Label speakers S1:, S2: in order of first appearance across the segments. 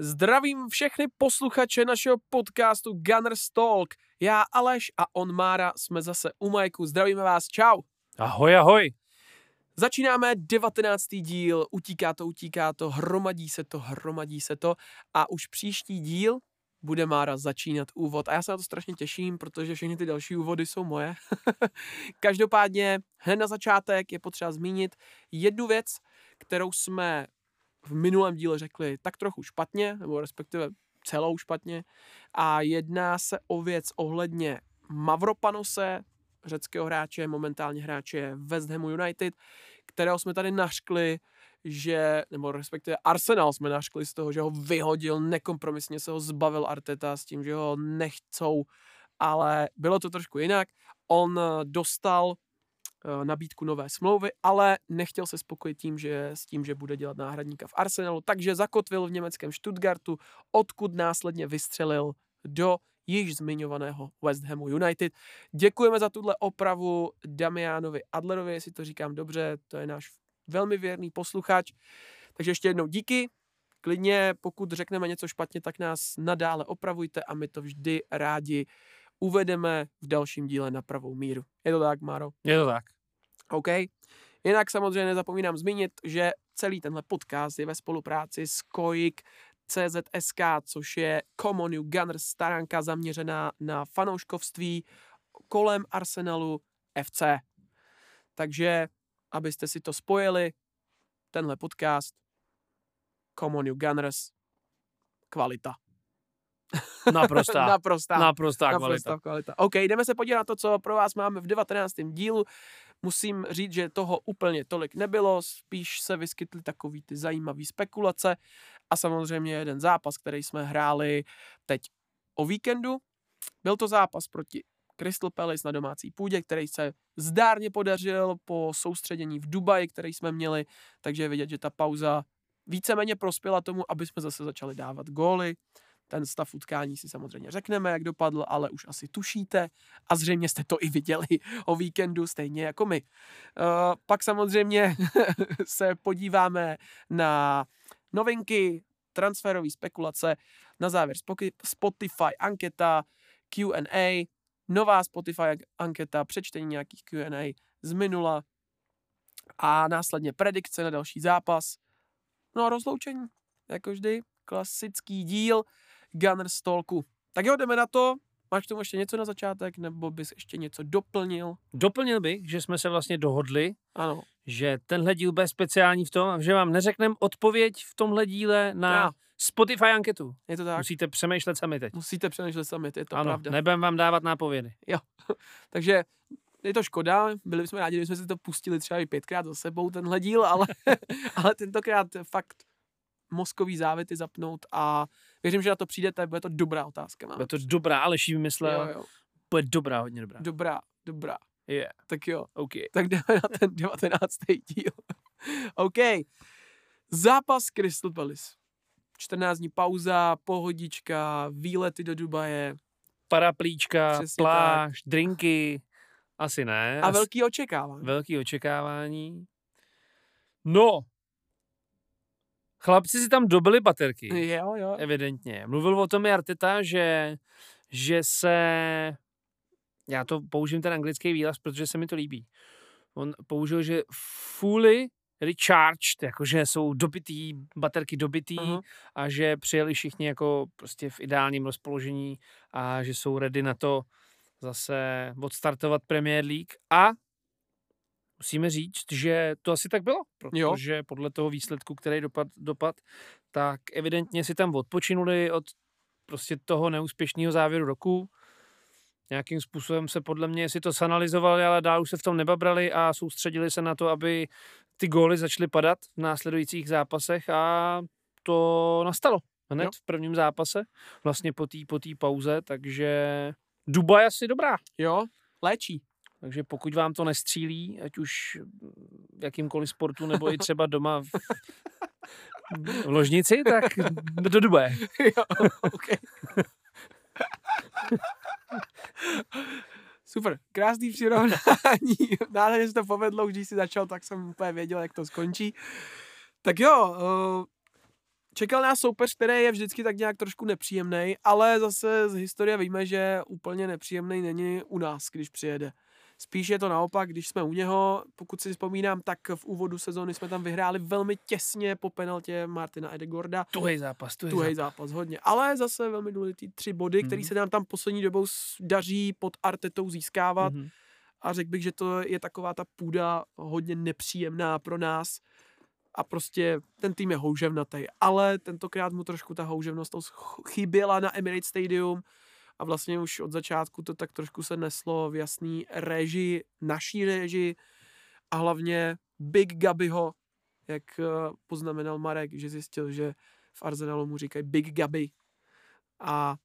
S1: Zdravím všechny posluchače našeho podcastu Gunners Talk. Já Aleš a on Mára jsme zase u Majku. Zdravíme vás, čau.
S2: Ahoj, ahoj.
S1: Začínáme 19. díl, utíká to, utíká to, hromadí se to, hromadí se to a už příští díl bude Mára začínat úvod a já se na to strašně těším, protože všechny ty další úvody jsou moje. Každopádně hned na začátek je potřeba zmínit jednu věc, kterou jsme v minulém díle řekli tak trochu špatně, nebo respektive celou špatně a jedná se o věc ohledně Mavropanose, řeckého hráče, momentálně hráče West Hamu United, kterého jsme tady naškli, že, nebo respektive Arsenal jsme naškli z toho, že ho vyhodil, nekompromisně se ho zbavil Arteta s tím, že ho nechcou, ale bylo to trošku jinak. On eh, dostal eh, nabídku nové smlouvy, ale nechtěl se spokojit tím, že, s tím, že bude dělat náhradníka v Arsenalu, takže zakotvil v německém Stuttgartu, odkud následně vystřelil do již zmiňovaného West Hamu United. Děkujeme za tuhle opravu Damianovi Adlerovi, jestli to říkám dobře, to je náš velmi věrný posluchač. Takže ještě jednou díky. Klidně, pokud řekneme něco špatně, tak nás nadále opravujte a my to vždy rádi uvedeme v dalším díle na pravou míru. Je to tak, Máro?
S2: Je to tak.
S1: OK. Jinak samozřejmě nezapomínám zmínit, že celý tenhle podcast je ve spolupráci s Kojik CZSK, což je Common New Gunners staránka zaměřená na fanouškovství kolem Arsenalu FC. Takže, abyste si to spojili, tenhle podcast Common New Gunners kvalita.
S2: Naprostá,
S1: Naprostá.
S2: naprostá
S1: Naprosto
S2: kvalita.
S1: kvalita. OK, jdeme se podívat na to, co pro vás máme v 19. dílu. Musím říct, že toho úplně tolik nebylo, spíš se vyskytly takový ty zajímavé spekulace a samozřejmě jeden zápas, který jsme hráli teď o víkendu. Byl to zápas proti Crystal Palace na domácí půdě, který se zdárně podařil po soustředění v Dubaji, který jsme měli, takže je vidět, že ta pauza víceméně prospěla tomu, aby jsme zase začali dávat góly. Ten stav utkání si samozřejmě řekneme, jak dopadl, ale už asi tušíte a zřejmě jste to i viděli o víkendu stejně jako my. Eh, Pak samozřejmě se podíváme na novinky, transferové spekulace, na závěr Spoky- Spotify anketa, Q&A, nová Spotify anketa, přečtení nějakých Q&A z minula a následně predikce na další zápas. No a rozloučení, jako vždy, klasický díl Gunners Talku. Tak jo, jdeme na to. Máš k tomu ještě něco na začátek, nebo bys ještě něco doplnil?
S2: Doplnil bych, že jsme se vlastně dohodli,
S1: Ano.
S2: že tenhle díl bude speciální v tom, že vám neřekneme odpověď v tomhle díle na
S1: Já.
S2: Spotify anketu.
S1: Je to tak.
S2: Musíte přemýšlet sami teď.
S1: Musíte přemýšlet sami, je to
S2: ano,
S1: pravda.
S2: nebudem vám dávat nápovědy.
S1: Takže je to škoda, byli bychom rádi, kdybychom si to pustili třeba i pětkrát za sebou, tenhle díl, ale, ale tentokrát fakt mozkový závity zapnout a věřím, že na to přijdete, bude to dobrá otázka. Máme.
S2: Bude to dobrá, Aleš ji
S1: No, Jo,
S2: vymyslel.
S1: jo.
S2: Bude dobrá, hodně dobrá.
S1: Dobrá, dobrá.
S2: Yeah,
S1: Tak jo,
S2: OK.
S1: tak jdeme na ten 19. díl. OK. Zápas Crystal Palace. 14 dní pauza, pohodička, výlety do Dubaje
S2: Paraplíčka,
S1: Přesně
S2: pláž, drinky. Asi ne.
S1: a
S2: asi-
S1: velký očekávání.
S2: velký očekávání. No, chlapci si tam dobili baterky.
S1: Jo, jo.
S2: Evidentně. Mluvil o tom i Arteta, že, že se, já to použím ten anglický výraz, protože se mi to líbí. On použil, že fully recharged, jakože jsou dobitý, baterky dobitý
S1: Aha.
S2: a že přijeli všichni jako prostě v ideálním rozpoložení a že jsou ready na to zase odstartovat Premier League a musíme říct, že to asi tak bylo,
S1: Jo.
S2: protože jo. podle toho výsledku, který dopad, dopad, tak evidentně si tam odpočinuli od prostě toho neúspěšného závěru roku. Nějakým způsobem se podle mě si to sanalizovali, ale dál už se v tom nebabrali a soustředili se na to, aby ty góly začaly padat v následujících zápasech a to nastalo hned
S1: Jo.
S2: jo. v prvním zápase, vlastně po té po tý pauze, takže Dubaj asi dobrá.
S1: Jo, léčí.
S2: Takže pokud vám to nestřílí, ať už v jakýmkoliv sportu nebo i třeba doma v, v ložnici, tak do Dubaje.
S1: jo, OK. Super, krásný přirovnání. Nádherně se to povedlo, už když si začal, tak jsem úplně věděl, jak to skončí. Tak jo, eh, Čekal nás soupeř, který je vždycky tak nějak trošku nepříjemný, ale zase z historie víme, že úplně nepříjemný není u nás, když přijede. Spíš je to naopak, když jsme u něho, pokud si vzpomínám, tak v úvodu sezóny jsme tam vyhráli velmi těsně po penaltě Martina Edegorda.
S2: Tuhej zápas, tuhej,
S1: Tuhej
S2: tuhej zápas.
S1: zápas, hodně. Ale zase velmi důležitý tři body, které
S2: Mhm.
S1: se nám tam poslední dobou s- daří pod Artetou získávat.
S2: Mhm.
S1: A řekl bych, že to je taková ta půda hodně nepříjemná pro nás. A prostě ten tým je houževnatý. Ale tentokrát mu trošku ta houževnost to sch- chyběla na Emirates Stadium. A vlastně už od začátku to tak trošku se neslo v jasný reži, naší reži. A hlavně Big Gabiho, jak eh, poznamenal Marek, že zjistil, že v Arsenalu mu říkají Big Gabi. A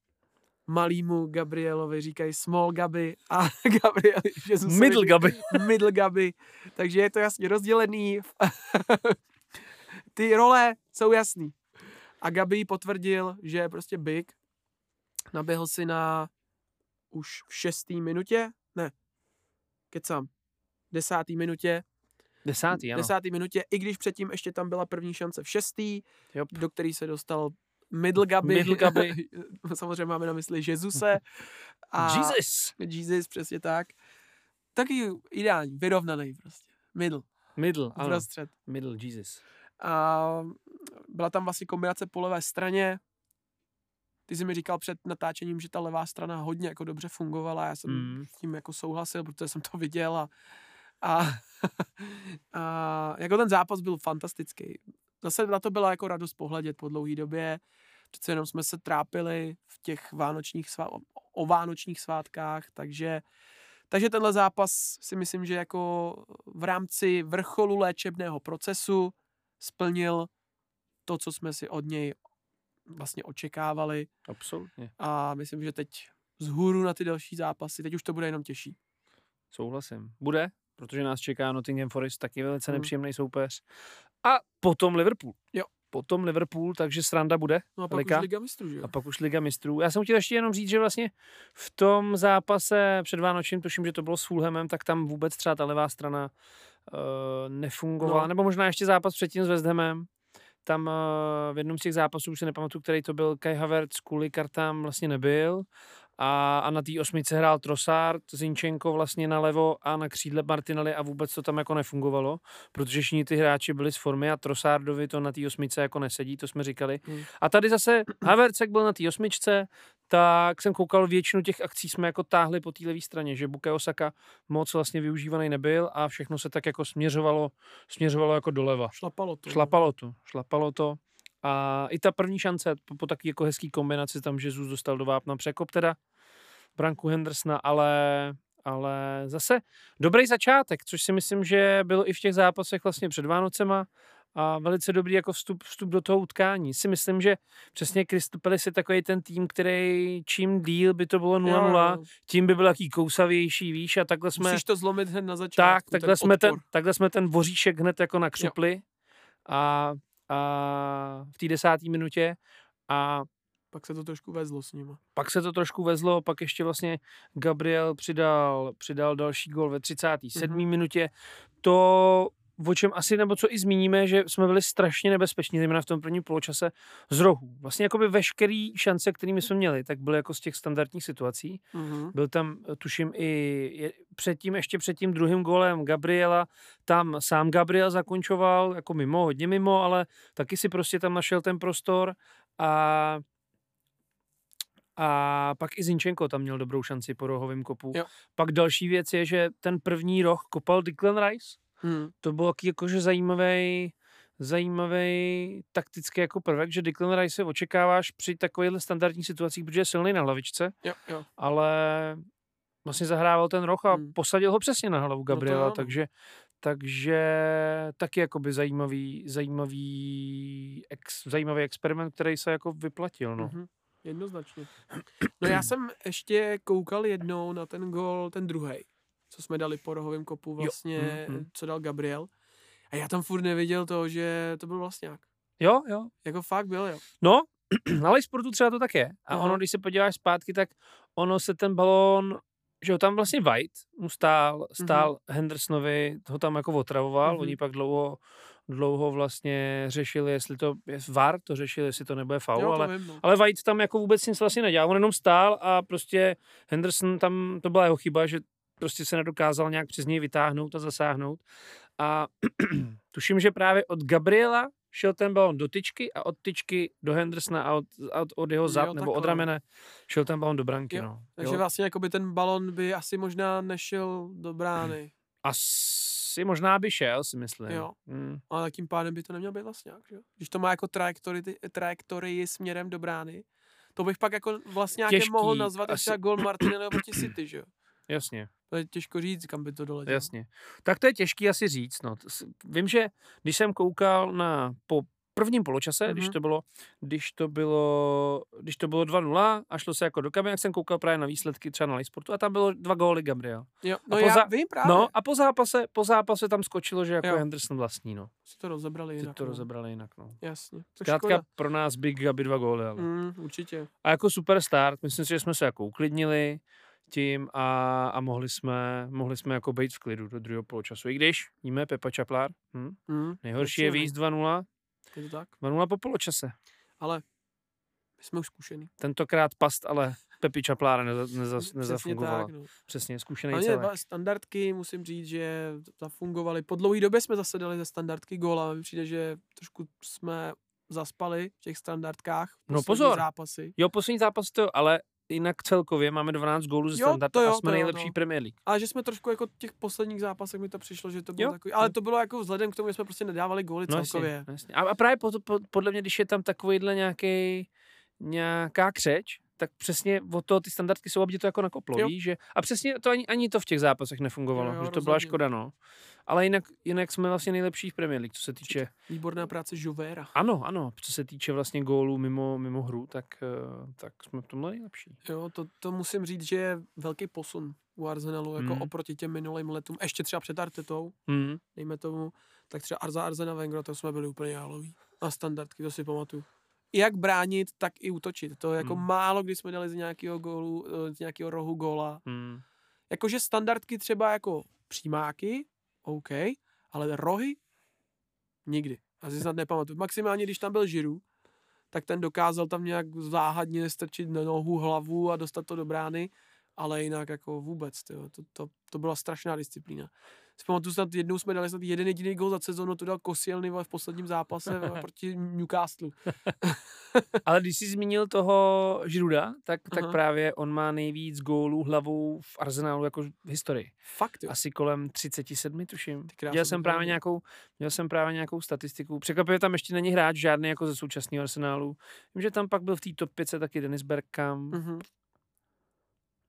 S1: malýmu Gabrielovi říkají Small Gabi a Gabriel Jezusovi
S2: Middle Gabi.
S1: middle Gabi. Takže je to jasně rozdělený. Ty role jsou jasný. A Gabi potvrdil, že je prostě big. Naběhl si na už v šestý minutě, ne, kecám, desátý minutě,
S2: Desátý, ano.
S1: desátý minutě, i když předtím ještě tam byla první šance v šestý,
S2: Jop.
S1: do který se dostal Middle Gabi.
S2: Middle Gabi.
S1: Samozřejmě máme na mysli Jezuse. A
S2: Jesus!
S1: Jesus, přesně tak. Taky ideální, vyrovnaný prostě. Middle,
S2: Middle, ano.
S1: prostřed.
S2: Middle Jesus.
S1: A byla tam vlastně kombinace po levé straně. Ty jsi mi říkal před natáčením, že ta levá strana hodně jako dobře fungovala. Já jsem
S2: Mm.
S1: s tím jako souhlasil, protože jsem to viděl a, a, a jako ten zápas byl fantastický. Zase na to byla jako radost pohledět po dlouhý době. Přece jenom jsme se trápili v těch vánočních svá- o- o vánočních svátkách, takže takže tenhle zápas si myslím, že jako v rámci vrcholu léčebného procesu splnil to, co jsme si od něj vlastně očekávali
S2: Absolutně.
S1: a myslím, že teď zhůru na ty další zápasy, teď už to bude jenom těžší.
S2: Souhlasím. Bude, protože nás čeká Nottingham Forest, taky velice
S1: Mm.
S2: nepříjemný soupeř. A potom Liverpool.
S1: Jo.
S2: Potom Liverpool, takže sranda bude.
S1: No a pak
S2: Lika?
S1: už Liga mistrů, že jo?
S2: A pak už Liga mistrů. Já jsem chtěl ještě jenom říct, že vlastně v tom zápase před Vánočním, tuším, že to bylo s Fulhamem, tak tam vůbec třeba ta levá strana uh, nefungovala.
S1: No.
S2: No. Nebo možná ještě zápas předtím s West Hamem. Tam uh, v jednom z těch zápasů, už si nepamatuju, který to byl, Kai Havertz kvůli kartám vlastně nebyl. A, a na té osmice hrál Trossard, Zinčenko vlastně nalevo a na křídle Martinelli a vůbec to tam jako nefungovalo, protože všichni ty hráči byli z formy a Trossardovi to na té osmice jako nesedí, to jsme říkali. A tady zase Havertz, jak byl na té osmičce, tak jsem koukal, většinu těch akcí jsme jako táhli po té levé straně, že Bukayo Saka moc vlastně využívaný nebyl a všechno se tak jako směřovalo, směřovalo jako doleva.
S1: Šlapalo to.
S2: Šlapalo to, šlapalo to. A i ta první šance po, po taky jako hezký kombinaci tam Jesus dostal do vápna překop teda branku Hendersona, ale ale zase dobrý začátek, což si myslím, že bylo i v těch zápasech vlastně před Vánocema a velice dobrý jako vstup, vstup do toho utkání. Si myslím, že přesně Kristopelis je takový ten tým, který čím díl by to bylo 0-0,
S1: Jo, jo.
S2: tím by byl jaký kousavější, víš, a takhle jsme...
S1: Musíš to zlomit hned na začátku.
S2: Tak, takhle jsme,
S1: odpor.
S2: ten, takhle jsme ten voříšek hned jako nakřupli a, a v té desáté minutě a
S1: Pak se to trošku vezlo s nima.
S2: pak se to trošku vezlo, pak ještě vlastně Gabriel přidal, přidal další gol ve 37.
S1: Mhm.
S2: Mm-hmm. minutě. To, o čem asi, nebo co i zmíníme, že jsme byli strašně nebezpeční, zejména v tom prvním poločase, z rohu. Vlastně jakoby veškerý šance, kterými jsme měli, tak byly jako z těch standardních situací.
S1: Mhm.
S2: Byl tam, eh, tuším, i je, předtím, ještě před tím druhým golem Gabriela, tam sám Gabriel zakončoval, jako mimo, hodně mimo, ale taky si prostě tam našel ten prostor a a pak i Zinčenko tam měl dobrou šanci po rohovém kopu.
S1: Jo.
S2: Pak další věc je, že ten první roh kopal Declan Rice.
S1: Mhm.
S2: To byl taky jakože zajímavý, zajímavý taktický jako prvek, že Declan Rice se očekáváš při takovýchhle standardních situacích, protože je silný na hlavičce
S1: Jo, jo.
S2: ale vlastně zahrával ten roh a
S1: Hmm.
S2: posadil ho přesně na hlavu
S1: to
S2: Gabriela,
S1: ano.
S2: takže, takže taky jakoby zajímavý, zajímavý, ex, zajímavý experiment, který se jako vyplatil, no.
S1: Mhm. Jednoznačně. No já jsem ještě koukal jednou na ten gol, ten druhý, co jsme dali po rohovém kopu vlastně,
S2: mhm.
S1: co dal Gabriel. A já tam furt neviděl to, že to byl vlastňák.
S2: Jo, jo.
S1: Jako fakt byl, jo.
S2: No, na Lejsportu třeba to tak je. A
S1: Aha.
S2: ono, když se podíváš zpátky, tak ono se ten balón, že ho tam vlastně White mu stál, stál mm-hmm. Hendersonovi, ho tam jako otravoval,
S1: Mhm.
S2: mm-hmm. oni pak dlouho, dlouho vlastně řešili, jestli to je VAR, to řešili, jestli to nebude faul,
S1: jo,
S2: ale
S1: to vím, no.
S2: ale White tam jako vůbec nic vlastně nedělal, on jenom stál a prostě Henderson tam, to byla jeho chyba, že prostě se nedokázal nějak přes něj vytáhnout a zasáhnout. A tuším, že právě od Gabriela šel ten balon do tyčky a od tyčky do Hendersona a od, od, od jeho zad
S1: Jo,
S2: nebo
S1: takhle.
S2: od ramene šel ten balon do branky.
S1: Jo,
S2: No.
S1: Takže
S2: Jo.
S1: vlastně jakoby ten balon by asi možná nešel do brány.
S2: Asi možná by šel, si myslím.
S1: Jo.
S2: Mm.
S1: Ale tak tím pádem by to neměl být vlastně. Že? jo? Když to má jako trajektorii, trajektorii směrem do brány, to bych pak jako vlastně
S2: Těžký,
S1: nějaké mohl nazvat
S2: asi.
S1: asi... třeba gol Martinelliho proti City, že jo?
S2: Jasně.
S1: To je těžko říct, kam by to doletělo.
S2: Jasně. Tak to je těžký asi říct. No. S- Vím, že když jsem koukal na po prvním poločase, mm-hmm. když
S1: Mhm.
S2: to bylo, když to bylo, když to bylo 2-0 a šlo se jako do kabiny, jak jsem koukal právě na výsledky třeba na Lisportu a tam bylo dva góly Gabriel.
S1: Jo, no
S2: A
S1: já
S2: poza-
S1: vím právě,
S2: No
S1: no.
S2: a po zápase, po zápase tam skočilo, že jako
S1: Jo.
S2: Henderson vlastní, no.
S1: si to rozebrali
S2: Ty
S1: jinak.
S2: to
S1: no.
S2: rozebrali jinak, no.
S1: Jasně. To
S2: Zkrátka
S1: škoda.
S2: pro nás Big Gabi dva góly, ale.
S1: Mm, určitě.
S2: A jako super start, myslím si, že jsme se jako uklidnili tím a, a mohli, jsme, mohli jsme jako být v klidu do druhého poločasu. I když víme Pepa Čaplár, hm?
S1: Mm,
S2: Nejhorší je
S1: Určitě.
S2: výjezd 2-0,
S1: je to tak.
S2: 2-0 po poločase.
S1: Ale my jsme už zkušený.
S2: Tentokrát past, ale Pepi Čaplára neza, neza,
S1: Mm, Přesně
S2: nezafungovala.
S1: tak,
S2: Tak.
S1: no.
S2: Přesně, zkušený
S1: Hlavně
S2: celek.
S1: dva standardky, musím říct, že zafungovaly. Po dlouhé době jsme zase dali ze standardky góla. Mi přijde, že trošku jsme zaspali v těch standardkách.
S2: No
S1: poslední
S2: pozor.
S1: Zápasy.
S2: Jo, poslední zápas to, ale jinak celkově máme 12 gólů ze
S1: Jo,
S2: standardu
S1: to
S2: a
S1: jo,
S2: jsme
S1: to jo,
S2: nejlepší
S1: no.
S2: Premier League.
S1: A že jsme trošku jako v těch posledních zápasech mi to přišlo, že to bylo
S2: Jo.
S1: takový. Ale to bylo jako vzhledem k tomu, že jsme prostě nedávali góly
S2: No,
S1: celkově.
S2: jasně, jasně. A, a právě pod, pod, podle mě, když je tam takovýhle nějaký, nějaká křeč, tak přesně od toho ty standardky jsou, aby tě to jako nakoplo,
S1: Jo.
S2: víš, že? A přesně to ani, ani to v těch zápasech nefungovalo,
S1: Jo, jo,
S2: že to byla
S1: rozhodně.
S2: škoda, no. Ale jinak, jinak jsme vlastně nejlepší v Premier League, co se týče
S1: Výborná práce Jovera.
S2: Ano, ano, co se týče vlastně gólů mimo, mimo hru, tak, eh, tak jsme v tomhle nejlepší.
S1: Jo, to, to musím říct, že je velký posun u Arsenalu jako
S2: Mhm.
S1: oproti těm minulým letům. Ještě třeba před Artetou,
S2: Mm.
S1: dejme tomu, tak třeba Arza Arzena Vengra, to jsme byli úplně jáloví. A standardky, to si pamatuju. Jak bránit, tak i útočit. To je jako
S2: Mm.
S1: málo, kdy jsme dali z nějakého gólu, eh, z nějakého rohu góla.
S2: Mm.
S1: Jakože standardky třeba jako přímáky, OK, ale rohy nikdy. Asi snad nepamatuju. Maximálně, když tam byl Žiru, tak ten dokázal tam nějak záhadně strčit na nohu hlavu a dostat to do brány, ale jinak jako vůbec. Tyjo. To, to, to, byla strašná disciplína. Si pamatuju, snad jednou jsme dali snad jeden jediný gol za sezónu, to dal Kosielny vole, v posledním zápase vole, proti Newcastle.
S2: Ale když jsi zmínil toho Žruda, tak, tak
S1: Aha.
S2: právě on má nejvíc gólů hlavou v Arsenálu jako v historii.
S1: Fakt, jo.
S2: Asi kolem 37, tuším.
S1: krásně
S2: Měl
S1: to
S2: jsem, právě
S1: pravda.
S2: nějakou, měl jsem právě nějakou statistiku. Překvapivě tam ještě není hráč žádný jako ze současného Arsenálu. Vím, že tam pak byl v té top 5 taky Dennis Bergkamp,
S1: Mhm.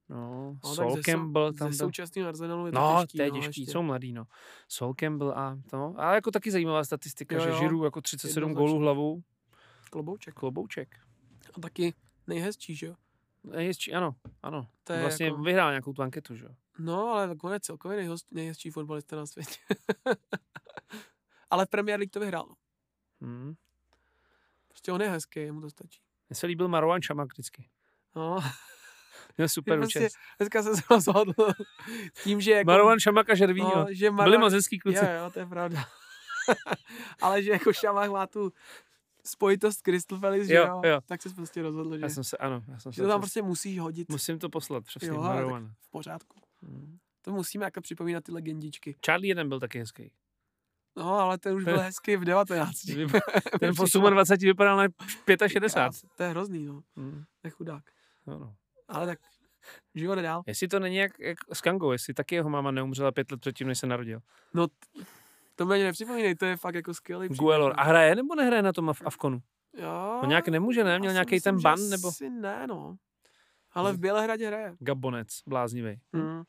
S2: no,
S1: No, tak
S2: Sol
S1: ze sou-
S2: Campbell tam
S1: Ze
S2: byl.
S1: současného Arsenalu je to
S2: No,
S1: těžký.
S2: to je
S1: no,
S2: těžký,
S1: ještě.
S2: jsou mladý, no. Sol Campbell a to. Ale jako taky zajímavá statistika,
S1: Jo,
S2: že
S1: jo.
S2: Žiru jako 37
S1: Jednoznačně.
S2: gólů hlavou,
S1: Klobouček.
S2: klobouček.
S1: A taky nejhezčí, že jo?
S2: Nejhezčí, Eh, ano, ano.
S1: To je
S2: vlastně
S1: jako-
S2: vyhrál nějakou tu anketu, že jo.
S1: No, ale nakonec celkově nejhost, nejhezčí fotbalista na světě. ale v Premier League to vyhrál. no.
S2: Hmm.
S1: Prostě on je hezký, jemu to stačí.
S2: Mně se líbil Marouan Čamak vždycky.
S1: No,
S2: Měl super
S1: prostě
S2: účast.
S1: dneska jsem se rozhodl s tím, že jako...
S2: Marouan Čamak a Žervíní, no,
S1: no, že Marouan,
S2: Byli moc hezký kluci.
S1: Jo, jo, to je pravda. ale že jako Šamach má tu spojitost s Crystal Palace, že
S2: Jo,
S1: jo,
S2: jo.
S1: tak se prostě rozhodl, že,
S2: Já jsem se, ano, já jsem
S1: že
S2: se.
S1: to tam
S2: přes-
S1: prostě musíš hodit
S2: Musím to poslat, přesně,
S1: Jo,
S2: jo,
S1: ale tak-
S2: Marouan.
S1: v pořádku. To musíme jako připomínat ty legendičky.
S2: Charlie jeden byl taky hezký.
S1: No, ale ten už byl hezký v 19.
S2: Ten
S1: Mně
S2: v
S1: přišlo-
S2: 28 vypadal na 65.
S1: To je hrozný, no.
S2: Hmm.
S1: To je chudák.
S2: No, no.
S1: Ale tak život je dál.
S2: Jestli to není jak, jak s Kangou, jestli taky jeho máma neumřela pět let předtím, než se narodil.
S1: No, t- to mě ani nepřipomínej, to je fakt jako skvělý příběh.
S2: Guelor. A hraje nebo nehraje na tom Af- Afkonu?
S1: Jo.
S2: On nějak nemůže, ne?
S1: já
S2: Měl
S1: si
S2: nějaký
S1: myslím,
S2: ten
S1: že
S2: ban nebo Hm.
S1: Asi ne, no. Ale v Bělehradě hraje.
S2: Gabonec, bláznivý.
S1: Mm.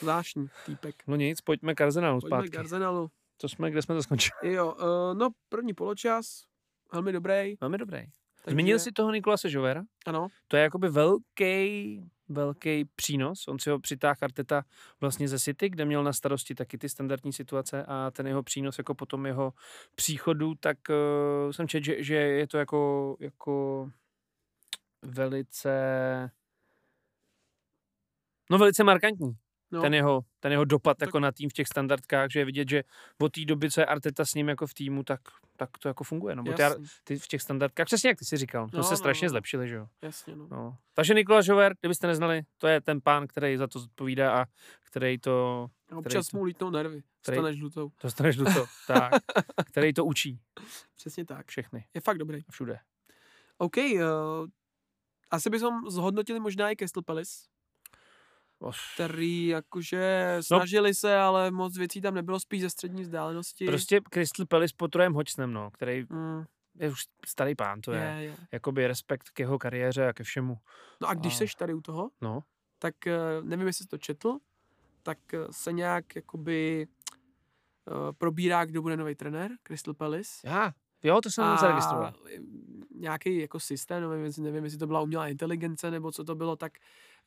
S1: Zvláštní týpek.
S2: No nic, pojďme k Arsenalu
S1: Pojďme
S2: zpátky.
S1: k Arsenalu.
S2: To jsme, kde jsme to skončili.
S1: Jo, uh, no první poločas, velmi dobrý.
S2: Velmi dobrý. Zmínil
S1: takže-
S2: si toho Nikolase Žovera?
S1: Ano,
S2: To je jakoby velký velký přínos. On si ho přitáhl Arteta vlastně ze City, kde měl na starosti taky ty standardní situace a ten jeho přínos jako potom jeho příchodu, tak uh, jsem četl, že, že je to jako, jako velice no velice markantní,
S1: no,
S2: ten jeho ten jeho dopad tak... jako na tým v těch standardkách, že je vidět, že od té doby, co je Arteta s ním jako v týmu, tak, tak to jako funguje. No, bo ty,
S1: jasně,
S2: ty, v těch standardkách, přesně jak ty si říkal, to
S1: No,
S2: no, se
S1: no,
S2: strašně
S1: no.
S2: zlepšili, že jo.
S1: jasně no.
S2: No. Takže Nikola Žover, kdybyste neznali, to je ten pán, který za to zodpovídá a který to
S1: A Občas
S2: to-
S1: mu lítnou nervy,
S2: který-
S1: stane žlutou.
S2: dostaneš do toho, tak, který to učí
S1: Přesně tak.
S2: všechny
S1: Je fakt dobrý.
S2: a všude.
S1: OK, uh, asi bychom zhodnotili možná i Crystal Palace,
S2: Os-
S1: který jakože
S2: No.
S1: snažili se, ale moc věcí tam nebylo spíš ze střední vzdálenosti.
S2: Prostě Crystal Palace pod Trojem Hodgsonem, no, který
S1: Mm,
S2: je už starý pán, to
S1: je,
S2: je.
S1: je.
S2: Jakoby respekt k jeho kariéře a ke všemu.
S1: No a když
S2: A-
S1: seš tady u toho,
S2: No,
S1: tak eh, nevím, jestli jsi to četl, tak eh, se nějak jakoby eh, probírá, kdo bude nový trenér Crystal Palace.
S2: já, jo, to jsem a... zaregistroval.
S1: nějaký jako systém, nevím, jestli- nevím, jestli to byla umělá inteligence nebo co to bylo, tak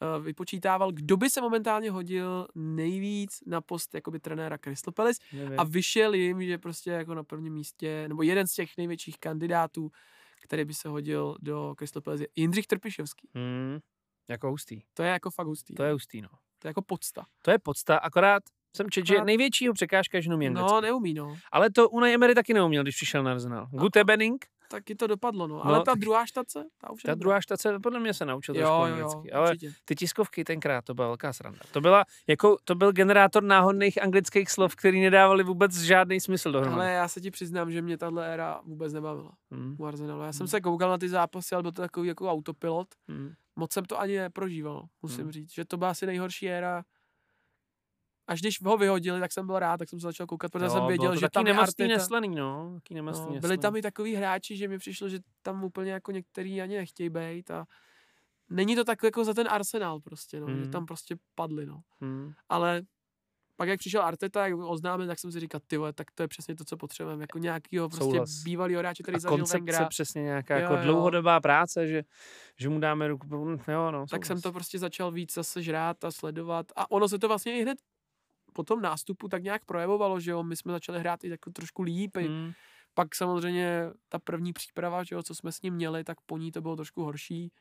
S1: eh, vypočítával, kdo by se momentálně hodil nejvíc na post jakoby trenéra Crystal Palace
S2: Nevím.
S1: a vyšel jim, že prostě jako na prvním místě, nebo jeden z těch největších kandidátů, který by se hodil do Crystal Palace, je Jindřich Trpišovský.
S2: Hmm, jako hustý.
S1: To je jako fakt hustý.
S2: To je hustý, no.
S1: to je jako podsta.
S2: To je podsta, akorát jsem čet, že
S1: Akorát-
S2: největšího překážka, že neumí anglicky.
S1: No, neumí, no.
S2: Ale to Unai Emery taky neuměl, když přišel na Arsenal. Gute Benning,
S1: Taky to dopadlo, no. Ale
S2: No,
S1: ta
S2: tak-
S1: druhá štace, ta už je
S2: ta
S1: dobrá.
S2: druhá štace, podle mě se naučil trošku
S1: jo, jo, jo,
S2: anglicky. Ale
S1: určitě.
S2: ty tiskovky tenkrát, to byla velká sranda. To, byla, jako, to byl generátor náhodných anglických slov, který nedávali vůbec žádný smysl
S1: Ale
S2: dohromady.
S1: já se ti přiznám, že mě tahle éra vůbec nebavila
S2: Hmm,
S1: u Arsenalu. Já jsem
S2: Hmm.
S1: se koukal na ty zápasy, ale byl to takový jako autopilot.
S2: hmm.
S1: Moc jsem to ani neprožíval, musím
S2: Hmm.
S1: říct. Že to byla asi nejhorší éra. Až když ho vyhodili, tak jsem byl rád, tak jsem se začal koukat, protože
S2: Jo,
S1: jsem
S2: bylo
S1: věděl,
S2: to
S1: že
S2: taky
S1: tam je
S2: nemastný,
S1: Arteta.
S2: neslaný, no. Taky nemastný,
S1: No, byli
S2: neslaný.
S1: tam i takový hráči, že mi přišlo, že tam úplně jako některý ani nechtějí být a není to tak jako za ten Arsenal prostě, no, že
S2: Mhm.
S1: tam prostě padli, no.
S2: Hmm.
S1: Ale pak, jak přišel Arteta, jak oznámil, tak jsem si říkal, ty vole, tak to je přesně to, co potřebujeme, jako nějakýho prostě
S2: Souhlas.
S1: bývalýho hráče, který
S2: A
S1: zažil
S2: koncepce
S1: Wengra.
S2: přesně nějaká
S1: Jo,
S2: jako
S1: jo.
S2: dlouhodobá práce, že, že mu dáme ruku. po- Jo, no,
S1: Tak jsem
S2: souhlas.
S1: to prostě začal víc zase žrát a sledovat a ono se to vlastně i hned po tom nástupu tak nějak projevovalo, že jo, my jsme začali hrát i jako trošku líp, hmm.
S2: Hmm.
S1: pak samozřejmě ta první příprava, že jo, co jsme s ním měli, tak po ní to bylo trošku horší,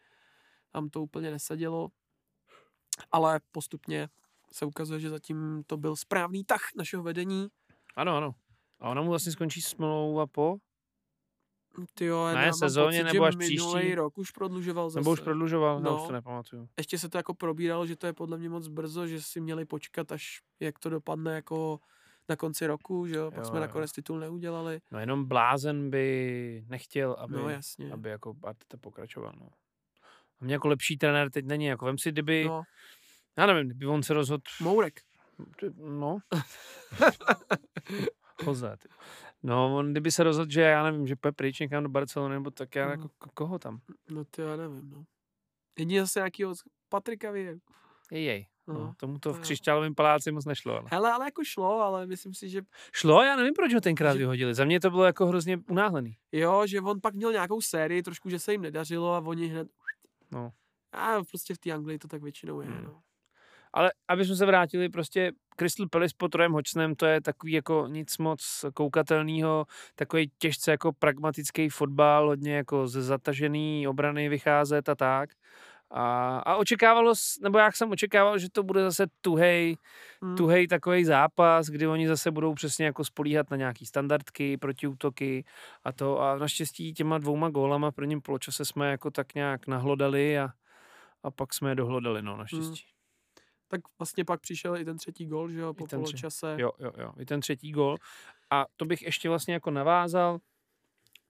S1: tam to úplně nesedělo, ale postupně se ukazuje, že zatím to byl správný tah našeho vedení.
S2: Ano, ano. A ona mu vlastně skončí smlouva po?
S1: Ty jo,
S2: Ne,
S1: já mám
S2: sezóně
S1: pocit,
S2: nebo
S1: že
S2: až
S1: minulej
S2: příští?
S1: rok už prodlužoval zase.
S2: Nebo už prodlužoval? No. Já už
S1: No.
S2: to nepamatuju.
S1: Ještě se to jako probíralo, že to je podle mě moc brzo, že si měli počkat, až jak to dopadne jako na konci roku, že jo, pak
S2: Jo,
S1: jsme
S2: jo.
S1: nakonec titul neudělali.
S2: No jenom blázen by nechtěl, aby,
S1: no jasně.
S2: aby jako Arteta pokračoval. No. A mě jako lepší trenér teď není. Jako vem si, kdyby, no.
S1: No,
S2: já nevím, kdyby on se rozhodl,
S1: Mourek.
S2: ty- no. Choza, ty. No, on kdyby se rozhodl, že já nevím, že půjde pryč někam do Barcelony, nebo tak já
S1: Mhm.
S2: jako, ko- koho tam?
S1: No to já nevím, no. Jedině zase nějakýho z- Patrika Věru.
S2: Jej, jej.
S1: No.
S2: No, tomu to
S1: to
S2: v
S1: jo.
S2: křišťálovém paláci moc nešlo. Ale.
S1: Hele, ale jako šlo, ale myslím si, že
S2: Šlo, já nevím, proč ho tenkrát
S1: Že-
S2: vyhodili. Za mě to bylo jako hrozně unáhlený.
S1: jo, že on pak měl nějakou sérii, trošku, že se jim nedařilo a oni hned...
S2: No.
S1: A prostě v té Anglii to tak většinou je,
S2: Hmm.
S1: no.
S2: Ale aby jsme se vrátili, prostě Crystal Palace pod Trojem Hočnem, to je takový jako nic moc koukatelného, takový těžce jako pragmatický fotbal, hodně jako ze zatažený obrany vycházet a tak. A, a očekávalo, s- nebo já jsem očekával, že to bude zase tuhej,
S1: Hmm.
S2: tuhej takový zápas, kdy oni zase budou přesně jako spolíhat na nějaký standardky, protiútoky a to. A naštěstí těma dvouma gólama v prvním poločase jsme jako tak nějak nahlodali a, a pak jsme je dohlodali, no naštěstí.
S1: Tak vlastně pak přišel i ten třetí gol, že jo, po
S2: ten tři-
S1: poločase.
S2: Jo, jo, jo. I ten třetí gol. A to bych ještě vlastně jako navázal.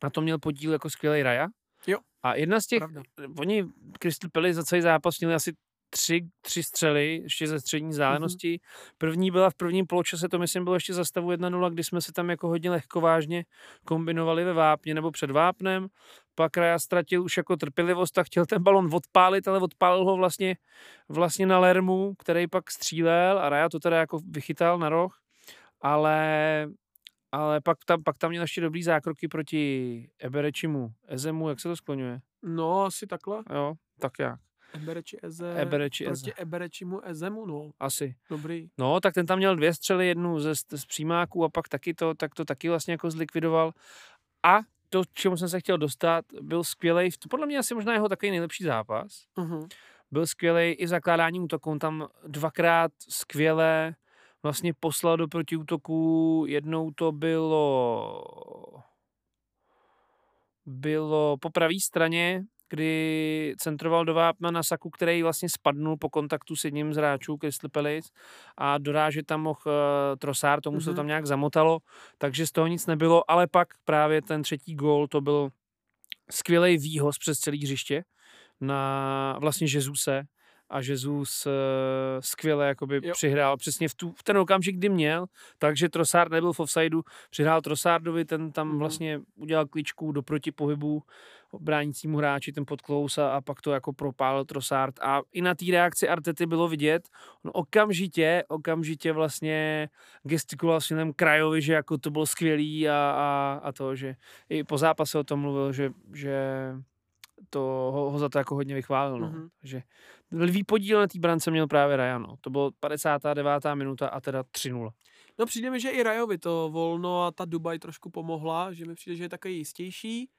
S2: Na to měl podíl jako skvělý Raja.
S1: Jo.
S2: A jedna z těch,
S1: Pravda.
S2: oni Crystal Palace za celý zápas měli asi tři, tři střely, ještě ze střední vzdálenosti. První byla v prvním poločase, to myslím bylo ještě za stavu 1-0, kdy jsme se tam jako hodně lehkovážně kombinovali ve vápně nebo před vápnem. Pak Raja ztratil už jako trpělivost a chtěl ten balon odpálit, ale odpálil ho vlastně, vlastně na Lermu, který pak střílel a Raja to teda jako vychytal na roh. Ale, ale pak, tam, pak tam měl ještě dobrý zákroky proti Eberečimu, Ezemu, jak se to skloňuje?
S1: No, asi takhle.
S2: Jo, tak jak.
S1: Ebereči Eze.
S2: Ebereči Eze.
S1: Proti Eberečimu Ezemu, no.
S2: Asi.
S1: Dobrý.
S2: No, tak ten tam měl dvě střely, jednu ze, z přímáků a pak taky to, tak to taky vlastně jako zlikvidoval. A to, k čemu jsem se chtěl dostat, byl skvělý, podle mě asi možná jeho takový nejlepší zápas.
S1: Uh-huh.
S2: Byl skvělý i v zakládání útoku, on tam dvakrát skvěle vlastně poslal do protiútoku, jednou to bylo bylo po pravé straně, kdy centroval do vápna na Saku, který vlastně spadnul po kontaktu s jedním z hráčů Crystal Palace a doráže tam mohl uh, Trosár, tomu mm-hmm. se to tam nějak zamotalo, takže z toho nic nebylo, ale pak právě ten třetí gól, to byl skvělý výhoz přes celý hřiště na vlastně Jezuse a Jezus uh, skvěle jakoby
S1: Jo.
S2: jo. přihrál přesně v, tu, v ten okamžik, kdy měl, takže Trosár nebyl v offsideu, přihrál Trosárdovi, ten tam
S1: Mhm.
S2: vlastně udělal kličku do protipohybu bránícímu hráči, ten podklous a, a pak to jako propálil Trosárd a i na té reakci Artety bylo vidět, on okamžitě, okamžitě vlastně gestikuloval svým krajovi, že jako to bylo skvělý a, a, a to, že i po zápase o tom mluvil, že, že to ho, ho za to jako hodně vychválil. No.
S1: Mhm.
S2: Mm-hmm. Takže lvý podíl na té brance měl právě Ryan. No. To bylo 59. minuta a teda 3-0.
S1: No přijde mi, že i Rajovi to volno a ta Dubaj trošku pomohla, že mi přijde, že je takový jistější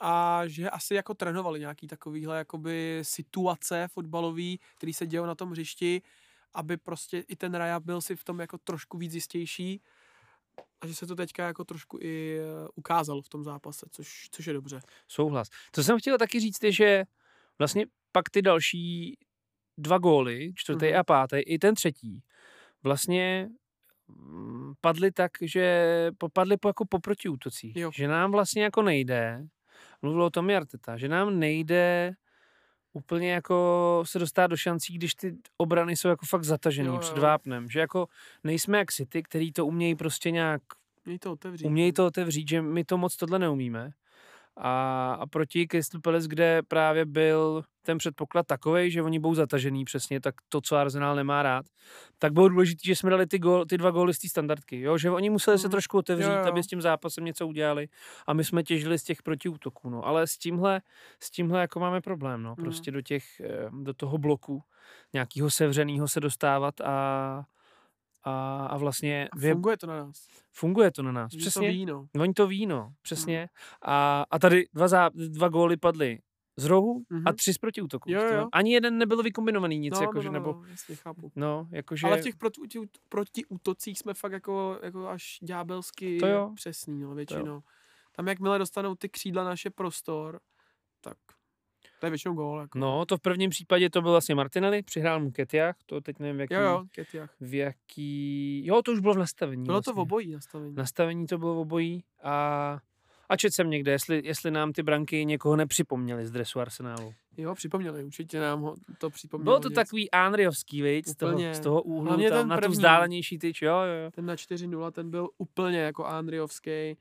S1: a že asi jako trénovali nějaký takovýhle jakoby situace fotbalový, který se dějou na tom hřišti, aby prostě i ten Raja byl si v tom jako trošku víc jistější a že se to teďka jako trošku i eh, ukázalo v tom zápase, což, což je dobře.
S2: Souhlas. Co jsem chtěl taky říct je, že vlastně pak ty další dva góly, čtvrtý
S1: Mhm.
S2: a pátý, i ten třetí, vlastně mm, padly tak, že popadly po, jako po protiútocích.
S1: Jo.
S2: Že nám vlastně jako nejde, mluvil o tom i Arteta, že nám nejde úplně jako se dostat do šancí, když ty obrany jsou jako fakt zatažený
S1: Jo, jo.
S2: před vápnem. Že jako nejsme jak City, který to umějí prostě nějak
S1: Měj to otevřít.
S2: umějí to otevřít, že my to moc tohle neumíme. A, a proti Crystal Palace, kde právě byl ten předpoklad takový, že oni budou zatažený přesně, tak to, co Arsenal nemá rád, tak bylo důležité, že jsme dali ty, gól, ty dva góly z té standardky, jo? že oni museli se
S1: Mhm.
S2: trošku otevřít,
S1: Jo, jo.
S2: aby s tím zápasem něco udělali a my jsme těžili z těch protiútoků, no. ale s tímhle, s tímhle jako máme problém, no.
S1: Mhm.
S2: prostě do, těch, eh, do toho bloku nějakého sevřeného se dostávat a, a, a vlastně
S1: A
S2: vě,
S1: funguje to na nás.
S2: funguje to na nás.
S1: Že to ví, no.
S2: Oni to ví, no,
S1: Mhm.
S2: přesně. A, a tady dva, zá, dva góly padly z rohu
S1: Mhm.
S2: a tři z protiútoku. prostě, no.
S1: Jo, jo.
S2: Ani jeden nebyl vykombinovaný nic,
S1: no,
S2: no,
S1: no,
S2: jakože,
S1: no,
S2: no, nebo,
S1: no, jasně, chápu.
S2: no, jakože,
S1: Ale v těch proti, protiútocích jsme fakt jako, jako až ďábelsky
S2: To jo.
S1: přesný, no, většinou. Tam jakmile dostanou ty křídla naše prostor, tak to je většinou gól. Jako.
S2: no, to v prvním případě to byl vlastně Martinelli, přihrál mu Ketiach, to teď nevím, v jaký,
S1: Jo, jo, Ketiach.
S2: v jaký, jo, to už bylo v nastavení.
S1: Bylo to v
S2: vlastně.
S1: obojí nastavení.
S2: Nastavení to bylo v obojí a, a čet jsem někde, jestli, jestli nám ty branky někoho nepřipomněly z dresu Arsenálu.
S1: Jo, připomněli, určitě nám ho to připomnělo.
S2: Bylo to
S1: něco.
S2: takový Andriovský, viď, z toho,
S1: Úplně.
S2: z toho úhlu,
S1: Hlavně ten
S2: tam, na tu
S1: první.
S2: vzdálenější tyč, jo, jo, jo.
S1: Ten na 4-0, ten byl úplně jako Andriovský.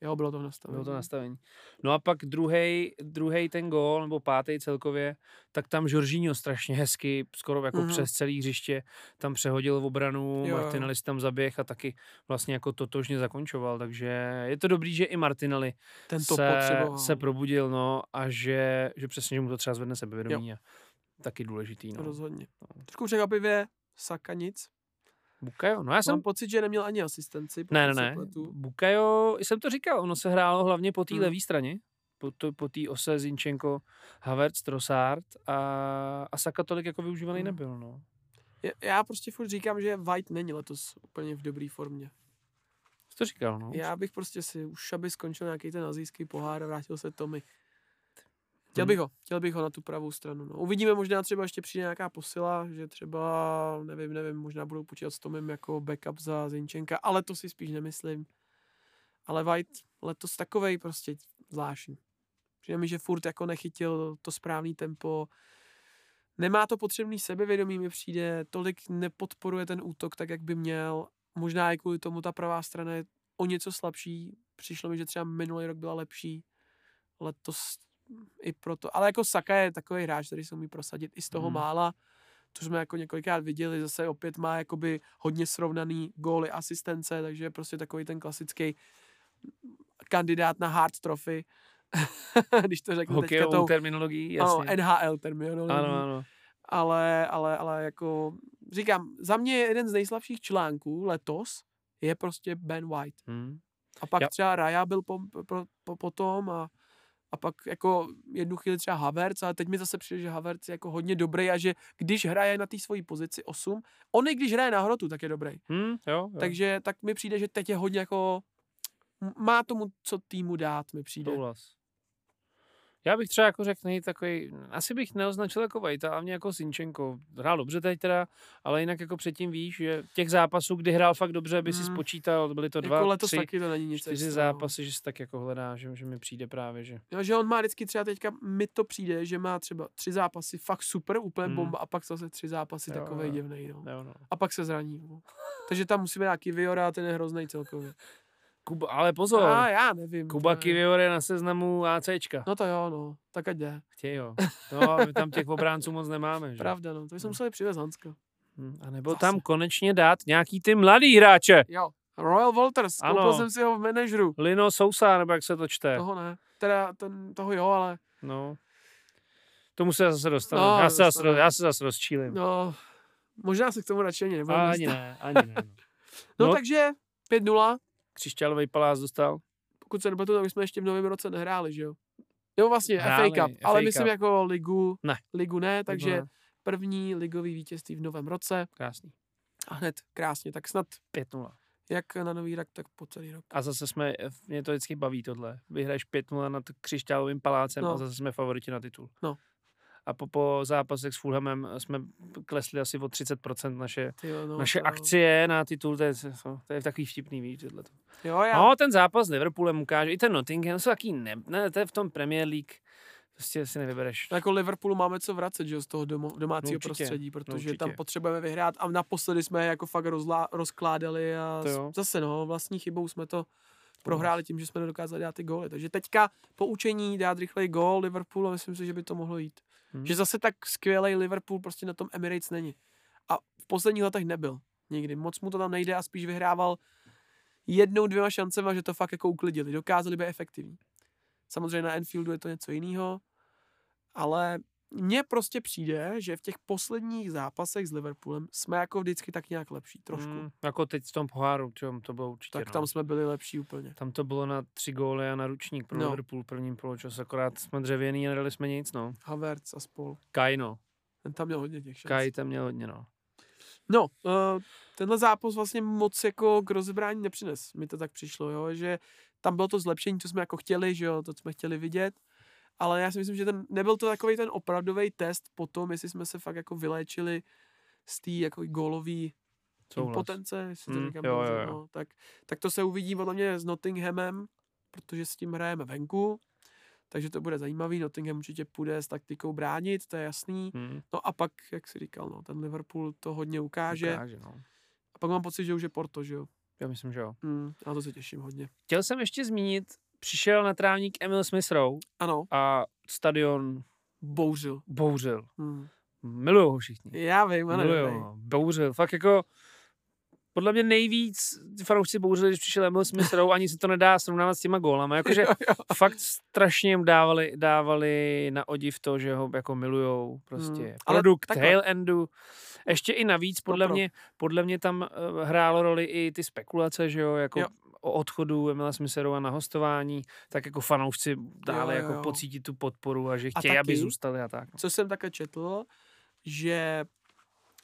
S1: Jo, bylo to v nastavení.
S2: Bylo to nastavení. No a pak druhý druhý ten gól, nebo pátý celkově, tak tam Jorginho strašně hezky, skoro jako
S1: Mhm.
S2: mm-hmm. přes celý hřiště, tam přehodil v obranu,
S1: Jo, jo.
S2: Martinelli si tam zaběh a taky vlastně jako totožně zakončoval, takže je to dobrý, že i Martinelli
S1: Ten to
S2: se,
S1: potřeboval.
S2: se probudil, no a že, že přesně, že mu to třeba zvedne sebevědomí a taky důležitý,
S1: no.
S2: no.
S1: Rozhodně. Trošku překvapivě, Saka nic.
S2: Bukayo, no já jsem
S1: Mám pocit, že neměl ani asistenci. pokud
S2: Ne, ne,
S1: se
S2: ne.
S1: pletu.
S2: Bukayo, jsem to říkal, ono se hrálo hlavně po té
S1: Hmm.
S2: hmm. levé straně, po té po té ose Zinčenko, Havertz, Trossard a, a Saka tolik jako využívaný
S1: Hmm.
S2: nebyl. No.
S1: Já- Já prostě furt říkám, že White není letos úplně v dobré formě.
S2: Jsi to říkal, no.
S1: Já bych prostě si už, aby skončil nějaký ten azijský pohár a vrátil se Tommy. Chtěl
S2: Hmm.
S1: bych ho, chtěl bych ho na tu pravou stranu. No. Uvidíme, možná třeba ještě přijde nějaká posila, že třeba, nevím, nevím, možná budou počítat s Tomem jako backup za Zinčenka, ale to si spíš nemyslím. Ale White letos takovej prostě zvláštní. Přijde mi, že furt jako nechytil to správný tempo, nemá to potřebný sebevědomí, mi přijde, tolik nepodporuje ten útok tak, jak by měl. Možná i kvůli tomu ta pravá strana je o něco slabší. Přišlo mi, že třeba minulý rok byla lepší. Letos i proto. Ale jako Saka je takový hráč, který se umí prosadit i z toho
S2: Mhm.
S1: mála. To jsme jako několikrát viděli, zase opět má jakoby hodně srovnaný góly, asistence, takže je prostě takový ten klasický kandidát na hard trophy. Když to řeknu teďka
S2: Hokejovou
S1: tou,
S2: terminologií,
S1: ano,
S2: jasně.
S1: NHL terminologií
S2: ano, ano.
S1: ale, ale, ale jako říkám, za mě jeden z nejslabších článků letos je prostě Ben White.
S2: Hmm.
S1: A pak
S2: Já-
S1: třeba Raja byl po, po, po, potom a, a pak jako jednu chvíli třeba Havertz, ale teď mi zase přijde, že Havertz je jako hodně dobrý a že když hraje na té svojí pozici 8, on i když hraje na hrotu, tak je dobrý.
S2: Hm, jo, jo.
S1: Takže tak mi přijde, že teď je hodně jako m- má tomu, co týmu dát, mi přijde.
S2: Souhlas. Já bych třeba jako řekl, nej takový, asi bych neoznačil jako Vajta, a mě jako Sinčenko. Hrál dobře teď teda, ale jinak jako předtím víš, že těch zápasů, kdy hrál fakt dobře, by si
S1: Mm.
S2: spočítal, byly to dva,
S1: jako letos
S2: tři,
S1: taky to není nic
S2: čtyři
S1: extra, no.
S2: zápasy, že si tak jako hledá, že, že mi přijde právě, že
S1: Jo, že on má vždycky třeba teďka, mi to přijde, že má třeba tři zápasy fakt super, úplně
S2: Hmm.
S1: hmm. bomba, a pak zase tři zápasy
S2: Jo,
S1: takové
S2: jo.
S1: divnej, no.
S2: jo, no.
S1: A pak se zraní. No. Takže tam musíme dát Kiviora, ten je hrozný celkově.
S2: Kuba, ale pozor,
S1: A já nevím.
S2: Kuba
S1: to je-
S2: Kivior je na seznamu ACčka.
S1: No to jo, no, tak ať jde.
S2: Chtěj ho. No, my tam těch obránců moc nemáme, že?
S1: Pravda, no, to jsme
S2: Hmm.
S1: museli přivez Hanska.
S2: Hm, A nebo
S1: Zase.
S2: tam konečně dát nějaký ty mladý hráče.
S1: Jo, Royal Walters, ano. koupil
S2: Ano.
S1: jsem si ho v manažeru.
S2: Lino Sousa, nebo jak se to čte.
S1: Toho ne. Teda ten, toho jo, ale
S2: No. Tomu se zase dostanu.
S1: No,
S2: No, já, se zase,
S1: dostaneme.
S2: roz- já se zase rozčílim. No,
S1: no, možná se k tomu radši ani nebudeme
S2: ani
S1: dostat.
S2: ne, ani ne. No.
S1: No,
S2: No.
S1: takže 5-0,
S2: Křišťálový palác dostal.
S1: pokud se nepletu, tak my jsme ještě v novém roce nehráli, že jo? Jo, vlastně
S2: Hráli,
S1: FA Cup,
S2: FA
S1: ale
S2: Cup.
S1: myslím jako ligu
S2: Ne.
S1: ligu ne, takže
S2: Výborné.
S1: první ligový vítězství v novém roce
S2: Krásný.
S1: a hned krásně, tak snad
S2: 5-0.
S1: jak na nový rok, tak po celý rok.
S2: A zase jsme, mě to vždycky baví tohle. Vyhraješ 5-0 nad Křišťálovým palácem
S1: No.
S2: a zase jsme favoriti na titul.
S1: No.
S2: A po, po zápasech s Fulhamem jsme klesli asi o 30% naše,
S1: Ty jo, no,
S2: no, naše
S1: to jo.
S2: akcie na titul. To je, to je takový vtipný, víš, tohle.
S1: Jo, já,
S2: No, ten zápas s Liverpoolem ukáže, i ten Nottingham jsou taky ne, ne, to je v tom Premier League, prostě si nevybereš.
S1: Jako Liverpoolu máme co vracet, že jo, z toho domo, domácího
S2: No
S1: no,
S2: určitě,
S1: prostředí, protože
S2: určitě.
S1: tam potřebujeme vyhrát a naposledy jsme je jako fakt rozlá, rozkládali a
S2: To jo.
S1: s- zase no, vlastní chybou jsme to prohráli tím, že jsme nedokázali dát ty góly. Takže teďka po učení dát rychleji gól Liverpoolu, a myslím si, že by to mohlo jít.
S2: Hmm.
S1: Hmm. Že zase tak skvělej Liverpool prostě na tom Emirates není. A v posledních letech nebyl nikdy. Moc mu to tam nejde a spíš vyhrával jednou, dvěma šancema, že to fakt jako uklidili. Dokázali být efektivní. Samozřejmě na Enfieldu je to něco jiného, ale mně prostě přijde, že v těch posledních zápasech s Liverpoolem jsme jako vždycky tak nějak lepší, trošku.
S2: Mm, jako teď v tom poháru, čo, to bylo určitě.
S1: tak
S2: no.
S1: tam jsme byli lepší úplně.
S2: tam to bylo na tři góly a na ručník pro
S1: No.
S2: no. Liverpool v prvním poločase, akorát jsme dřevěný a nedali jsme nic, no.
S1: Havertz a spol.
S2: Kaj, no.
S1: Ten tam měl hodně těch šancí.
S2: Kaj tam měl hodně, no.
S1: No, eh, tenhle zápas vlastně moc jako k rozebrání nepřines. Mi to tak přišlo, jo, že tam bylo to zlepšení, co jsme jako chtěli, že jo, to co jsme chtěli vidět. Ale já si myslím, že ten, nebyl to takový ten opravdový test po tom, jestli jsme se fakt jako vyléčili z té jako gólový
S2: Souhlas.
S1: impotence, jestli to
S2: Mm,
S1: říkám
S2: jo,
S1: dobře,
S2: jo, jo.
S1: No, tak, tak to se uvidí podle mě s Nottinghamem, protože s tím hrajeme venku, takže to bude zajímavý. Nottingham určitě půjde s taktikou bránit, to je jasný.
S2: Mm,
S1: No a pak, jak si říkal, no, ten Liverpool to hodně ukáže.
S2: ukáže, no.
S1: A pak mám pocit, že už je Porto, že jo?
S2: Já myslím, že jo.
S1: Mm, na to se těším hodně.
S2: Chtěl jsem ještě zmínit, přišel na trávník Emil Smith Rowe
S1: Ano,
S2: a stadion
S1: bouřil.
S2: bouřil.
S1: Mm.
S2: Milujou ho všichni.
S1: Já vím, ale
S2: Miluju,
S1: no,
S2: no. bouřil. Fakt jako, podle mě nejvíc fanoušci bouřili, když přišel Emil Smith Rowe, ani se to nedá srovnávat s těma gólama. Jakože fakt strašně jim dávali, dávali na odiv to, že ho jako milujou prostě.
S1: Hmm,
S2: Hmm,
S1: ale
S2: Produkt
S1: takhle-
S2: Tail Endu. Ještě i navíc, podle,
S1: pro.
S2: mě, podle mě tam eh, hrálo roli i ty spekulace, že jo, jako
S1: Jo.
S2: jo. o odchodu Emila Smitherova na hostování, tak jako fanoušci dále
S1: jo,
S2: jako
S1: jo.
S2: pocítit tu podporu a že
S1: A
S2: chtějí, aby
S1: taky-
S2: zůstali a tak.
S1: Co jsem také četl, že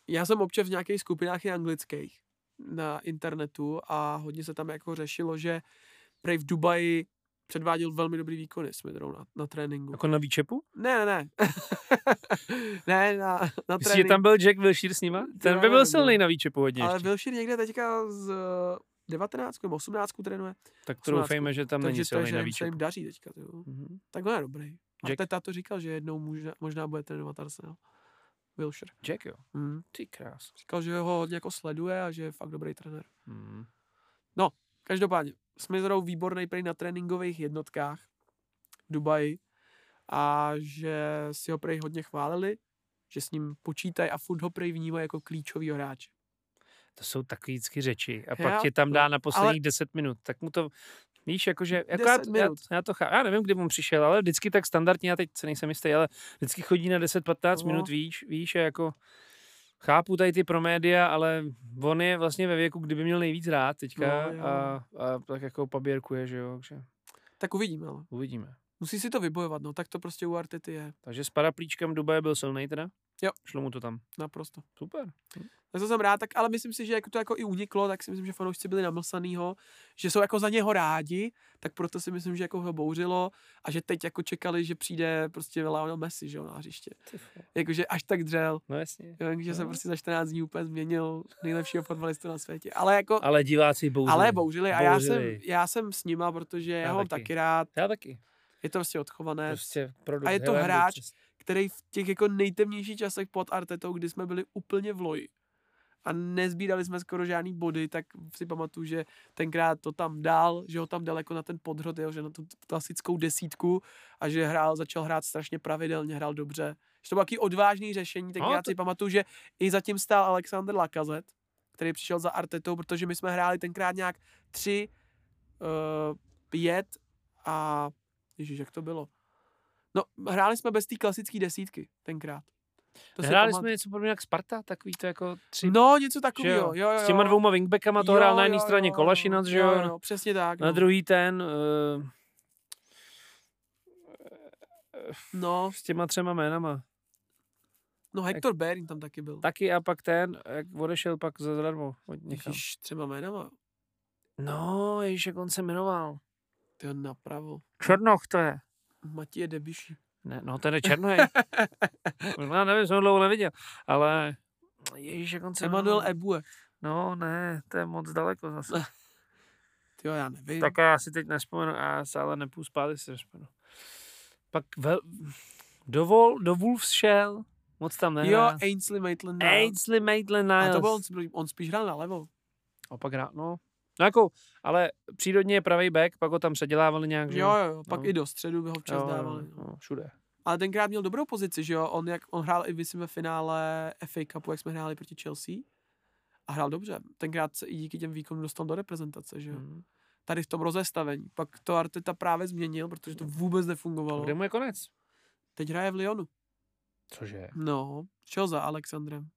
S1: já jsem občas v nějakých skupinách i anglických na internetu a hodně se tam jako řešilo, že prej v Dubaji předváděl velmi dobrý výkony s Midrou na, na tréninku.
S2: Jako na výčepu?
S1: Ne, ne, ne. ne, na, na
S2: Myslíš, že
S1: tréninku.
S2: tam byl Jack Wilshere s nima?
S1: já
S2: Ten by byl
S1: nevím,
S2: silný
S1: no.
S2: na výčepu hodně
S1: Ale
S2: ještě.
S1: Wilshire někde teďka z eh, 19 nebo 18 trénuje.
S2: Tak to
S1: 18.
S2: doufejme, že tam
S1: takže
S2: není
S1: to je,
S2: silný
S1: že
S2: na
S1: jim se
S2: výčepu.
S1: jim daří teďka. Tyjo.
S2: Mhm.
S1: Takhle je dobrý.
S2: Jack-
S1: Jack... A to říkal, že jednou možná, možná bude trénovat Arsenal. Wilshire.
S2: Jack jo,
S1: Mm.
S2: ty krás.
S1: Říkal, že ho hodně jako sleduje a že je fakt dobrý trenér.
S2: Mm.
S1: Každopádně, Smith Rowe výborný prý na tréninkových jednotkách v Dubaji a že si ho prej hodně chválili, že s ním počítají a furt ho prej vnímají jako klíčový hráče.
S2: To jsou takový vždycky řeči. A
S1: Já-
S2: pak tě tam dá na
S1: no, ale-
S2: posledních 10 minut. Tak mu to, víš, jakože, jako já,
S1: 10
S2: já,
S1: minut.
S2: já, to chápu, já nevím, kdy mu přišel, ale vždycky tak standardně, já teď se nejsem jistý, ale vždycky chodí na 10-15
S1: No.
S2: minut, víš, víš, a jako chápu tady ty pro média, ale on je vlastně ve věku, kdyby měl nejvíc rád teďka
S1: No, jo.
S2: a, a, tak jako paběrkuje, že jo, takže
S1: Tak uvidíme, ale
S2: uvidíme.
S1: Musí si to vybojovat, no tak to prostě u Artety je
S2: Takže s paraplíčkem Dubaje byl silnej teda?
S1: Jo.
S2: Šlo mu to tam.
S1: naprosto.
S2: Super.
S1: Tak to jsem rád, tak, ale myslím si, že jako to jako i uniklo, tak si myslím, že fanoušci byli namlsanýho, že jsou jako za něho rádi, tak proto si myslím, že jako ho bouřilo a že teď jako čekali, že přijde prostě Lionel Messi, že jo, na hřiště. Jakože až tak dřel,
S2: No jasně.
S1: jo, že se
S2: No.
S1: prostě za 14 dní úplně změnil nejlepšího fotbalistu na světě. Ale jako,
S2: Ale diváci bouřili.
S1: ale bouřili a já jsem,
S2: Bouřili.
S1: já jsem s nima, protože já,
S2: Já
S1: ho mám
S2: taky.
S1: taky rád.
S2: Já taky.
S1: Je to prostě odchované,
S2: Prostě produkt.
S1: A je to
S2: Hele,
S1: hráč,
S2: přes-
S1: který v těch jako nejtemnějších časech pod Artetou, kdy jsme byli úplně v loji a nezbírali jsme skoro žádný body, tak si pamatuju, že tenkrát to tam dal, že ho tam dal jako na ten podhrot, jo, že na tu klasickou desítku a že hrál, začal hrát strašně pravidelně, hrál dobře. Že to bylo taky odvážný řešení, tak
S2: No,
S1: já
S2: to-
S1: si pamatuju, že i zatím stál Alexander Lakazet, který přišel za Artetou, protože my jsme hráli tenkrát nějak tři, eh, pět a Ježíš, jak to bylo? No, hráli jsme bez té klasické desítky tenkrát. si
S2: Hráli
S1: pamat-
S2: jsme něco podobně jak Sparta, takový to jako tři.
S1: No, něco
S2: že
S1: takového. Jo, jo, jo.
S2: S těma dvouma wingbackama to
S1: Jo,
S2: hrál na
S1: jo,
S2: jedné
S1: jo,
S2: straně
S1: jo,
S2: Kolašinac, že jo?
S1: jo, přesně tak.
S2: Na
S1: no.
S2: druhý ten, eh,
S1: No,
S2: s těma třema jménama.
S1: no Hector Bérin tam taky byl.
S2: Taky a pak ten, jak odešel pak za zadarmo od někam.
S1: Ježíš, třema jménama.
S2: No, ježiš, jak on se jmenoval.
S1: Ty jo, napravo.
S2: Černoch to je.
S1: Matěje Debiši.
S2: Ne, no ten je černý. Možná nevím, jsem ho dlouho neviděl, ale ježiš, jak on se
S1: Emanuel
S2: jmenoval.
S1: Ebue.
S2: No ne, to je moc daleko zase.
S1: Ty jo, já nevím.
S2: Tak já si teď nespomenu, a já se ale nepůjdu spát, když si nespomenu. Pak vel... dovol, do Wolves šel, moc tam
S1: jo,
S2: nehrál.
S1: Ainsley Maitland.
S2: Ainsley Maitland-Niles.
S1: A to byl on, spíš- on spíš hrál na levo.
S2: A pak hrál, no. No jako, ale přírodně je pravý back, pak ho tam předělávali nějak, že
S1: Jo, jo, jo. Pak
S2: No.
S1: i do středu by ho včas
S2: jo,
S1: dávali. no.
S2: no, všude.
S1: Ale tenkrát měl dobrou pozici, že jo? On, jak, on hrál i myslím ve finále FA Cupu, jak jsme hráli proti Chelsea. A hrál dobře. Tenkrát se i díky těm výkonům dostal do reprezentace, že jo?
S2: Hmm.
S1: Tady v tom rozestavení. Pak to Arteta právě změnil, protože to vůbec nefungovalo.
S2: Hmm. Kde mu je konec?
S1: Teď hraje v Lyonu.
S2: Cože?
S1: No, šel za Alexandrem.
S2: Hmm.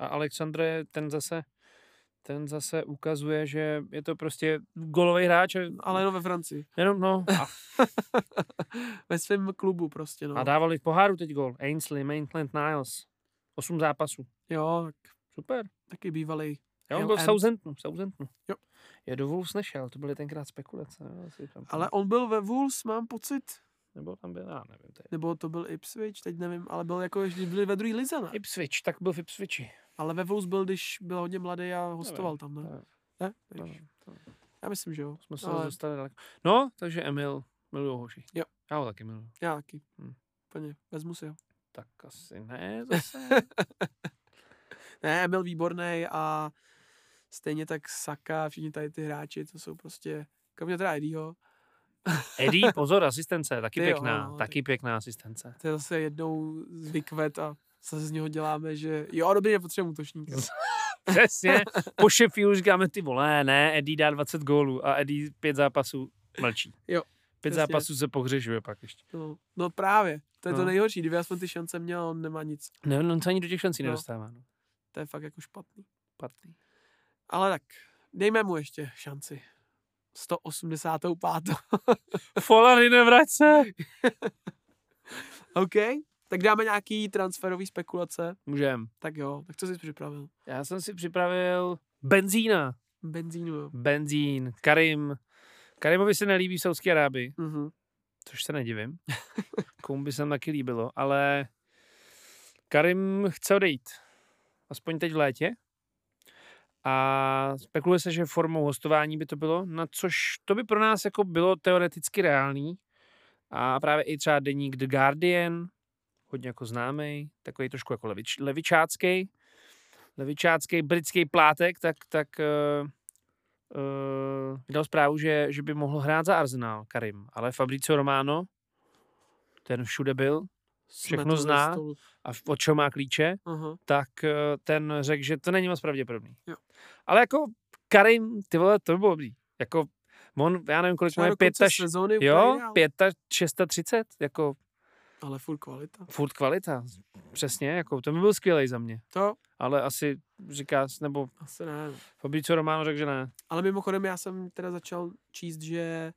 S2: A Alexandre, ten zase, ten zase ukazuje, že je to prostě golový hráč. a-
S1: Ale jenom ve Francii.
S2: Jenom, no. A,
S1: Ve svém klubu prostě, no.
S2: a dávali v poháru teď gol. Ainsley, Maitland, Niles. Osm zápasů.
S1: Jo, tak
S2: Super.
S1: taky bývalý.
S2: Já on
S1: Jo,
S2: byl v
S1: and-
S2: Southamptonu. v Southamptonu.
S1: Jo.
S2: Je do Wolves nešel, to byly tenkrát spekulace. Jo, asi tam,
S1: Ale on byl ve Wolves, mám pocit.
S2: Nebo tam byl, já nevím. Tady.
S1: Nebo to byl Ipswich, teď nevím, ale byl jako, když byli ve druhé lize, ne?
S2: Ipswich, tak byl v Ipswichi.
S1: Ale ve Wolves byl, když byl hodně mladý a hostoval tam, ne?
S2: nevím.
S1: Ne?
S2: No,
S1: Ježiš. Já myslím, že jo.
S2: jsme se
S1: Ale-
S2: dostali daleko. No, takže Emil, miluju hoši.
S1: Jo.
S2: Já ho taky miluju.
S1: Já taky.
S2: Hm.
S1: Plně. Vezmu si ho.
S2: Tak asi ne zase.
S1: Ne, Emil výborný a stejně tak Saka, všichni tady ty hráči, to jsou prostě, kromě teda Eddieho,
S2: Eddie, pozor, asistence, taky
S1: Ty jo,
S2: pěkná,
S1: no,
S2: taky pěkná asistence.
S1: to je zase jednou vykvet a zase z něho děláme, že jo, dobrý, nepotřebujeme útočníka.
S2: Přesně. Po Sheffieldu říkáme, ty vole, ne, Eddie dá 20 gólů a Eddie pět zápasů mlčí.
S1: Jo,
S2: Pět
S1: přesně.
S2: zápasů se pohřešuje pak ještě.
S1: No, no právě, to je to
S2: No.
S1: nejhorší, kdyby aspoň ty šance měl, on nemá nic.
S2: Ne, on se ani do těch šancí
S1: No.
S2: nedostává. No.
S1: To je fakt jako špatný.
S2: Patný.
S1: Ale tak, dejme mu ještě šanci. 185.
S2: Folany nevrať se.
S1: OK, tak dáme nějaký transferový spekulace.
S2: Můžem.
S1: Tak jo, tak co jsi připravil?
S2: Já jsem si připravil benzína.
S1: Benzínu, jo.
S2: Benzín, Karim. Karimovi se nelíbí v Saudské Arábii,
S1: Mhm.
S2: což se nedivím. Komu by se tam taky líbilo, ale Karim chce odejít. Aspoň teď v létě. A spekuluje se, že formou hostování by to bylo, na což to by pro nás jako bylo teoreticky reálný. A právě i třeba deník The Guardian, hodně jako známý, takový trošku jako levič, levičácký, levičácký britský plátek, tak, tak uh, uh, vydal zprávu, že, že by mohl hrát za Arsenal Karim, ale Fabrizio Romano, ten všude byl Všechno
S1: Smetl ze
S2: zná.
S1: stolu.
S2: a v- od čeho má klíče,
S1: Aha.
S2: tak eh, ten řekl, že to není moc pravděpodobný.
S1: Jo.
S2: Ale jako Karim, ty vole, to by bylo dobrý. Jako, on, já nevím, kolik
S1: Třeba
S2: má, je
S1: do
S2: pět
S1: konce
S2: až,
S1: sezóny úplně
S2: jo,
S1: ideál.
S2: pět až 630, jako
S1: Ale furt kvalita.
S2: furt kvalita, přesně, jako, to by byl skvělý za mě.
S1: To
S2: Ale asi říká, nebo
S1: asi ne. no.
S2: Fabrizio Romano řekl, že ne.
S1: Ale mimochodem já jsem teda začal číst, že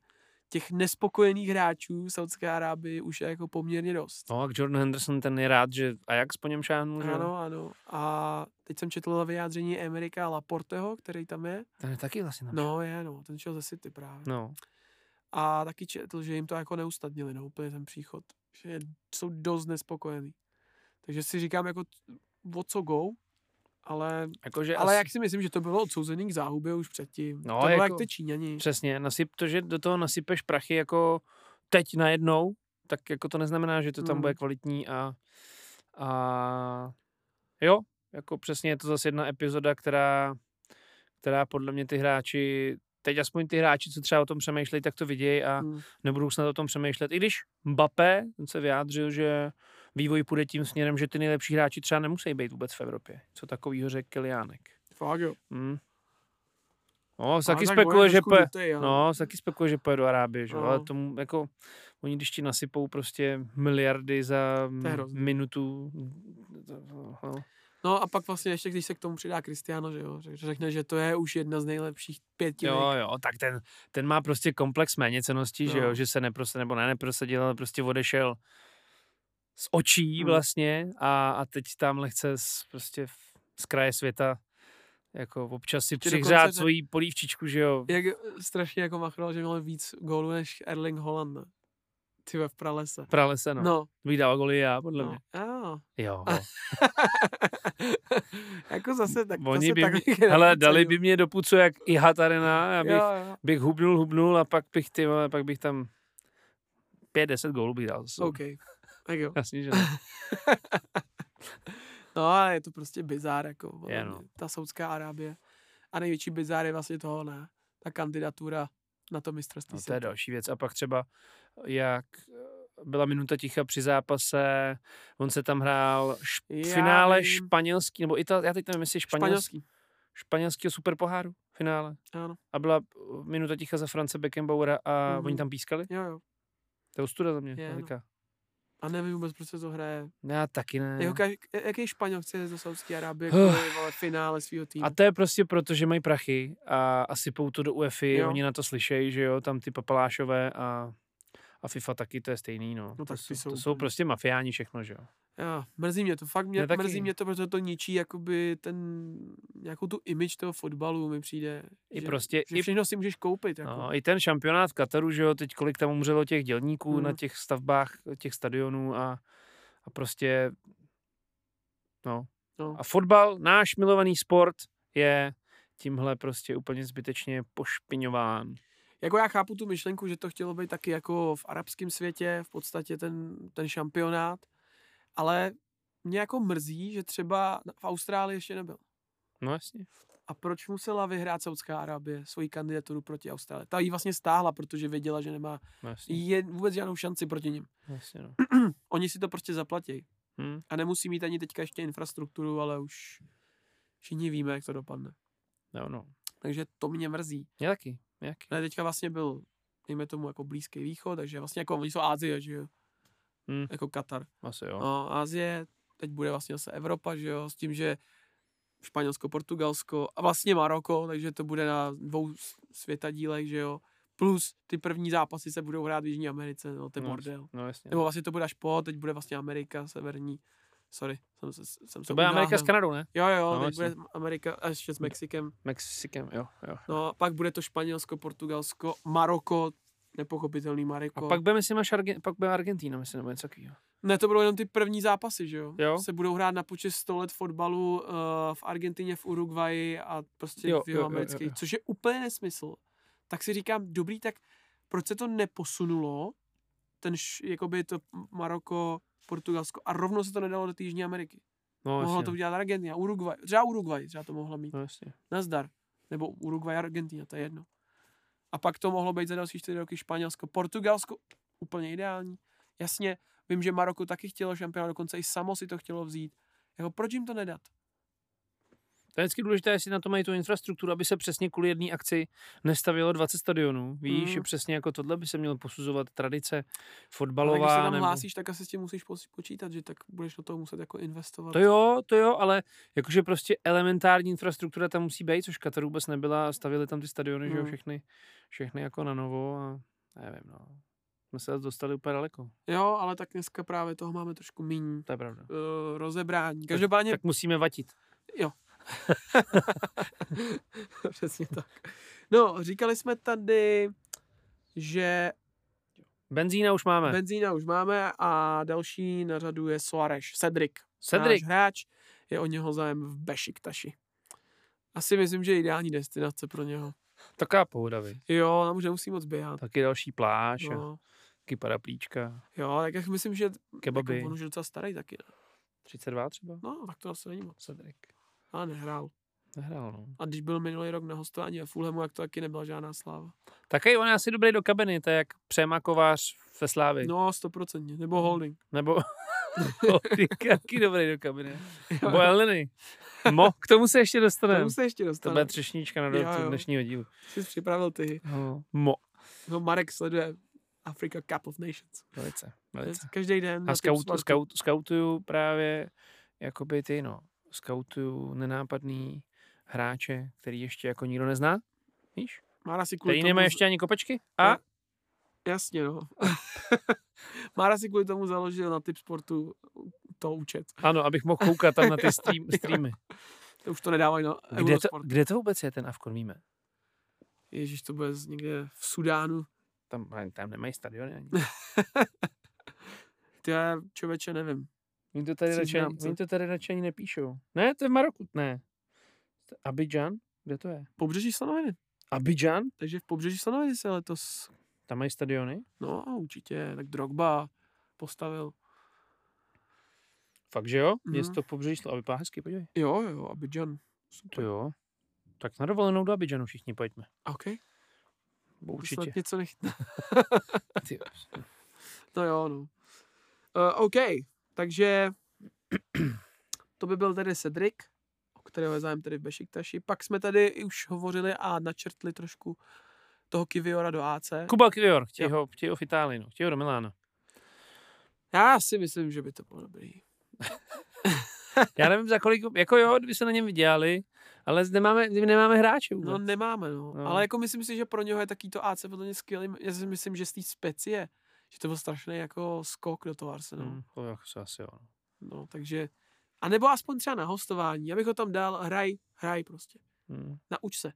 S1: těch nespokojených hráčů Saudské Arábie už je jako poměrně dost.
S2: No a Jordan Henderson, ten je rád, že Ajax po něm šáhnul, že? jo?
S1: Ano, ano. A teď jsem četl vyjádření Amerika Laporteho, který tam je.
S2: Ten je taky vlastně na
S1: No je, no, ten šel ze City právě.
S2: no.
S1: A taky četl, že jim to jako neustadnili, no, úplně ten příchod. Že je- jsou dost nespokojení. Takže si říkám, jako, o co go, ale,
S2: Jakože
S1: ale
S2: asi-
S1: jak si myslím, že to bylo odsouzený k záhubě už předtím.
S2: No,
S1: to bylo
S2: jako-
S1: jak ty Číňani.
S2: Přesně, nasyp to, že do toho nasypeš prachy jako teď najednou, tak jako to neznamená, že to tam
S1: Mm.
S2: bude kvalitní a, a jo, jako přesně je to zase jedna epizoda, která, která podle mě ty hráči, teď aspoň ty hráči, co třeba o tom přemýšlejí, tak to vidějí a
S1: Mm.
S2: nebudou snad o tom přemýšlet. I když Mbappé, ten se vyjádřil, že vývoj půjde tím směrem, že ty nejlepší hráči třeba nemusí být vůbec v Evropě. Co takovýho řekl Kiliánek.
S1: Fakt jo.
S2: Mm. No, se
S1: Ale
S2: taky
S1: tak on je
S2: spekuluje, že
S1: trošku
S2: pe...
S1: dutej, ale-
S2: No, se taky spekuluje, že poje do Arábie, že? jo, ale
S1: No.
S2: tomu jako, oni když ti nasypou prostě miliardy za
S1: To je
S2: m-
S1: hrozný.
S2: minutu, no,
S1: No a pak vlastně ještě, když se k tomu přidá Cristiano, že jo, že řekne, že to je už jedna z nejlepších pěti
S2: jo,
S1: lig.
S2: jo, tak ten, ten má prostě komplex méněcenosti, že jo,
S1: No.
S2: že se neprosadil, nebo ne, neprosadil, ale prostě odešel z očí
S1: Mm.
S2: vlastně a, a teď tam chce z, prostě v- z kraje světa jako občas si
S1: dokonce
S2: přihřát
S1: ne-
S2: svoji polívčičku, že jo.
S1: Jak strašně jako machrál, že měl víc gólů než Erling Haaland. ne? Ty ve v pralese.
S2: Pralese, no. no.
S1: No,
S2: Bych dal goly já, podle
S1: no.
S2: mě.
S1: Ah.
S2: Jo.
S1: jako zase tak.
S2: Oni
S1: zase
S2: by
S1: takhle
S2: mě,
S1: generace,
S2: hele, dali
S1: jo.
S2: by mě do pucu jak i Hatarena, já bych,
S1: Jo, jo.
S2: bych hubnul, hubnul a pak bych, ty vole, pak bych tam 5-10 gólů bych dal. zase.
S1: OK. Tak jo.
S2: Jasně, že ne.
S1: No ale je to prostě bizár, jako podle
S2: Je,
S1: mě,
S2: no.
S1: ta Saudská Arábie. A největší bizár je vlastně toho, ne? Ta kandidatura na to mistrovství.
S2: No, to je
S1: světa.
S2: další věc. A pak třeba, jak eh, byla minuta ticha při zápase, on se tam hrál š- v
S1: Já
S2: finále
S1: vím.
S2: španělský, nebo Ital, já teď nevím, jestli španělský,
S1: Španělský.
S2: španělského superpoháru v finále.
S1: Ano.
S2: A byla eh, minuta ticha za France Beckenbauera a
S1: Mhm.
S2: oni tam pískali.
S1: Jo, jo.
S2: To je ostuda za mě.
S1: Je, no.
S2: veliká.
S1: A nevím vůbec, proč se to hraje.
S2: Já taky ne.
S1: Jako, ka- jaký Španěl chce jít do Saudské Arábie
S2: Huh.
S1: kvůli vole, finále svého týmu?
S2: A to je prostě proto, že mají prachy a, a sypou to do UEFI,
S1: Jo.
S2: oni na to slyšejí, že jo, tam ty papalášové a, a FIFA taky, to je stejný, no.
S1: tak
S2: to,
S1: ty
S2: jsou,
S1: jsou
S2: to jsou
S1: úplně-
S2: prostě mafiáni všechno, že jo.
S1: Já, mrzí mě to, fakt mě,
S2: Mě taky.
S1: mrzí mě to, protože to ničí jakoby ten, nějakou tu image toho fotbalu mi přijde.
S2: I
S1: že,
S2: prostě,
S1: že
S2: i,
S1: všechno si můžeš koupit. Jako.
S2: no, i ten šampionát v Kataru, že jo, teď kolik tam umřelo těch dělníků na
S1: Mhm.
S2: těch stavbách, těch stadionů a, a prostě, no.
S1: No.
S2: A fotbal, náš milovaný sport, je tímhle prostě úplně zbytečně pošpiňován.
S1: Jako já chápu tu myšlenku, že to chtělo být taky jako v arabském světě, v podstatě ten, ten šampionát, ale mě jako mrzí, že třeba v Austrálii ještě nebyl.
S2: No jasně.
S1: A proč musela vyhrát Saudská Arábie svoji kandidaturu proti Austrálii? Ta ji vlastně stáhla, protože věděla, že nemá
S2: No jasně,
S1: je vůbec žádnou šanci proti nim.
S2: jasně no.
S1: Oni si to prostě zaplatí.
S2: Hm.
S1: A nemusí mít ani teďka ještě infrastrukturu, ale už všichni víme, jak to dopadne.
S2: No, no.
S1: Takže to mě mrzí.
S2: Mě taky, mě taky.
S1: Ne, teďka vlastně byl, dejme tomu, jako Blízký východ, takže vlastně jako oni jsou Ázie, že jo?
S2: Hmm.
S1: Jako Katar.
S2: Asi jo.
S1: No, Ázie, teď bude vlastně zase Evropa, že jo? S tím, že Španělsko, Portugalsko a vlastně Maroko, takže to bude na dvou s- světadílech, že jo? Plus ty první zápasy se budou hrát v Jižní Americe, no, to je
S2: No,
S1: bordel.
S2: No jasně.
S1: Nebo vlastně to bude až po, teď bude vlastně Amerika, severní. Sorry, jsem se, jsem se
S2: to bude Amerika s
S1: unáhlil.
S2: Kanadou, ne?
S1: Jo, jo,
S2: No,
S1: no, teď
S2: jasně. Hmm.
S1: bude Amerika a ještě s Mexikem.
S2: Mexikem, jo. jo.
S1: No a pak bude to Španělsko, Portugalsko, Maroko, nepochopitelný Maroko.
S2: A pak budeme si máš Argen, pak bude Argentína, myslím, nebo něco takového.
S1: Ne, to budou jenom ty první zápasy, že jo?
S2: Jo.
S1: Se budou hrát na počest 100 let fotbalu uh, v Argentině, v Uruguayi a prostě
S2: Jo,
S1: v
S2: jo, jo, jo,
S1: jihoamerických,
S2: jo.
S1: což je úplně nesmysl. Tak si říkám, dobrý, tak proč se to neposunulo, ten, š- jakoby to Maroko, Portugalsko, a rovnou se to nedalo do té Jižní Ameriky.
S2: No
S1: Mohla
S2: jasně.
S1: to udělat Argentina, Uruguay, třeba Uruguay, třeba to mohla mít.
S2: No jasně.
S1: Nazdar. Nebo Uruguay, Argentina, to je jedno. A pak to mohlo být za další čtyři roky Španělsko, Portugalsko, úplně ideální. Jasně, vím, že Maroko taky chtělo šampionát, dokonce i samo si to chtělo vzít. Jako proč jim to nedat?
S2: To je vždycky důležité, jestli na to mají tu infrastrukturu, aby se přesně kvůli jedné akci nestavilo 20 stadionů. Víš,
S1: Mm.
S2: že přesně jako tohle by se mělo posuzovat tradice
S1: Ale když se
S2: fotbalová.
S1: tam
S2: nebo...
S1: hlásíš, tak asi s tím musíš pos- počítat, že tak budeš do toho muset jako investovat.
S2: To jo, to jo, ale jakože prostě elementární infrastruktura tam musí být, což Katar vůbec nebyla, stavili tam ty stadiony, že jo,
S1: Mm.
S2: všechny, všechny jako na novo a, a Nevím, no. Jsme se zase dostali úplně daleko.
S1: Jo, ale tak dneska právě toho máme trošku míň
S2: To je pravda.
S1: uh, rozebrání. Každopádně,
S2: Tak musíme vatit.
S1: přesně tak. No, říkali jsme tady, že
S2: Benzína už máme. Ben...
S1: benzína už máme a další na řadu je Soares, Cedric.
S2: Cedric.
S1: Náš hráč je o něho zájem v Bešiktaši. Asi myslím, že je ideální destinace pro něho.
S2: Taková pohoda, vy.
S1: Jo, tam už nemusí moc běhat.
S2: Taky další pláž, no.
S1: No, Jako
S2: taky paraplíčka,
S1: jo, tak já myslím, že
S2: kebaby.
S1: jako, on už je docela starý taky. ne?
S2: 32 třeba?
S1: No, tak to asi není moc.
S2: Cedric.
S1: Ale nehrál.
S2: Nehrál, no.
S1: A když byl minulý rok na hostování ve Fulhamu, jak to taky nebyla žádná sláva.
S2: Taky on je asi dobrý do kabiny, to je jak Přema Kovář ve Slávi. No.
S1: No, stoprocentně. Nebo Holding.
S2: Nebo Ty taky dobrý do kabiny. Nebo Eleny. Mo, k tomu se ještě
S1: K
S2: dostaneme.
S1: tomu se ještě
S2: To bude
S1: dostane.
S2: třešnička na
S1: Jo,
S2: dortu
S1: jo.
S2: dnešního dílu.
S1: Jsi připravil ty.
S2: Mo.
S1: No, Marek sleduje Africa Cup of Nations.
S2: Velice, velice.
S1: Každý den. na
S2: A scout,
S1: Tipsmartu.
S2: scout, scoutuju právě jakoby ty, no, scoutuju nenápadný hráče, který ještě jako nikdo nezná, víš?
S1: Mára si kvůli
S2: Který
S1: tomu...
S2: nemá ještě ani kopečky a
S1: Jo. Jasně, no. Mára si kvůli tomu založil na typ sportu to účet.
S2: ano, abych mohl koukat tam na ty stream, streamy.
S1: To už to nedávají na
S2: Kde to,
S1: Eurosport.
S2: kde to vůbec je ten Avkon, víme?
S1: Ježíš, to bude z- někde v Sudánu.
S2: Tam, ale tam nemají stadiony ani.
S1: Ty já člověče nevím.
S2: Oni to tady, radši,
S1: Seznam,
S2: ani-
S1: co?
S2: oni to tady radši ani nepíšou. Ne, to je v Maroku, ne. Abidjan, kde to je?
S1: Pobřeží Slonoviny.
S2: Abidjan?
S1: Takže v pobřeží Slonoviny se letos...
S2: Tam mají stadiony?
S1: No, určitě. Tak Drogba postavil.
S2: Fakt, že jo?
S1: Mhm.
S2: Město pobřeží, Slo- a vypadá hezky, podívej.
S1: Jo, jo, Abidjan.
S2: To
S1: Super.
S2: jo. Tak na dovolenou do Abidžanu všichni pojďme.
S1: OK.
S2: Bo
S1: Určitě.
S2: určitě.
S1: Snad něco nechytne.
S2: Ty jo.
S1: No jo, no. Uh, OK. Takže to by byl tady Cedric, o kterého je zájem tady v Bešiktaši. Pak jsme tady i už hovořili a načrtli trošku toho Kiviora do AC.
S2: Kuba Kvior, chtějí
S1: Jo.
S2: ho, chtějí ho v Itálii, no. chtějí ho do Milána.
S1: Já si myslím, že by to bylo dobrý.
S2: Já nevím, za kolik, jako jo, kdyby se na něm vydělali, ale zde máme, nemáme hráče
S1: No
S2: vůbec.
S1: nemáme, no.
S2: No.
S1: no. Ale jako myslím si, že pro něho je taky to AC podle mě skvělý. Já si myslím, že z té specie, že to byl strašný jako skok do toho Arsenalu.
S2: Hmm, to jako se asi jo. no.
S1: No, takže... A nebo aspoň třeba na hostování. Já bych ho tam dal, hraj, hraj prostě.
S2: Hmm.
S1: Nauč se.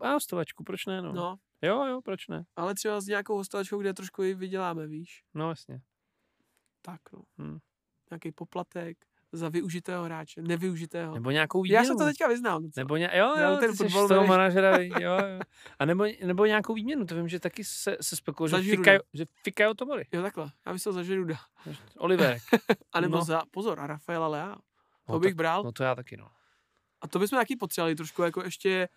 S2: A hostovačku, proč ne, no?
S1: No.
S2: no.
S1: no.
S2: Jo, jo, proč ne?
S1: ale třeba s nějakou hostovačkou, kde trošku i vyděláme, víš.
S2: No jasně.
S1: Tak no.
S2: Hmm.
S1: Nějaký poplatek za využitého hráče, nevyužitého.
S2: Nebo nějakou výměnu.
S1: No. Já se to teďka no vyznám. docela.
S2: Nebo ně, jo,
S1: Já
S2: jo,
S1: u
S2: ten
S1: ten
S2: ty jsi
S1: fotbal
S2: toho
S1: byl-
S2: manažera, viď, jo, jo. A nebo, nebo nějakou výměnu, to vím, že taky se, se spekuluje,
S1: Za
S2: že
S1: Žiruda.
S2: fikají, že fikají Tomory.
S1: Jo, takhle. Já bych se za Žiruda.
S2: Oliverek.
S1: A nebo
S2: No.
S1: no. za, pozor, a Rafaela Leao. To
S2: No,
S1: bych
S2: tak-
S1: bral.
S2: No to já taky, no.
S1: A to bychom taky potřebovali trošku jako ještě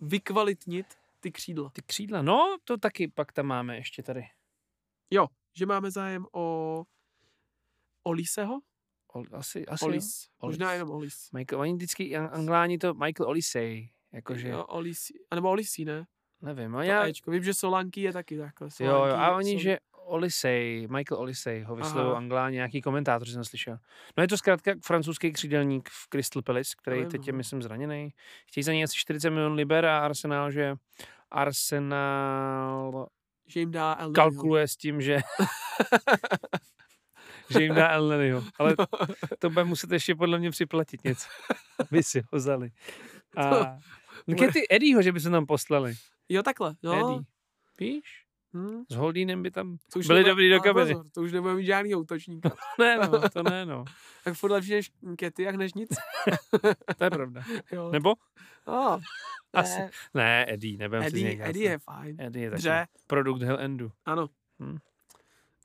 S1: vykvalitnit ty křídla.
S2: Ty křídla, no, to taky pak tam máme ještě tady.
S1: Jo, že máme zájem o Oliseho?
S2: Ol, asi, asi Olis.
S1: Olis.
S2: Olis.
S1: Možná jenom Olis.
S2: Michael, oni vždycky, an- angláni to Michael Olisej, jakože,
S1: Jo, Olis, a nebo Olisí, ne?
S2: nevím, a
S1: To
S2: já, jo,
S1: Ečko. Vím, že Solanky je taky takhle.
S2: jo,
S1: Solanky
S2: a oni,
S1: jsou-
S2: že Olisej, Michael Olisej, ho vyslovují
S1: Aha.
S2: angláni, nějaký komentátor jsem slyšel. No je to zkrátka francouzský křídelník v Crystal Palace, který
S1: Nevím,
S2: teď je,
S1: no.
S2: myslím, zraněný. Chtějí za něj asi 40 milionů liber a Arsenal, že Arsenal
S1: Že jim dá Elneny.
S2: kalkuluje s tím, že že jim dá Elnenyho. Ale
S1: No.
S2: to bude muset ještě podle mě připlatit něco, aby si ho vzali. A Nkety Eddieho, že by se nám poslali.
S1: Jo, takhle.
S2: No.
S1: No.
S2: Eddie. Víš?
S1: Hm,
S2: S Holdínem by tam...
S1: to už
S2: Byli
S1: nebude-
S2: dobrý do
S1: ale
S2: kabiny.
S1: pozor, To už nebude mít žádný útočník.
S2: Ne, no, to ne, no.
S1: tak furt lepší než Kety, jak než nic.
S2: To je pravda.
S1: Jo.
S2: Nebo?
S1: No,
S2: Asi.
S1: ne,
S2: Ne, Eddie, nebem si z něj
S1: Eddie,
S2: krásný.
S1: Eddie je fajn.
S2: Eddie je taky
S1: Dře,
S2: produkt Hell Endu.
S1: ano.
S2: Hm.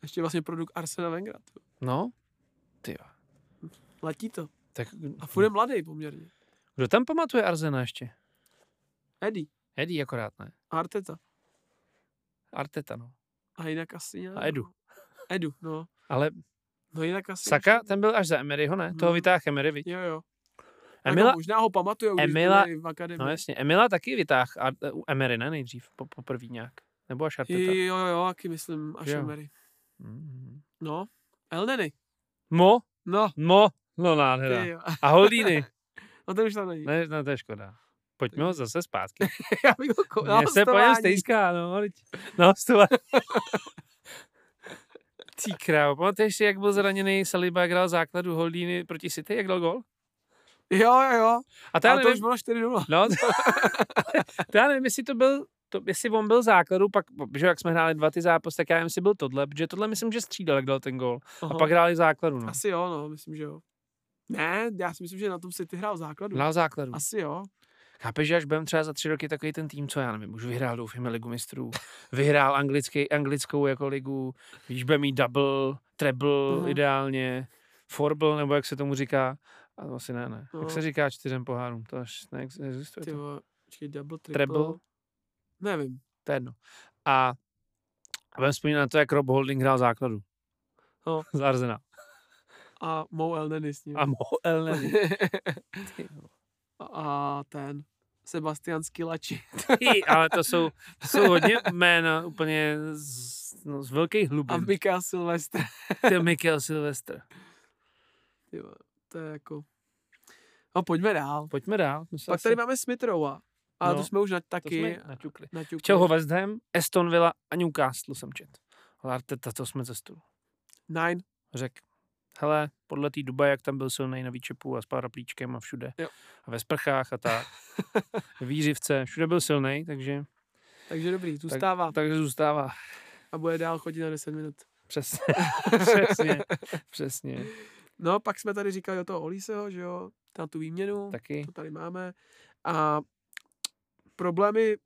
S1: Ještě vlastně produkt Arsena Vengra. ty jo.
S2: No, ty jo.
S1: Letí to.
S2: Tak
S1: A furt je mladý poměrně.
S2: kdo tam pamatuje Arzena ještě?
S1: Eddie,
S2: Eddie akorát ne.
S1: Arteta.
S2: Arteta, no.
S1: A jinak asi nějak.
S2: A Edu.
S1: no. Edu, no.
S2: Ale
S1: No jinak asi.
S2: Saka,
S1: už-
S2: ten byl až za Emeryho, ne? Toho
S1: Mhm.
S2: vytáhl Emery, viď?
S1: Jo, jo. Emila...
S2: Emila,
S1: Jako možná ho pamatuje, už
S2: Emila-
S1: Emila... v akademii.
S2: no jasně, Emila taky vytáhl Ar- u Emery, ne? Nejdřív, po, poprvé nějak. Nebo až Arteta.
S1: jo, jo, jaký myslím, až
S2: Jo.
S1: Emery.
S2: Mhm.
S1: No. Elneny.
S2: Mo,
S1: No.
S2: mo, no
S1: Ty,
S2: nádhera.
S1: jo.
S2: A Holdíny.
S1: No ten už tam není.
S2: Ne, no, to je škoda. Pojďme ho zase zpátky.
S1: Já bych ho ko- na
S2: Mně se po něm
S1: hostování.
S2: stejská, no, ale na hostování. Ty krávo, pamatuješ si, jak byl zraněný Saliba, jak hrál základu Holdíny proti City, jak dal gol?
S1: Jo, jo, jo.
S2: A to já
S1: Tam to
S2: nevím,
S1: už bylo 4-0.
S2: no, to, to já nevím, jestli to byl, to, jestli on byl základu, pak, že jak jsme hráli dva ty zápasy, tak já nevím, jestli byl tohle, protože tohle myslím, že střídal, jak dal ten gol. A pak hráli základu, no.
S1: Asi jo, no, myslím, že jo. Ne, já si myslím, že na tom City hrál základu.
S2: Hrál základu.
S1: Asi jo.
S2: Chápeš, že až budeme třeba za tři roky takový ten tým, co já nevím, už vyhrál, doufejme, ligu mistrů, vyhrál anglický, anglickou jako ligu, víš, bude mít double, treble
S1: Mhm.
S2: ideálně, forble, nebo jak se tomu říká, a to asi ne, ne.
S1: No.
S2: Jak se říká čtyřem pohárům, to až neex- neexistuje.
S1: Ty
S2: To,
S1: vole, počkej, double, triple.
S2: Treble.
S1: Nevím.
S2: to je jedno. A, a budeme vzpomínat na to, jak Rob Holding hrál základu.
S1: No.
S2: Z Arzena.
S1: A Mo Elneny s ním.
S2: A Moel nevím.
S1: a ten Sebastian Skilači.
S2: Ty, ale to jsou, to jsou hodně jména úplně z, no, z velkých
S1: A
S2: hlubin.
S1: Mika Silvestre.
S2: Ty Mikel Silvestr.
S1: Ty vole, to je jako... No pojďme dál.
S2: Pojďme dál. my se
S1: Pak
S2: asi-
S1: tady máme Smithrova. Ale
S2: No,
S1: to jsme už na,
S2: To
S1: taky
S2: jsme naťukli.
S1: naťukli.
S2: Chtěl ho West Ham, Aston Villa a Newcastle jsem čet. Ale Arteta, to jsme cestu.
S1: Nine.
S2: Řek, hele, podle té Dubaje, jak tam byl silný na výčepu a s paraplíčkem a všude.
S1: Jo.
S2: A ve sprchách a tak. Ve Výřivce, všude byl silný, takže,
S1: Takže dobrý, zůstává.
S2: takže zůstává.
S1: A bude dál chodit na 10 minut.
S2: Přesně, přesně, přesně.
S1: No, pak jsme tady říkali o toho Oliseho, že jo, na tu výměnu, tak.
S2: Taky.
S1: to tady máme. A problémy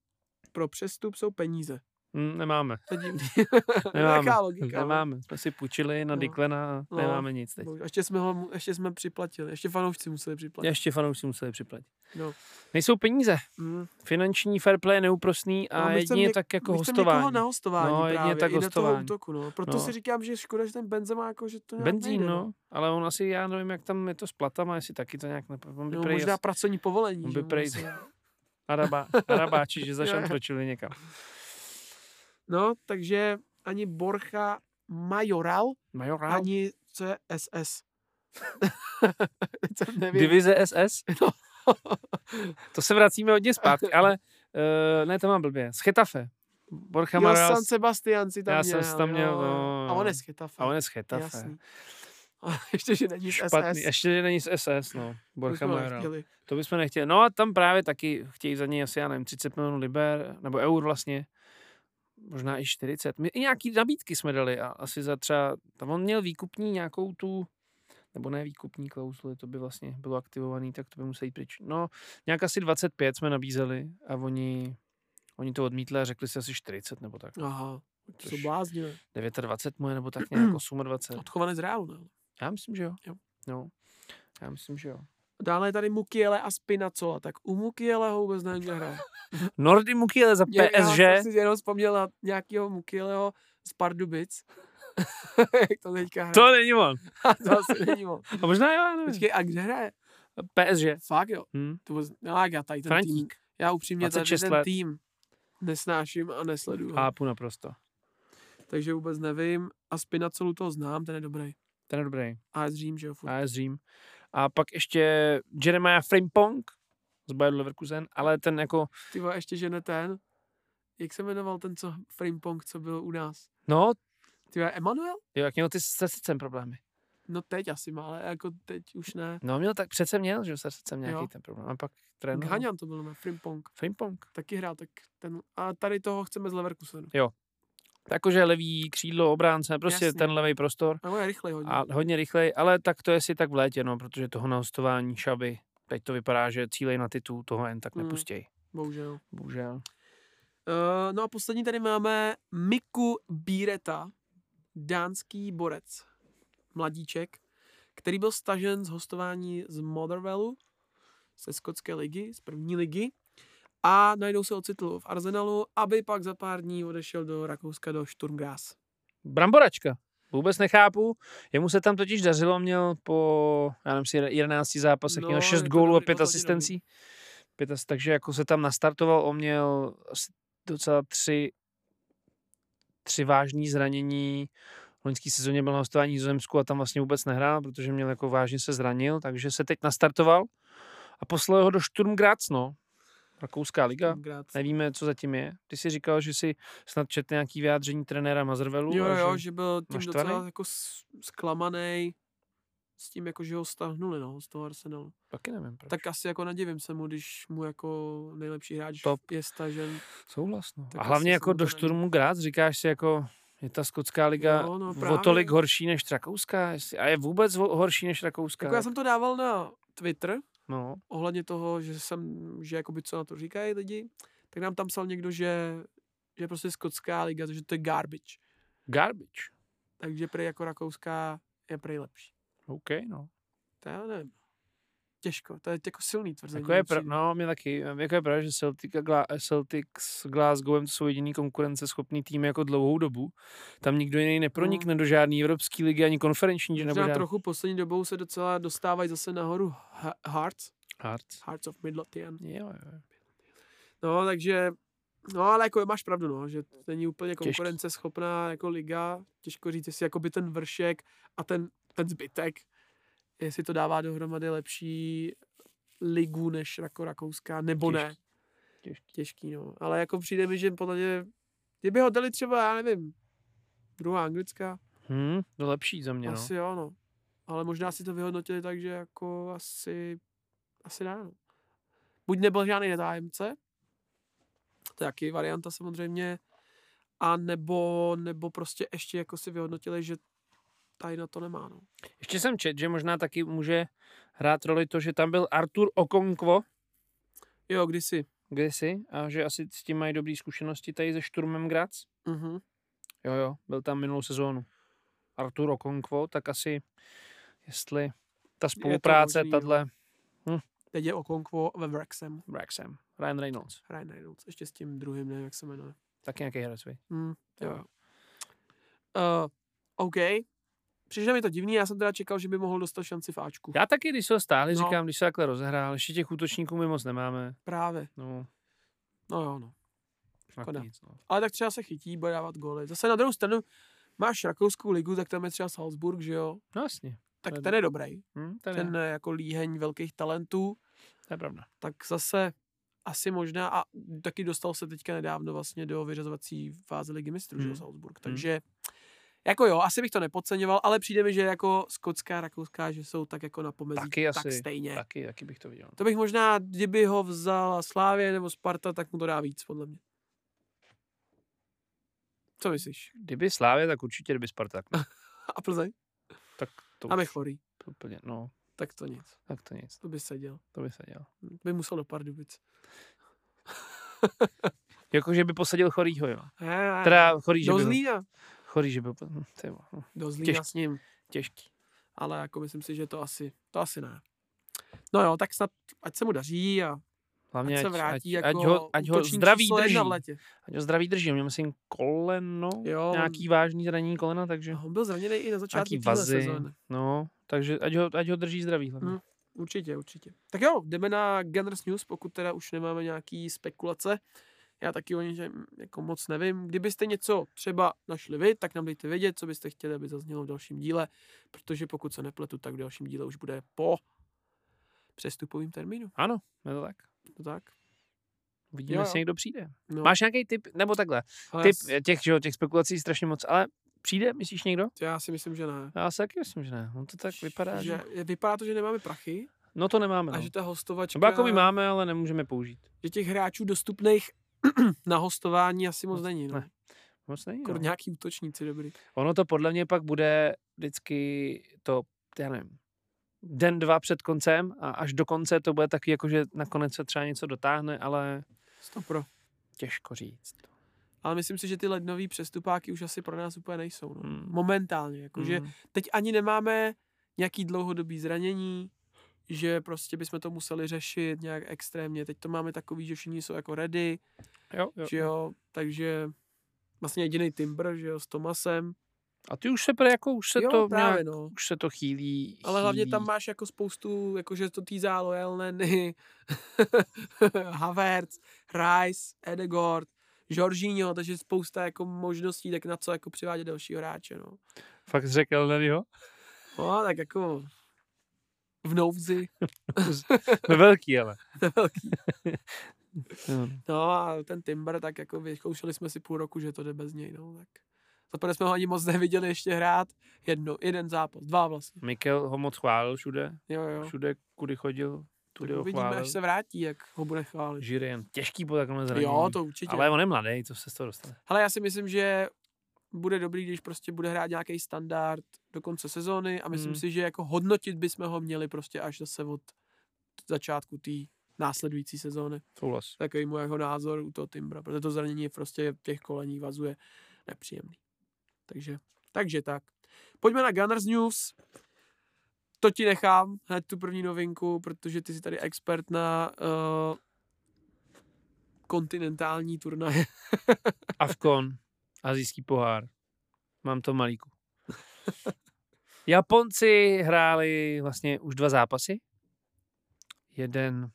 S1: pro přestup jsou peníze.
S2: Mm, nemáme,
S1: To je divný.
S2: Nemáme.
S1: Jaká logika. no?
S2: nemáme. Jsme si půjčili na
S1: No.
S2: Diklena a
S1: No.
S2: nemáme nic teď.
S1: Bohužel. Ještě jsme, ho, ještě jsme připlatili, ještě fanoušci museli připlatit.
S2: Ještě fanoušci museli připlatit.
S1: No.
S2: Nejsou peníze.
S1: Mm.
S2: jako Finanční fair play je neúprostný a
S1: No, my chcem
S2: jedině
S1: něk-
S2: tak jako
S1: My chceme někoho
S2: hostování.
S1: na hostování
S2: No,
S1: právě,
S2: jedině tak
S1: i do toho
S2: hostování.
S1: útoku, no. Proto
S2: No.
S1: si říkám, že je škoda, že ten Benzema jako, že to nějak
S2: Benzín,
S1: nejde,
S2: no, ale on asi, já nevím, jak tam je to s platama, jestli taky to nějak nepr... On by
S1: No,
S2: prej
S1: možná
S2: asi-
S1: pracovní povolení. no,
S2: on
S1: že
S2: by
S1: mu
S2: prej-
S1: asi-
S2: Arabá, Arabáči, že
S1: Jo, jo.
S2: zašantročili někam.
S1: No, takže ani Borcha Majoral,
S2: Majorál?
S1: ani co je SS. Teď jsem nevěděl.
S2: Divize SS?
S1: No.
S2: to se vracíme hodně zpátky, ale uh, ne, to mám blbě. Z Chetafe. Borja
S1: Jo,
S2: Maral.
S1: San Sebastian si tam
S2: Já
S1: měl.
S2: jsem si tam měl,
S1: jo,
S2: no,
S1: jo. A on je
S2: jo.
S1: z Chetafe.
S2: A on je z Chetafe.
S1: Jasný. A ještě, že není z
S2: Špatný.
S1: SS.
S2: Ještě, že není z SS, no.
S1: to
S2: Borja
S1: jsme ho
S2: Majoral.
S1: nechtěli.
S2: To bychom nechtěli. No a tam právě taky chtějí za něj asi, já nevím, 30 milionů liber, nebo eur vlastně. Možná i 40. My i nějaký nabídky jsme dali a asi za třeba, tam on měl výkupní nějakou tu, nebo ne výkupní klauzuli, to by vlastně bylo aktivovaný, tak to by musel jít pryč. No, nějak asi 25 jsme nabízeli a oni, oni to odmítli a řekli si asi 40 nebo tak.
S1: Aha, to jsou
S2: Což-
S1: bláznivé.
S2: 29 mu je, nebo tak nějak 28.
S1: Odchované z no. Reálu, ne?
S2: Já myslím, že jo.
S1: Jo.
S2: No, já myslím, že jo.
S1: Dále je tady Mukiele a Spinacola. Tak u Mukiele ho vůbec nevím, kde hraje.
S2: Nordy Mukiele za
S1: Já-
S2: PSG.
S1: Já jsem si jenom vzpomněl na nějakého Mukieleho z Pardubic. Jak to teďka hraje.
S2: To není on.
S1: To, to asi není moc.
S2: A možná jo, já nevím.
S1: Počkej, a kde hraje?
S2: PSG.
S1: Fakt jo.
S2: Hm?
S1: To vůbec, no, jak já tady ten tým.
S2: Frantík.
S1: Já upřímně tady
S2: 26
S1: ten
S2: let.
S1: tým nesnáším a nesleduju. A...
S2: Chápu naprosto.
S1: Takže vůbec nevím. A Spinacolu toho znám, ten je dobrý.
S2: Ten je dobrý.
S1: A z Řím, že jo, furt.
S2: A je z Řím. A pak ještě Jeremiah Frimpong z Bayer Leverkusen, ale ten jako,
S1: Ty vole, ještě že ne ten. Jak se jmenoval ten, co Frimpong, co byl u nás?
S2: no,
S1: Ty vole, Emanuel?
S2: jo, jak měl ty se srdcem problémy.
S1: No teď asi má, ale jako teď už ne.
S2: No měl tak, přece měl, že jo, se srdcem nějaký
S1: Jo.
S2: ten problém. A pak trénoval.
S1: Haňan to byl jmenuje, Frimpong.
S2: Frimpong.
S1: Taky hrál, tak ten, a tady toho chceme z Leverkusenu.
S2: Takože levý křídlo, obránce, prostě
S1: Jasně.
S2: ten levý prostor.
S1: A on je rychlej hodně.
S2: A hodně rychlej, ale tak to je si tak v létě, no, protože toho na hostování šaby, teď to vypadá, že cílej na titul, toho jen tak
S1: Mm.
S2: nepustěj.
S1: Bohužel.
S2: Bohužel.
S1: Uh, no a poslední tady máme Miku Bíreta, dánský borec, mladíček, který byl stažen z hostování z Motherwellu, ze skotské ligy, z první ligy. A najednou se ocitl v Arsenalu, aby pak za pár dní odešel do Rakouska do Sturm Graz.
S2: Bramboračka. Vůbec nechápu. Jemu se tam totiž dařilo, měl po, já nevím, si 11 zápasech,
S1: No,
S2: měl
S1: je
S2: 6
S1: to
S2: gólů a
S1: dobrý
S2: 5
S1: rozhodně
S2: asistencí. Pět, as- takže jako se tam nastartoval, on měl asi docela tři, tři vážní zranění. V loňský sezóně byl na hostování v Nizozemsku a tam vlastně vůbec nehrál, protože měl jako vážně se zranil, takže se teď nastartoval a poslal ho do Sturm Graz, no. Rakouská liga.
S1: Grác.
S2: Nevíme, co zatím je. Ty jsi říkal, že si snad čet nějaký vyjádření trenéra Mazrvelu.
S1: Jo,
S2: a
S1: jo, že byl tím
S2: naštvaný?
S1: docela jako s- zklamaný s tím, jako, že ho stáhnuli no, z toho Arsenalu.
S2: Taky nevím. Proč. Tak
S1: Tak asi jako nedivím se mu, když mu jako nejlepší hráč
S2: Top.
S1: je stažen. Jako
S2: souhlas. No.
S1: Tak
S2: A
S1: asi
S2: hlavně
S1: se
S2: jako
S1: mu to
S2: do
S1: nelíbí.
S2: šturmu Grác říkáš si jako, je ta skotská liga
S1: Jo, no,
S2: o
S1: právě.
S2: tolik horší než Rakouská. jestli- A je vůbec ho- horší než Rakouská.
S1: Jako já jsem to dával na Twitter,
S2: No,
S1: ohledně toho, že jsem, že jakoby co na to říkají lidi, tak nám tam psal někdo, že, že prostě skotská liga, že to je garbage.
S2: garbage.
S1: Takže prý jako rakouská je prý lepší.
S2: OK, no.
S1: To já nevím. Těžko, to je jako silný tvrzení.
S2: Jako je
S1: mi
S2: pra-
S1: přijde.
S2: no, mě taky. Jako je pravda, že Celtic, a Gla- Celtic s Glasgowem to jsou jediný konkurenceschopný tým jako dlouhou dobu. Tam nikdo jiný nepronikne do žádné evropské ligy ani konferenční. Nebo
S1: No. Možná
S2: žádný...
S1: trochu poslední dobou se docela dostávají zase nahoru Ha- Hearts,
S2: Hearts.
S1: Hearts of Midlothian.
S2: Jo, jo, jo.
S1: No, takže, no ale jako máš pravdu, no, že to není úplně
S2: Těžký.
S1: konkurenceschopná jako liga, těžko říct, jestli jakoby ten vršek a ten, ten zbytek, jestli to dává dohromady lepší ligu než jako rakouská, nebo ne.
S2: Těžký. Těžký.
S1: Těžký, no. Ale jako přijde mi, že podle mě, kdyby ho dali třeba, já nevím, druhá anglická,
S2: Hm, to lepší za mě,
S1: no.
S2: no.
S1: asi jo, no. Ale možná si to vyhodnotili tak, že jako asi, asi dá, no. Buď nebyl žádný nezájemce, to je taky varianta samozřejmě, a nebo, nebo prostě ještě jako si vyhodnotili, že tady na to nemá, no.
S2: Ještě jsem čet, že možná taky může hrát roli to, že tam byl Artur Okonkwo
S1: Jo, kdysi.
S2: kdysi a že asi s tím mají dobré zkušenosti tady se Šturmem Graz.
S1: Mhm.
S2: Jo, jo, byl tam minulou sezónu. Artur Okonkwo, tak asi jestli ta spolupráce,
S1: možný, jo.
S2: tahle
S1: Teď je Okonkwo ve Wrexham.
S2: Braxem, Ryan Reynolds,
S1: Ryan Reynolds, ještě s tím druhým, nevím, jak se jmenuje.
S2: tak nějaký hráč, vy.
S1: Mm, jo.
S2: Jo.
S1: Uh, OK. Přišlo mi to divný, já jsem teda čekal, že by mohl dostat šanci v Ačku.
S2: Já taky, když se ho stáhli,
S1: No.
S2: no. říkám, když se takhle rozehrál, ještě těch útočníků my moc nemáme.
S1: Právě.
S2: No,
S1: No jo, no.
S2: fakt
S1: Škoda.
S2: nic, no.
S1: Ale tak třeba se chytí, bude dávat góly. Zase na druhou stranu, máš rakouskou ligu, tak tam je třeba Salzburg, že jo?
S2: no jasně.
S1: Tak
S2: To je
S1: ten je dobrý.
S2: Hm, ten,
S1: Ten
S2: je,
S1: je jako líheň velkých talentů.
S2: to je pravda.
S1: Tak zase asi možná, a taky dostal se teďka nedávno vlastně do vyřazovací fáze ligy mistrů, že jo,
S2: Hmm.
S1: Salzburg.
S2: Hmm.
S1: Takže jako jo, asi bych to nepodceňoval, ale přijde mi, že jako skotská, rakouská, že jsou tak jako na pomezí,
S2: Taky
S1: tak
S2: asi,
S1: stejně. Tak.
S2: Taky, taky bych to viděl.
S1: To bych možná, kdyby ho vzala Slávě nebo Sparta, tak mu to dá víc, podle mě. Co myslíš?
S2: Kdyby Slávě, tak určitě kdyby Spartak. No,
S1: A Plzeň?
S2: tak to
S1: A my
S2: už
S1: chorý.
S2: úplně, no,
S1: Tak to nic.
S2: tak to nic,
S1: To by seděl. Hm.
S2: to by se dělo.
S1: By musel do Pardubic.
S2: Jakože Jako, by posadil chorýho, jo.
S1: Ne, ne,
S2: Teda chorý, že
S1: do
S2: by, byl-
S1: Zlína.
S2: chorý, že by, byl- hm, to je no,
S1: Do Zlína
S2: Těžký.
S1: s ním.
S2: těžký.
S1: Ale jako myslím si, že to asi, to asi ne. No jo, tak snad, ať se mu daří a
S2: Hlavně
S1: ať
S2: ať,
S1: se vrátí
S2: ať,
S1: jako
S2: ať, ho, ať ho
S1: útočník
S2: zdraví
S1: číslo
S2: drží.
S1: jedna v letě.
S2: Ať ho zdraví drží, měl myslím koleno,
S1: Jo, on-
S2: nějaký vážný zranění kolena, takže
S1: No, On byl zraněný i na začátku
S2: nějaký
S1: téhle
S2: vazy.
S1: sezóny.
S2: No, takže ať ho, ať ho drží zdraví hlavně.
S1: Hm. Určitě, určitě. Tak jo, jdeme na Gunners News, pokud teda už nemáme nějaký spekulace. Já taky o něčem jako moc nevím. Kdybyste něco třeba našli vy, tak nám dejte vědět, co byste chtěli, aby zaznělo v dalším díle, protože pokud se nepletu, tak v dalším díle už bude po přestupovým termínu.
S2: Ano, je to tak.
S1: Je To tak?
S2: Vidíme,
S1: Jo, jo.
S2: jestli někdo přijde.
S1: No,
S2: Máš nějaký tip, nebo takhle,
S1: ale
S2: tip
S1: s-
S2: těch, že jo, těch spekulací strašně moc, ale přijde, myslíš někdo?
S1: Já si myslím, že ne.
S2: Já si taky myslím, že ne. On to tak vypadá, že...
S1: že, vypadá to, že nemáme prachy
S2: No to nemáme,
S1: a
S2: no.
S1: že ta hostovačka,
S2: Nebo jako my máme, ale nemůžeme použít.
S1: že těch hráčů dostupných na hostování asi moc není. No.
S2: Ne, Moc není,
S1: Kor
S2: no.
S1: nějaký útočníci dobrý.
S2: Ono to podle mě pak bude vždycky to, já nevím, den, dva před koncem a až do konce to bude taky jako, že nakonec se třeba něco dotáhne, ale
S1: Stopro.
S2: těžko říct.
S1: Ale myslím si, že ty lednový přestupáky už asi pro nás úplně nejsou. No.
S2: Hmm.
S1: Momentálně. Jakože
S2: Mm.
S1: teď ani nemáme nějaký dlouhodobý zranění, že prostě bychom to museli řešit nějak extrémně. Teď to máme takový, že všichni jsou jako ready,
S2: Jo, jo.
S1: že jo, takže vlastně jediný Timber, že jo, s Tomasem.
S2: A ty už se pre, jako už se
S1: jo,
S2: to
S1: právě,
S2: nějak,
S1: no.
S2: už se to chýlí.
S1: Ale hlavně
S2: chýlí.
S1: tam máš jako spoustu, jakože to tý záloje, Elneny, Havertz, Rice, Edegord, Jorginho, takže spousta jako možností, tak na co jako přivádět dalšího hráče, no.
S2: Fakt řekl Nellyho?
S1: No, tak jako v nouzi,
S2: Ve velký, ale.
S1: to je velký.
S2: Jo.
S1: No a ten Timber, tak jako vyzkoušeli jsme si půl roku, že to jde bez něj, no tak. Zaprvé jsme ho ani moc neviděli ještě hrát. Jedno, jeden zápas, dva vlastně.
S2: Mikel ho moc chválil všude,
S1: Jo, jo.
S2: všude, kudy chodil, tudy
S1: Tak
S2: ho
S1: uvidíme,
S2: chválil.
S1: až se vrátí, jak ho bude chválit.
S2: Žirien, těžký po takovém zranění.
S1: Jo, to určitě.
S2: Ale on je mladý, co se z toho dostane.
S1: Hele, já si myslím, že bude dobrý, když prostě bude hrát nějaký standard do konce sezóny a myslím
S2: Hmm.
S1: si, že jako hodnotit bychom ho měli prostě až zase od začátku té následující sezóny.
S2: Souhlas.
S1: Takový můj jeho názor u toho Timbra, protože to zranění je prostě v těch kolení vazuje nepříjemný. Takže, takže tak. Pojďme na Gunners News. To ti nechám, hned tu první novinku, protože ty jsi tady expert na uh, kontinentální turnaje.
S2: Avkon, azijský pohár. Mám to malíku. Japonci hráli vlastně už dva zápasy. Jeden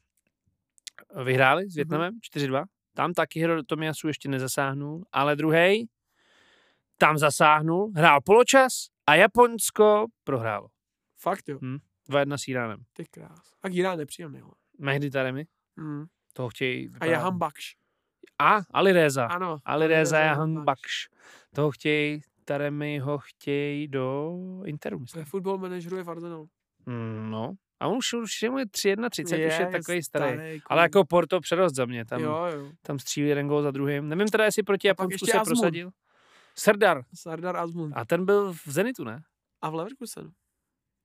S2: eh, vyhráli s Větnamem 4-2. Tam taky Hiro Tomiasu ještě nezasáhnul, ale druhý tam zasáhnul, hrál poločas a Japonsko prohrálo.
S1: Fakt jo,
S2: 2-1 s Iránem.
S1: ty krás. A Girán nepříjemný. vole.
S2: Mehdi Taremi, Hmm.
S1: Mm.
S2: toho chtějí.
S1: A Jahan Bakš.
S2: A Ali Reza.
S1: Ano.
S2: Alireza
S1: Alireza
S2: Jahan
S1: Jahan
S2: Bakš. Toho chtějí, Taremi ho chtějí do Interu, myslím.
S1: Ve Football manažeruje v Arsenalu.
S2: Mm, no. A on už určitě mu je 33, už je takový starý.
S1: cool.
S2: Ale jako Porto přerost za mě, tam,
S1: no. Jo, jo.
S2: tam střílí jeden gól za druhým. Nevím teda, jestli proti
S1: pak
S2: Japonsku
S1: ještě
S2: se
S1: Azmun.
S2: prosadil. Srdar.
S1: Sardar Azmund.
S2: A ten byl v Zenitu, ne?
S1: A v Leverkusenu.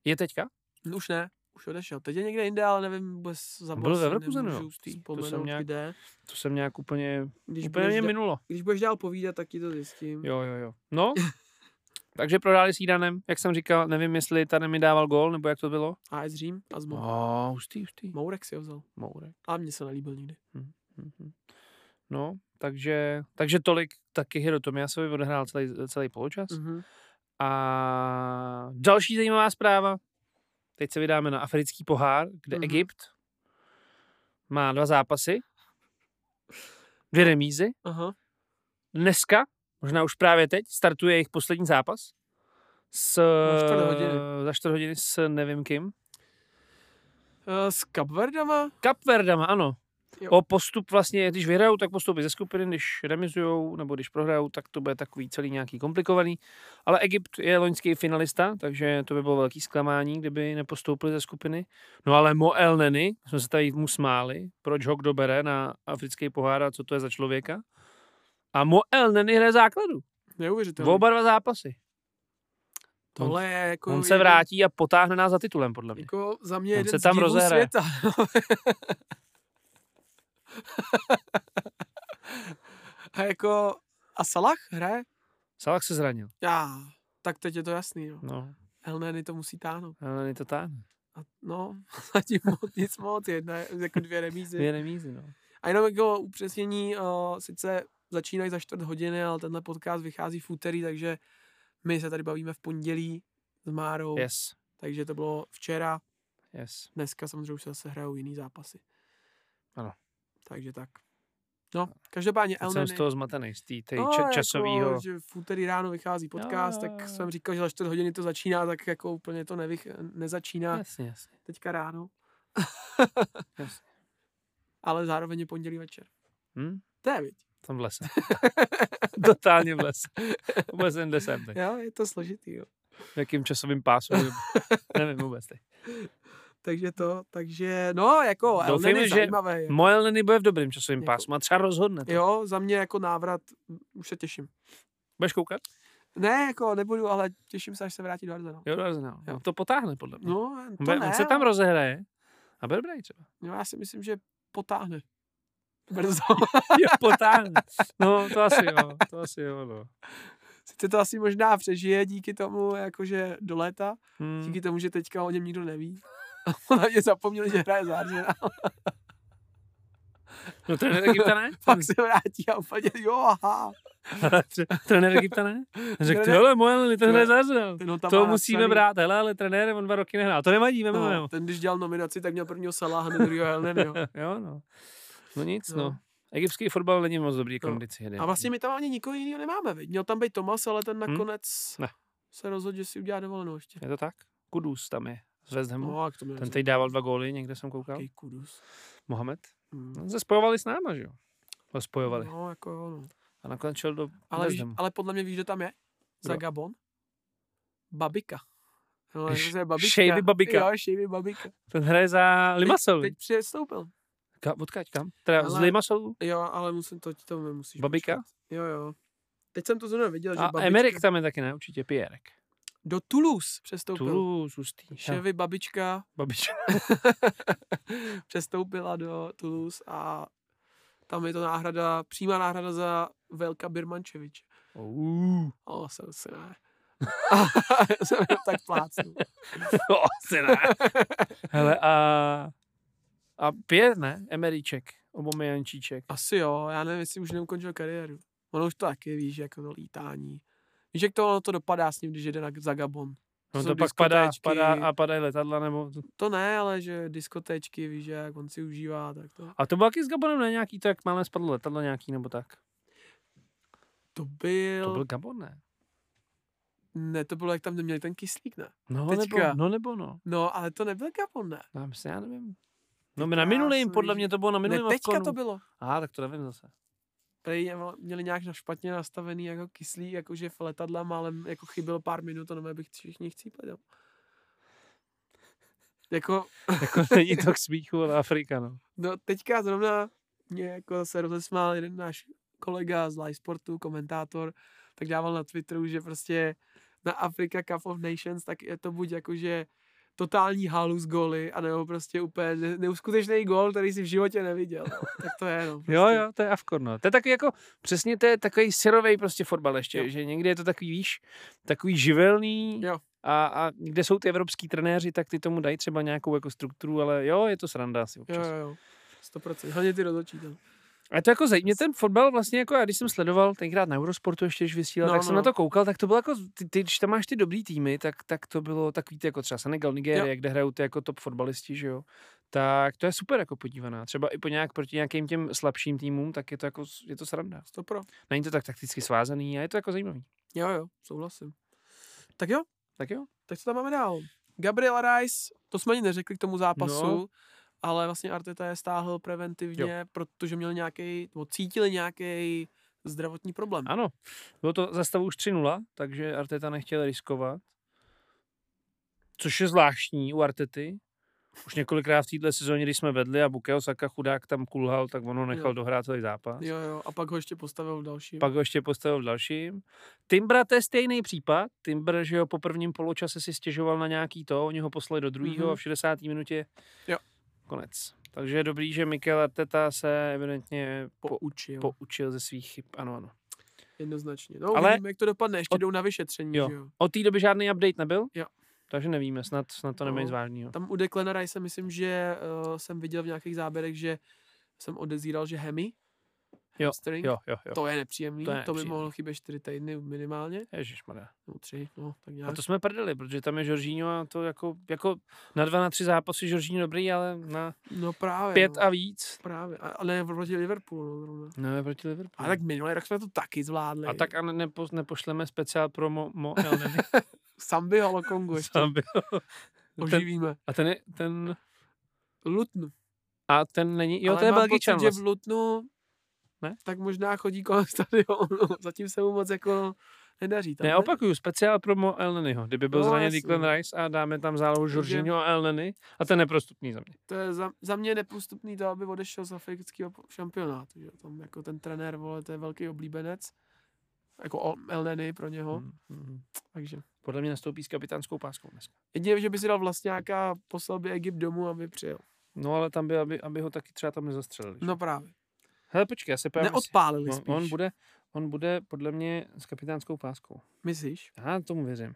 S2: Je teďka?
S1: No, Už ne, už odešel. Teď je někde jinde, ale nevím, vůbec za
S2: byl ve Leverkusenu, jo. To jsem
S1: Vzpomenout,
S2: nějak-
S1: kde.
S2: To jsem nějak úplně,
S1: Když
S2: úplně
S1: budeš,
S2: mě
S1: da-
S2: minulo.
S1: když budeš dál povídat, tak ti to zjistím.
S2: Jo, jo, jo. No, takže prohráli s Jídanem, jak jsem říkal, nevím, jestli Taremi dával gól, nebo jak to bylo.
S1: AS Řím, Azmund.
S2: No, hustý, hustý.
S1: Mourek si ho vzal.
S2: Mourek.
S1: A mně se nelíbil nikdy.
S2: Mhm. No, takže, takže tolik taky Hiro Tomiasovi odehrál celý, celý poločas. Mm.
S1: Mhm.
S2: A další zajímavá zpráva. Teď se vydáme na africký pohár,
S1: Mhm.
S2: kde mm. Egypt má dva zápasy, dvě remízy.
S1: Aha.
S2: Dneska, možná už právě teď, startuje jejich poslední zápas. S,
S1: Za čtvrt hodiny.
S2: Za čtvrt hodiny s nevím kým.
S1: Eh, S Kapverdama?
S2: Kapverdama, ano.
S1: Jo.
S2: Jo. O postup vlastně, když vyhrajou, tak postoupí ze skupiny, když remizujou nebo když prohrajou, tak to bude takový celý nějaký komplikovaný. Ale Egypt je loňský finalista, takže to by bylo velký zklamání, kdyby nepostoupili ze skupiny. No ale Mo El Neny, jsme se tady mu smáli, proč ho kdo bere na africký pohár a co to je za člověka. A Mo El Neny hraje základu. V
S1: Neuvěřitelný.
S2: oba dva zápasy.
S1: Tohle je jako...
S2: On se
S1: jeden-
S2: vrátí a potáhne nás za titulem, podle mě.
S1: Jako za mě
S2: On
S1: jeden
S2: se
S1: z
S2: tam
S1: divů
S2: rozehraje.
S1: světa. no. a jako, a Salah hraje?
S2: Salah se zranil.
S1: Já, tak teď je to jasný, jo.
S2: No,
S1: El Neny to musí táhnout.
S2: El Neny to táhne.
S1: A, no, zatím moc, nic moc, jedna, jako dvě remízy.
S2: Dvě remízy, no.
S1: A jenom jako upřesnění, o, sice začínají za čtvrt hodiny, ale tenhle podcast vychází v úterý, takže my se tady bavíme v pondělí s Márou,
S2: Yes,
S1: takže to bylo včera,
S2: yes.
S1: Dneska samozřejmě už se zase hrajou jiný zápasy.
S2: Ano.
S1: Takže tak. No, každopádně
S2: Teď
S1: El
S2: jsem
S1: Neny,
S2: z toho zmatený, z té
S1: no,
S2: ča- časovýho.
S1: Jako, že v úterý ráno vychází podcast,
S2: Jo,
S1: jo,
S2: jo,
S1: tak
S2: jo.
S1: jsem říkal, že za 4 hodiny to začíná, tak jako úplně to nevych, nezačíná
S2: Jasně, jasně.
S1: teďka ráno,
S2: jasně.
S1: ale zároveň je pondělí večer.
S2: Hm?
S1: To je, viď?
S2: Tam v lese. Totálně v lese. Vůbec jen desem teď.
S1: Jo, je to složitý, jo.
S2: V jakým časovým pásu. nebo- Nevím vůbec teď.
S1: Takže to, takže, no, jako El
S2: Doufejme,
S1: Neny
S2: že- Mm.
S1: zajímavé. je.
S2: Moje Lenny bude v dobrým časovým
S1: Jako-
S2: pásu. A třeba rozhodne to.
S1: Jo, za mě jako návrat, m, už se těším.
S2: Budeš koukat?
S1: Ne, jako nebudu, ale těším se, až se vrátí do Arsenalu.
S2: Jo, do Arsenalu.
S1: Jo.
S2: No, to potáhne podle mě.
S1: No, to
S2: On bude-
S1: ne,
S2: On se tam
S1: ale-
S2: rozehraje. A bude dobrý třeba.
S1: No já si myslím, že potáhne. Brzo.
S2: Jo, potáhne. No, to asi jo. To asi jo, no.
S1: Sice to asi možná přežije díky tomu, jakože do léta,
S2: Hm.
S1: díky tomu, že teďka o něm nikdo neví. On na mě zapomněl, že hraje za Arsenal.
S2: No, trenér Egypta ne?
S1: Pak se vrátí a úplně, jo, aha.
S2: Trenér Egypta ne? Řekl, ty,
S1: Trenér-
S2: ale moje Lenny, to hraje za Arsenal.
S1: Ten ho tam má
S2: To
S1: na
S2: musíme
S1: celý-
S2: brát, hele, ale trenér, on dva roky nehrál. To nevadí, vememe
S1: No,
S2: no.
S1: ten, když dělal nominaci, tak měl prvního Salah, hned druhého Elneny, jo.
S2: jo, no. No nic,
S1: No.
S2: no. no. Egyptský fotbal není moc dobrý
S1: No.
S2: kondici. No.
S1: A vlastně my tam ani nikoho jiného nemáme, viď? Měl tam být Tomas, ale ten nakonec
S2: Hmm? Ne.
S1: se rozhodl, že si udělá dovolenou ještě.
S2: Je to tak? Kudus tam je z West Hamu.
S1: No, a k tomu
S2: Ten teď dával dva góly, někde jsem koukal.
S1: Jaký kudus.
S2: Mohamed.
S1: Mm.
S2: No, se spojovali s náma, že jo? No, spojovali.
S1: No, jako jo, no.
S2: A nakonec šel do
S1: Ale, víš,
S2: Dresdenu.
S1: ale podle mě víš, kdo tam je? Za
S2: Kdo?
S1: Gabon? Babika. No,
S2: Š-
S1: to je babika.
S2: Shavy Babika.
S1: Jo, Shavy Babika.
S2: Ten hraje za Limassol.
S1: Teď přestoupil.
S2: Ka- odkaď kam? Teda z
S1: Ale-
S2: Limassolu?
S1: Jo, ale musím to, ti to musíš
S2: Babika?
S1: počkat. Jo, jo. Teď jsem to zrovna viděl, že
S2: A
S1: babička
S2: Emerik tam je taky, ne? Určitě Pierrek.
S1: do Toulouse přestoupil. Toulouse.
S2: Toulouse, ústý.
S1: Ševy babička
S2: Babič.
S1: přestoupila do Toulouse a tam je to náhrada, přímá náhrada za Velka Birmančevič.
S2: Uuu.
S1: O, jsem si ne. Já jsem jenom tak plácnu. No,
S2: O, asi ne. Hele, a, a Pierre, ne? Emeríček. Obomiančíček.
S1: Asi jo, já nevím, jestli už neukončil kariéru. Ono už to taky víš, jako to lítání. Víš, jak to, ono to dopadá s ním, když jede na, za Gabon.
S2: No
S1: jsou
S2: to pak padá,
S1: diskotéčky.
S2: padá a padají letadla, nebo...
S1: To ne, ale že diskotéčky, víš, jak on si užívá, tak to.
S2: A to byl taky s Gabonem, ne? Nějaký to, jak málem spadlo letadlo nějaký, nebo tak.
S1: To byl,
S2: To byl Gabon, ne?
S1: ne, to bylo, jak tam neměli ten kyslík, ne?
S2: No,
S1: Teďka.
S2: nebo, no, nebo no.
S1: No, ale to nebyl Gabon, ne?
S2: Já myslím, já nevím. No my na
S1: krásno,
S2: minulým, podle
S1: vidíš.
S2: mě to bylo na
S1: ne
S2: minulým
S1: teďka
S2: Afkonu.
S1: to bylo.
S2: Aha, tak to nevím zase.
S1: Prý je- měli nějak na- špatně nastavený jako kyslík, jakože v letadla málem jako chybělo pár minut, to nové bych všichni chcípli, jo. Jako,
S2: Jako není to k smíchu, ale Afrika, no.
S1: no teďka zrovna mě jako zase rozesmál jeden náš kolega z Live Sportu, komentátor, tak dával na Twitteru, že prostě na Africa Cup of Nations, tak je to buď jakože totální halu z goly, anebo prostě úplně ne- neuskutečný gol, který si v životě neviděl. no. Tak to je, no. Prostě.
S2: Jo, jo, to je Afkon, no. To je takový jako, přesně to je takový syrovej prostě fotbal ještě,
S1: Jo.
S2: že někdy je to takový, víš, takový živelný
S1: Jo.
S2: a, a kde jsou ty evropský trenéři, tak ty tomu dají třeba nějakou jako strukturu, ale jo, je to sranda asi
S1: Jo,
S2: občas.
S1: jo, jo. 100%. Hlavně ty rozhodčí no. tam.
S2: A to jako zajímá, mě ten fotbal vlastně jako, já když jsem sledoval tenkrát na Eurosportu ještě, když vysílal,
S1: No,
S2: no, tak no. jsem
S1: no.
S2: na to koukal, tak to bylo jako, ty, ty, když tam máš ty dobrý týmy, tak, tak to bylo takový ty jako třeba Senegal, Nigérie, kde hrajou ty jako top fotbalisti, že jo. Tak to je super jako podívaná. Třeba i po nějak proti nějakým těm slabším týmům, tak je to jako, je to sranda.
S1: 100 pro.
S2: Není to tak takticky svázaný a je to jako zajímavý.
S1: Jo, jo, souhlasím. Tak jo,
S2: Tak jo?
S1: tak co tam máme dál? Gabriela Rice, to jsme ani neřekli k tomu zápasu, no.
S2: No.
S1: ale vlastně Arteta je stáhl preventivně, jo. protože měl nějaký, nebo cítili nějaký zdravotní problém.
S2: Ano. Bylo to za stavu už 3-0, takže Arteta nechtěl riskovat. Což je zvláštní u Artety. Už několikrát v této sezóně, když jsme vedli a Bukayo Saka chudák tam kulhal, tak ono nechal
S1: Jo.
S2: dohrát celý zápas.
S1: Jo, jo, a pak ho ještě postavil v dalším.
S2: Pak ho ještě postavil v dalším. Timbra to je stejný případ. Timbr, že jo, po prvním poločase si stěžoval na nějaký to, oni ho poslali do druhého
S1: Mhm.
S2: a v 60. minutě
S1: Jo.
S2: konec. Takže je dobrý, že Mikel Arteta se evidentně po,
S1: poučil. Po,
S2: poučil ze svých chyb. Ano, ano.
S1: jednoznačně. No, ale
S2: Ale-
S1: uvidíme, jak to dopadne, ještě
S2: od-
S1: jdou na vyšetření,
S2: Jo.
S1: že jo.
S2: Od té doby žádný update nebyl?
S1: Jo.
S2: Takže nevíme, snad, snad to
S1: No.
S2: neměl nic vážného.
S1: Tam u Declana Rice myslím, že uh, jsem viděl v nějakých záběrech, že jsem odezíral, že hemi,
S2: Jo,
S1: hamstring,
S2: Jo, jo, jo.
S1: to je nepříjemný, to,
S2: To
S1: je
S2: je
S1: nepříjemný. to by
S2: nepříjemný.
S1: mohlo chybět 4 týdny minimálně.
S2: Ježišmarja.
S1: No tři, no, tak
S2: A
S1: nějak.
S2: to jsme prdeli, protože tam je Žoržíňo a to jako, jako na dva, na tři zápasy Žoržíňo dobrý, ale na
S1: No právě.
S2: pět
S1: no,
S2: a víc.
S1: Právě, a- ale proti Liverpoolu, no zrovna.
S2: No, je proti Liverpoolu.
S1: A tak minulý rok jsme to taky zvládli.
S2: a tak a ne, nepo, nepošleme speciál pro Mo, mo já nevím,
S1: Sambi Holokongu ještě
S2: sám byl. ten,
S1: oživíme.
S2: a ten, je, ten,
S1: Lutnu.
S2: a ten není, jo,
S1: ale
S2: to je
S1: mám
S2: Belgičan
S1: pocit, že
S2: vlastně.
S1: v Lutnu
S2: Ne?
S1: tak možná chodí kolem stadionu. Zatím se mu moc jako nedaří. Tam,
S2: Ne, opakuju, speciál pro Mo Elnenyho. Kdyby byl
S1: No,
S2: no, zraněn
S1: jasně.
S2: Declan Rice a dáme tam zálohu
S1: Takže-
S2: Žoržíňo a Elneny a ten je prostupný za mě.
S1: To je za, za mě nepostupný to, aby odešel z afrického po- šampionátu. Že? jo. Tam jako ten trenér, vole, to je velký oblíbenec. Jako o- El Neny pro něho.
S2: Mm, mm.
S1: Mm-hmm. Takže.
S2: Podle mě nastoupí s kapitánskou páskou dneska.
S1: Jedině, že by si dal vlastňáka, poslal by Egypt domů, aby přijel.
S2: No ale tam by, aby, aby ho taky třeba tam nezastřelili. že?
S1: No právě.
S2: Hele, počkej, já se pojďme.
S1: Neodpálili
S2: On,
S1: spíš.
S2: on, bude, on bude podle mě s kapitánskou páskou.
S1: Myslíš?
S2: Já tomu věřím.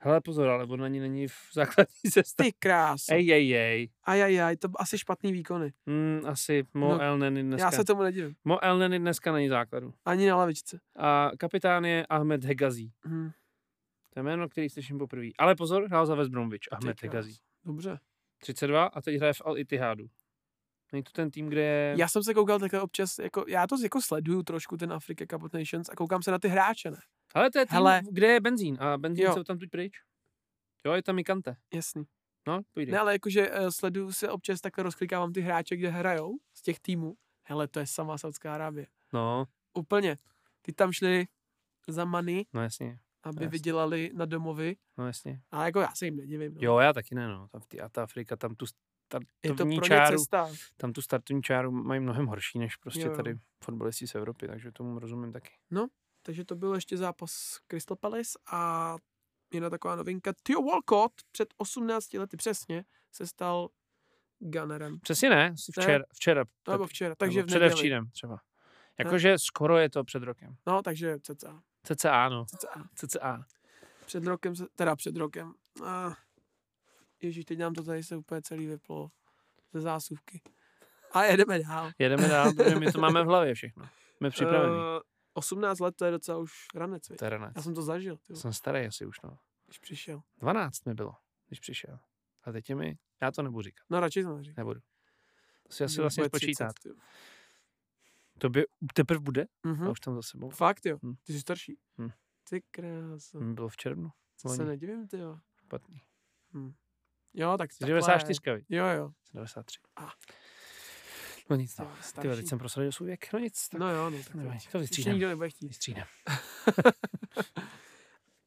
S2: Hele, pozor, ale on ani není v základní sestavě.
S1: Ty krás.
S2: Ej, ej, ej.
S1: Ajajaj, to b- asi špatný výkony.
S2: Mm, asi Mo
S1: No,
S2: no, Elneny dneska.
S1: Já se tomu nedivím.
S2: Mo Elneny dneska není v základu.
S1: Ani na lavičce.
S2: A kapitán je Ahmed Hegazí.
S1: Hm,
S2: To je jméno, který slyším poprvé. Ale pozor, hrál za West Bromwich. Ahmed
S1: ty krás.
S2: Hegazí.
S1: Dobře.
S2: 32 a teď hraje v Al Ittihadu. Není to ten tým, kde je...
S1: Já jsem se koukal takhle občas, jako, já to jako sleduju trošku ten Africa Cup of Nations a koukám se na ty hráče, ne?
S2: Ale to je tým,
S1: Hele.
S2: Hele. kde je benzín. A benzín
S1: Jo.
S2: jo. se tam tuď pryč. Jo, je tam i Kante.
S1: Jasný.
S2: No, půjde.
S1: Ne, ale jakože eh, sleduju se občas takhle rozklikávám ty hráče, kde hrajou z těch týmů. Hele, to je sama Saudská Arábie.
S2: No,
S1: Úplně. Ty tam šli za many,
S2: no jasně,
S1: aby
S2: Jasně.
S1: vydělali na domovy.
S2: no jasně.
S1: A jako já se jim nedivím. No.
S2: Jo, já taky ne, no. Tam ty, a ta Afrika, tam tu
S1: je to pro
S2: startovní
S1: ně
S2: čáru,
S1: cesta.
S2: tam tu startovní čáru mají mnohem horší, než prostě
S1: Jo, jo.
S2: tady fotbalisti z Evropy, takže tomu rozumím taky.
S1: Takže to byl ještě zápas Crystal Palace a jedna taková novinka. Theo Walcott před 18 lety přesně se stal gunnerem.
S2: Přesně ne, asi
S1: Ne.
S2: včera, včera
S1: To nebo včera, takže
S2: nebo
S1: v neděli.
S2: předevčírem třeba. Jakože skoro je to před rokem.
S1: No, takže cca.
S2: CCA, no.
S1: cca.
S2: CCA.
S1: Před rokem, se, teda před rokem. A ježíš, teď nám to tady se úplně celý vyplo ze zásuvky. A jedeme dál.
S2: Jedeme dál, protože my to máme v hlavě všechno. Jsme připraveni.
S1: Eh, 18 let, to je docela už ranec, viď?
S2: To je ranec.
S1: Já jsem to zažil, ty,
S2: Eh, Jsem starý asi už, no.
S1: když přišel.
S2: 12 mi bylo, když přišel. A teď je mi, já to nebudu říkat,
S1: No, radši to neříkám.
S2: nebudu. To si asi
S1: Bude
S2: vlastně
S1: 30,
S2: spočítat.
S1: ty.
S2: To by teprve bude?
S1: Mhm.
S2: A No, už tam za sebou.
S1: Fakt jo,
S2: Hm.
S1: ty jsi starší.
S2: Hm.
S1: Ty krása,
S2: Mi bylo v červnu.
S1: to se
S2: loni.
S1: nedivím, ty jo.
S2: Špatný.
S1: Jo, tak
S2: Jsi
S1: takhle.
S2: 94, viď?
S1: Jo, jo,
S2: Jsi 93.
S1: Ah.
S2: No nic,
S1: ty
S2: no.
S1: jo,
S2: Ty,
S1: starší.
S2: teď jsem prosadil svůj věk. No nic, tak
S1: No jo, no tak
S2: no,
S1: to-
S2: to
S1: Ještě
S2: vystříhneme.
S1: nikdo nebude chtít.
S2: Vystříhneme.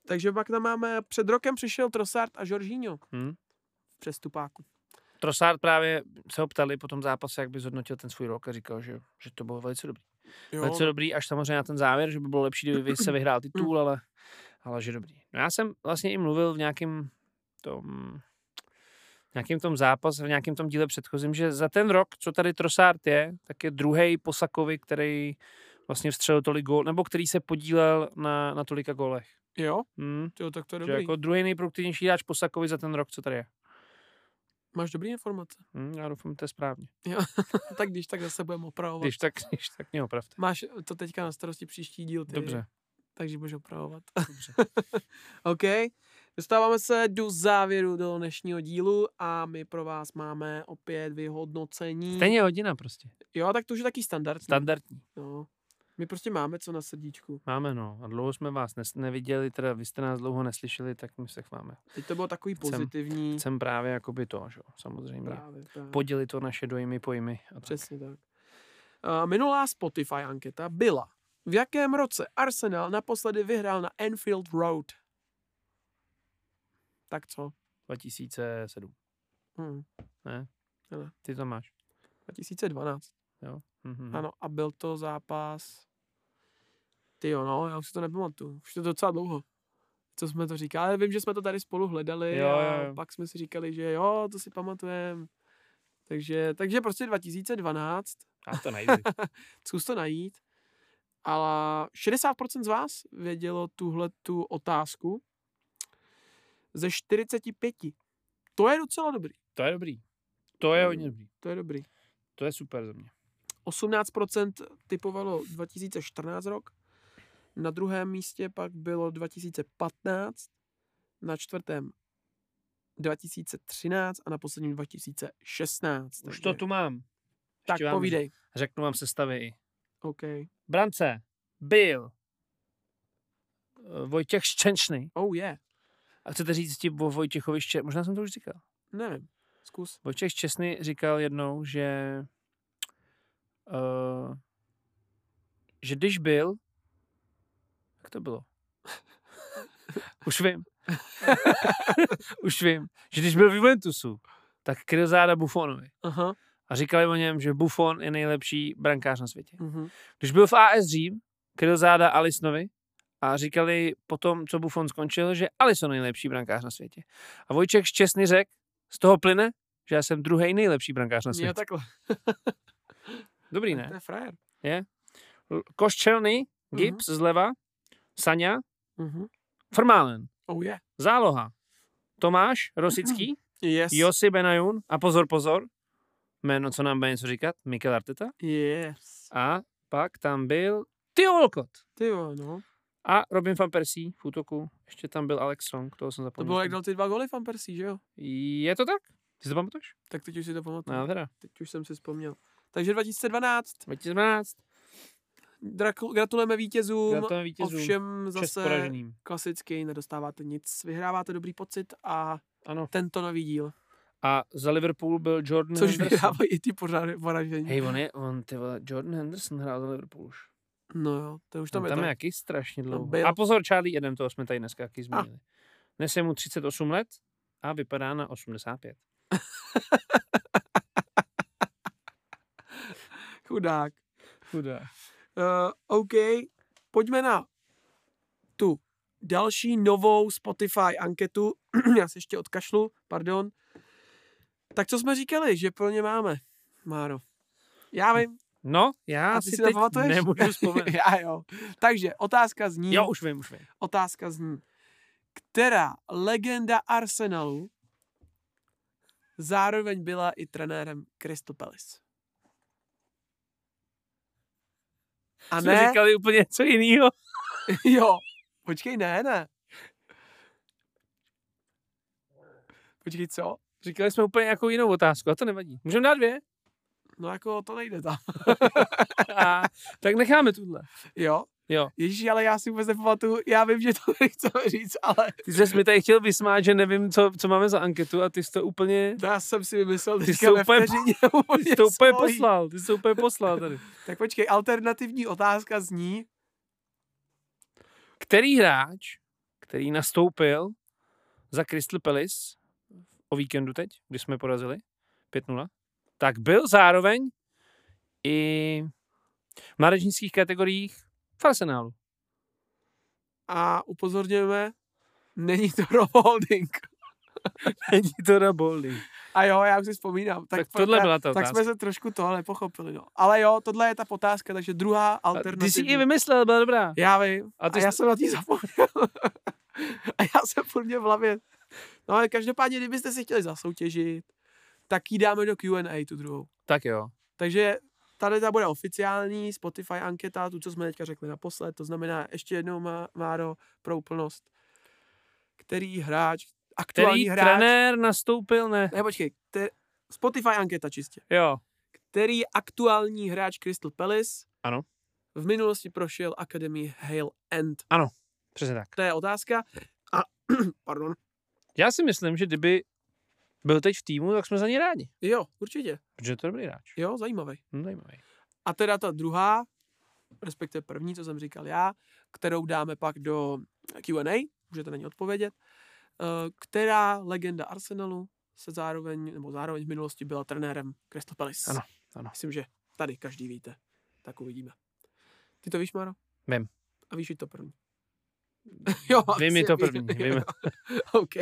S1: Takže pak tam máme, před rokem přišel Trossard a Jorginho
S2: Hm?
S1: v přestupáku.
S2: Trossard právě se ho ptali po tom zápase, jak by zhodnotil ten svůj rok a říkal, že, že to bylo velice dobrý. Jo.
S1: no.
S2: Velice dobrý, až samozřejmě na ten závěr, že by bylo lepší, kdyby se vyhrál titul, ale, ale že dobrý. No já jsem vlastně i mluvil v nějakém tom, v nějakém tom zápase, v nějakém tom díle předchozím, že za ten rok, co tady Trossard je, tak je druhý Posakovi, který vlastně vstřelil tolik gól, nebo který se podílel na, na tolika gólech.
S1: jo,
S2: Hmm.
S1: jo, tak to je
S2: Že
S1: dobrý.
S2: jako druhý nejproduktivnější hráč Posakovi za ten rok, co tady je.
S1: Máš dobrý informace. No
S2: Hmm, já doufám, že to je správně.
S1: tak když tak zase budeme opravovat.
S2: Když tak, když tak mě opravte.
S1: Máš to teďka na starosti příští díl, ty,
S2: Dobře,
S1: takže budeš opravovat.
S2: dobře.
S1: OK, dostáváme se do závěru do dnešního dílu a my pro vás máme opět vyhodnocení.
S2: Stejně hodina prostě.
S1: Jo, tak to už je taky standard.
S2: Standardní.
S1: No. My prostě máme co na srdíčku.
S2: Máme no. A dlouho jsme vás nes- neviděli, teda vy jste nás dlouho neslyšeli, tak my se chváme.
S1: Teď to bylo takový
S2: Chcem-
S1: pozitivní.
S2: Chcem právě jakoby to, že? jo, samozřejmě.
S1: Hmm. Právě, právě.
S2: Podělit to naše dojmy, pojmy. A tak.
S1: Přesně tak. A Minulá Spotify anketa byla, v jakém roce Arsenal naposledy vyhrál na Anfield Road? Tak co?
S2: 2007.
S1: Hmm.
S2: Ty to máš.
S1: 2012.
S2: Jo? Mhm.
S1: Ano, a byl to zápas... Ty jo, no, já už si to nepamatuju. Už je to docela dlouho. Co jsme to říkali? Ale vím, že jsme to tady spolu hledali
S2: Jo,
S1: a
S2: jo, jo.
S1: pak jsme si říkali, že jo, to si pamatujeme. Takže, takže prostě 2012
S2: Já to najdu.
S1: zkus to najít. A 60% z vás vědělo tuhle tu otázku ze 45. To je docela dobrý.
S2: to je dobrý. To je hodně dobrý.
S1: To je dobrý.
S2: To je super za mě.
S1: 18% typovalo 2014 rok. Na druhém místě pak bylo 2015. Na čtvrtém 2013 a na posledním 2016.
S2: Už
S1: Takže-
S2: to tu mám.
S1: Tak
S2: Ještě vám
S1: povídej.
S2: Řeknu vám sestavy i.
S1: OK.
S2: Brance byl eh, Vojtěch Ščenčný.
S1: Oh yeah.
S2: A chcete říct ti o Vojtěchovi Šče... Možná jsem to už říkal.
S1: Nevím. Zkus.
S2: Vojtěch Česný říkal jednou, že uh, že když byl jak to bylo? Už vím. Už vím. Že když byl v Juventusu, tak kryl záda Buffonovi.
S1: Aha.
S2: A říkali o něm, že Buffon je nejlepší brankář na světě.
S1: Mhm.
S2: Když byl v AS Řím, kryl záda Alisonovi a říkali potom, co Buffon skončil, že Alison je nejlepší brankář na světě. A Vojček šťastný řekl, z toho plyne, že já jsem druhý nejlepší brankář na
S1: Jo,
S2: světě.
S1: takhle.
S2: Dobrý,
S1: To
S2: ne?
S1: je frajer.
S2: L- Koščelný, Gibbs zleva, Saňa,
S1: Mhm.
S2: Formálen,
S1: Oh yeah.
S2: záloha, Tomáš, Rosický,
S1: Mhm. Yes.
S2: Josi Benajun a pozor, pozor, jméno, co nám bude něco říkat, Mikel Arteta
S1: Yes.
S2: a pak tam byl Tio Olkot.
S1: Ty jo, no.
S2: A Robin van Persie v útoku. Ještě tam byl Alex Song, toho
S1: To
S2: jsem zapomněl.
S1: bylo, jak dal ty dva goly Van Persie, že jo?
S2: Je to tak? Ty si to pamatuješ?
S1: Tak teď už si to pamatuju.
S2: No, teda.
S1: Teď už jsem si vzpomněl. Takže 2012.
S2: 2012.
S1: Drakul- gratulujeme vítězům.
S2: Gratulujeme vítězům.
S1: Um, Ovšem
S2: Čest
S1: zase
S2: poraženým.
S1: klasicky nedostáváte nic. Vyhráváte dobrý pocit a
S2: Ano,
S1: tento nový díl
S2: A za Liverpool byl Jordan
S1: Což
S2: Henderson.
S1: vyhrávají i ty pořád poražení.
S2: No, Hej, on je, on, ty vole, Jordan Henderson hrál za Liverpool už.
S1: No jo, to už
S2: Tam,
S1: tam,
S2: tam je jaký strašně dlouho.
S1: byl.
S2: A pozor, Charlie jeden, toho jsme tady dneska jaký zmínili. Dnes je mu 38 let a vypadá na 85.
S1: Chudák.
S2: Chudá.
S1: Uh, OK, pojďme na tu další novou Spotify anketu. Já se ještě odkašlu, pardon. Tak co jsme říkali, že pro ně máme, Máro? Já vím,
S2: No, já
S1: A ty
S2: si,
S1: si
S2: teď
S1: nepamatuješ?
S2: nemůžu vzpomenout.
S1: já jo. Takže otázka zní,
S2: jo, už vím, už vím.
S1: otázka zní, která legenda Arsenalu zároveň byla i trenérem Kristopelis? A
S2: Jsme
S1: ne,
S2: říkali úplně něco jiného.
S1: Jo. Počkej, ne, ne. Počkej, co?
S2: Říkali jsme úplně nějakou jinou otázku a to nevadí. Můžeme dát dvě?
S1: No jako to nejde tam.
S2: A, tak necháme tuhle.
S1: Jo?
S2: Jo.
S1: Ježíš, ale já si vůbec nepamatuju, já vím, že to nechceme říct, ale
S2: Ty jsi mi tady chtěl vysmát, že nevím, co, co máme za anketu a ty jsi to úplně,
S1: já jsem si vymyslel
S2: Ty
S1: teďka
S2: jsi
S1: ve
S2: úplně-
S1: vteřině.
S2: ty jsi to úplně
S1: svojí.
S2: poslal. Ty jsi to úplně poslal tady.
S1: Tak počkej, alternativní otázka zní,
S2: Který hráč, který nastoupil za Crystal Palace o víkendu teď, kdy jsme porazili 5-0, tak byl zároveň i v mládežnických kategoriích v Arsenálu.
S1: a upozorňujeme, není to Roholding.
S2: Není to na boli.
S1: A jo, já už si vzpomínám.
S2: Tak,
S1: Tak,
S2: tak tohle
S1: já-
S2: byla ta
S1: Tak
S2: otázka.
S1: jsme se trošku toho nepochopili, no. Ale jo, tohle je ta otázka, takže druhá
S2: A Ty jsi
S1: alternativní.
S2: ji vymyslel, byla dobrá.
S1: Já vím.
S2: A
S1: A,
S2: ty
S1: já
S2: jsi-
S1: jsem na ní zapomněl. a já jsem furt měl v hlavě. No ale každopádně, kdybyste si chtěli zasoutěžit, tak ji dáme do Q&A, tu druhou.
S2: Tak jo.
S1: Takže tady ta bude oficiální Spotify anketa, tu, co jsme teďka řekli naposled, to znamená ještě jednou, má, Máro, pro úplnost, který hráč, aktuální
S2: Který
S1: hráč,
S2: trenér nastoupil, ne?
S1: ne, počkej, te, Spotify anketa čistě,
S2: Jo.
S1: který aktuální hráč Crystal Palace
S2: Ano.
S1: v minulosti prošel akademii Hale End.
S2: Přesně tak.
S1: To je otázka. A, pardon.
S2: Já si myslím, že kdyby byl teď v týmu, tak jsme za ně rádi.
S1: Jo, určitě.
S2: Protože to je dobrý hráč.
S1: Jo, zajímavý.
S2: No, zajímavý.
S1: A teda ta druhá, respektive první, co jsem říkal já, kterou dáme pak do Q&A, můžete na ní odpovědět, eh, která legenda Arsenalu se zároveň, nebo zároveň v minulosti byla trenérem Crystal Palace.
S2: Ano, ano.
S1: Myslím, že tady každý víte. Tak uvidíme. Ty to víš, Maro?
S2: Vím.
S1: A víš i to první. jo,
S2: Vím je
S1: asi
S2: to
S1: víš.
S2: první. Vím je
S1: OK.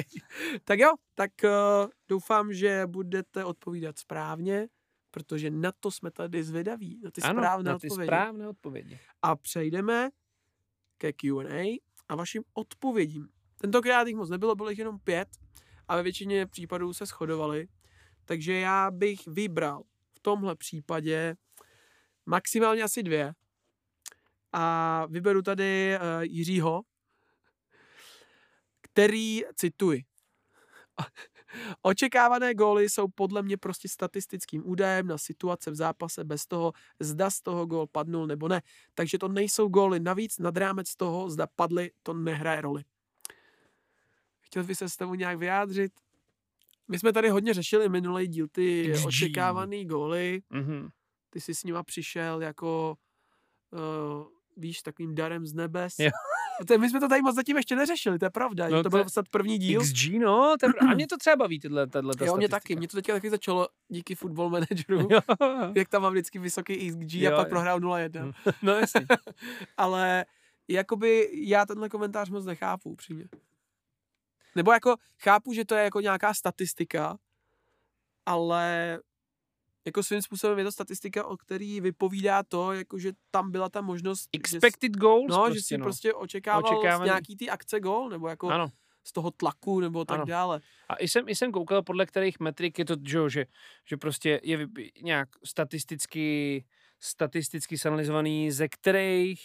S1: Tak jo, tak uh, doufám, že budete odpovídat správně, protože na to jsme tady zvědaví, na ty ano, správné
S2: na ty
S1: odpovědi.
S2: správné odpovědi.
S1: A přejdeme ke Q&A a vašim odpovědím. Tentokrát jich moc nebylo, bylo jich jenom pět a ve většině případů se shodovaly, takže já bych vybral v tomhle případě maximálně asi dvě a vyberu tady uh, Jiřího, který, cituji, Očekávané góly jsou podle mě prostě statistickým údajem na situace v zápase bez toho, zda z toho gól padnul nebo ne. Takže to nejsou góly. Navíc nad rámec toho, zda padly, to nehraje roli. Chtěl bych se s tomu nějak vyjádřit? My jsme tady hodně řešili minulý díl ty
S2: XG.
S1: očekávané góly.
S2: Mhm.
S1: Ty jsi s nima přišel jako, uh, víš, takovým darem z nebes.
S2: Jo.
S1: Protože My jsme to tady moc zatím ještě neřešili, to je pravda.
S2: No
S1: No to,
S2: to-
S1: to byl snad první díl.
S2: XG, no, to je pr- a mě to třeba baví, tyhle, tato
S1: Jo, mě taky. Mě to teďka taky začalo díky football manageru, jak tam mám vždycky vysoký XG
S2: Jo,
S1: a pak
S2: jo.
S1: prohrál 0-1.
S2: Hm. no jasně.
S1: Ale jakoby já tenhle komentář moc nechápu upřímně. Nebo jako chápu, že to je jako nějaká statistika, ale jako svým způsobem je to statistika, o který vypovídá to, jako že tam byla ta možnost, že,
S2: Expected goals
S1: s- no,
S2: prostě,
S1: že si
S2: no.
S1: prostě očekával
S2: Očekávaný.
S1: z nějaký ty akce gol, nebo jako ano.
S2: Ano.
S1: z toho tlaku, nebo tak
S2: Ano.
S1: ano. dále.
S2: A i jsem, i jsem koukal, podle kterých metrik je to, že, jo, že, že prostě je vy- nějak statisticky, statisticky sanalizovaný, ze kterých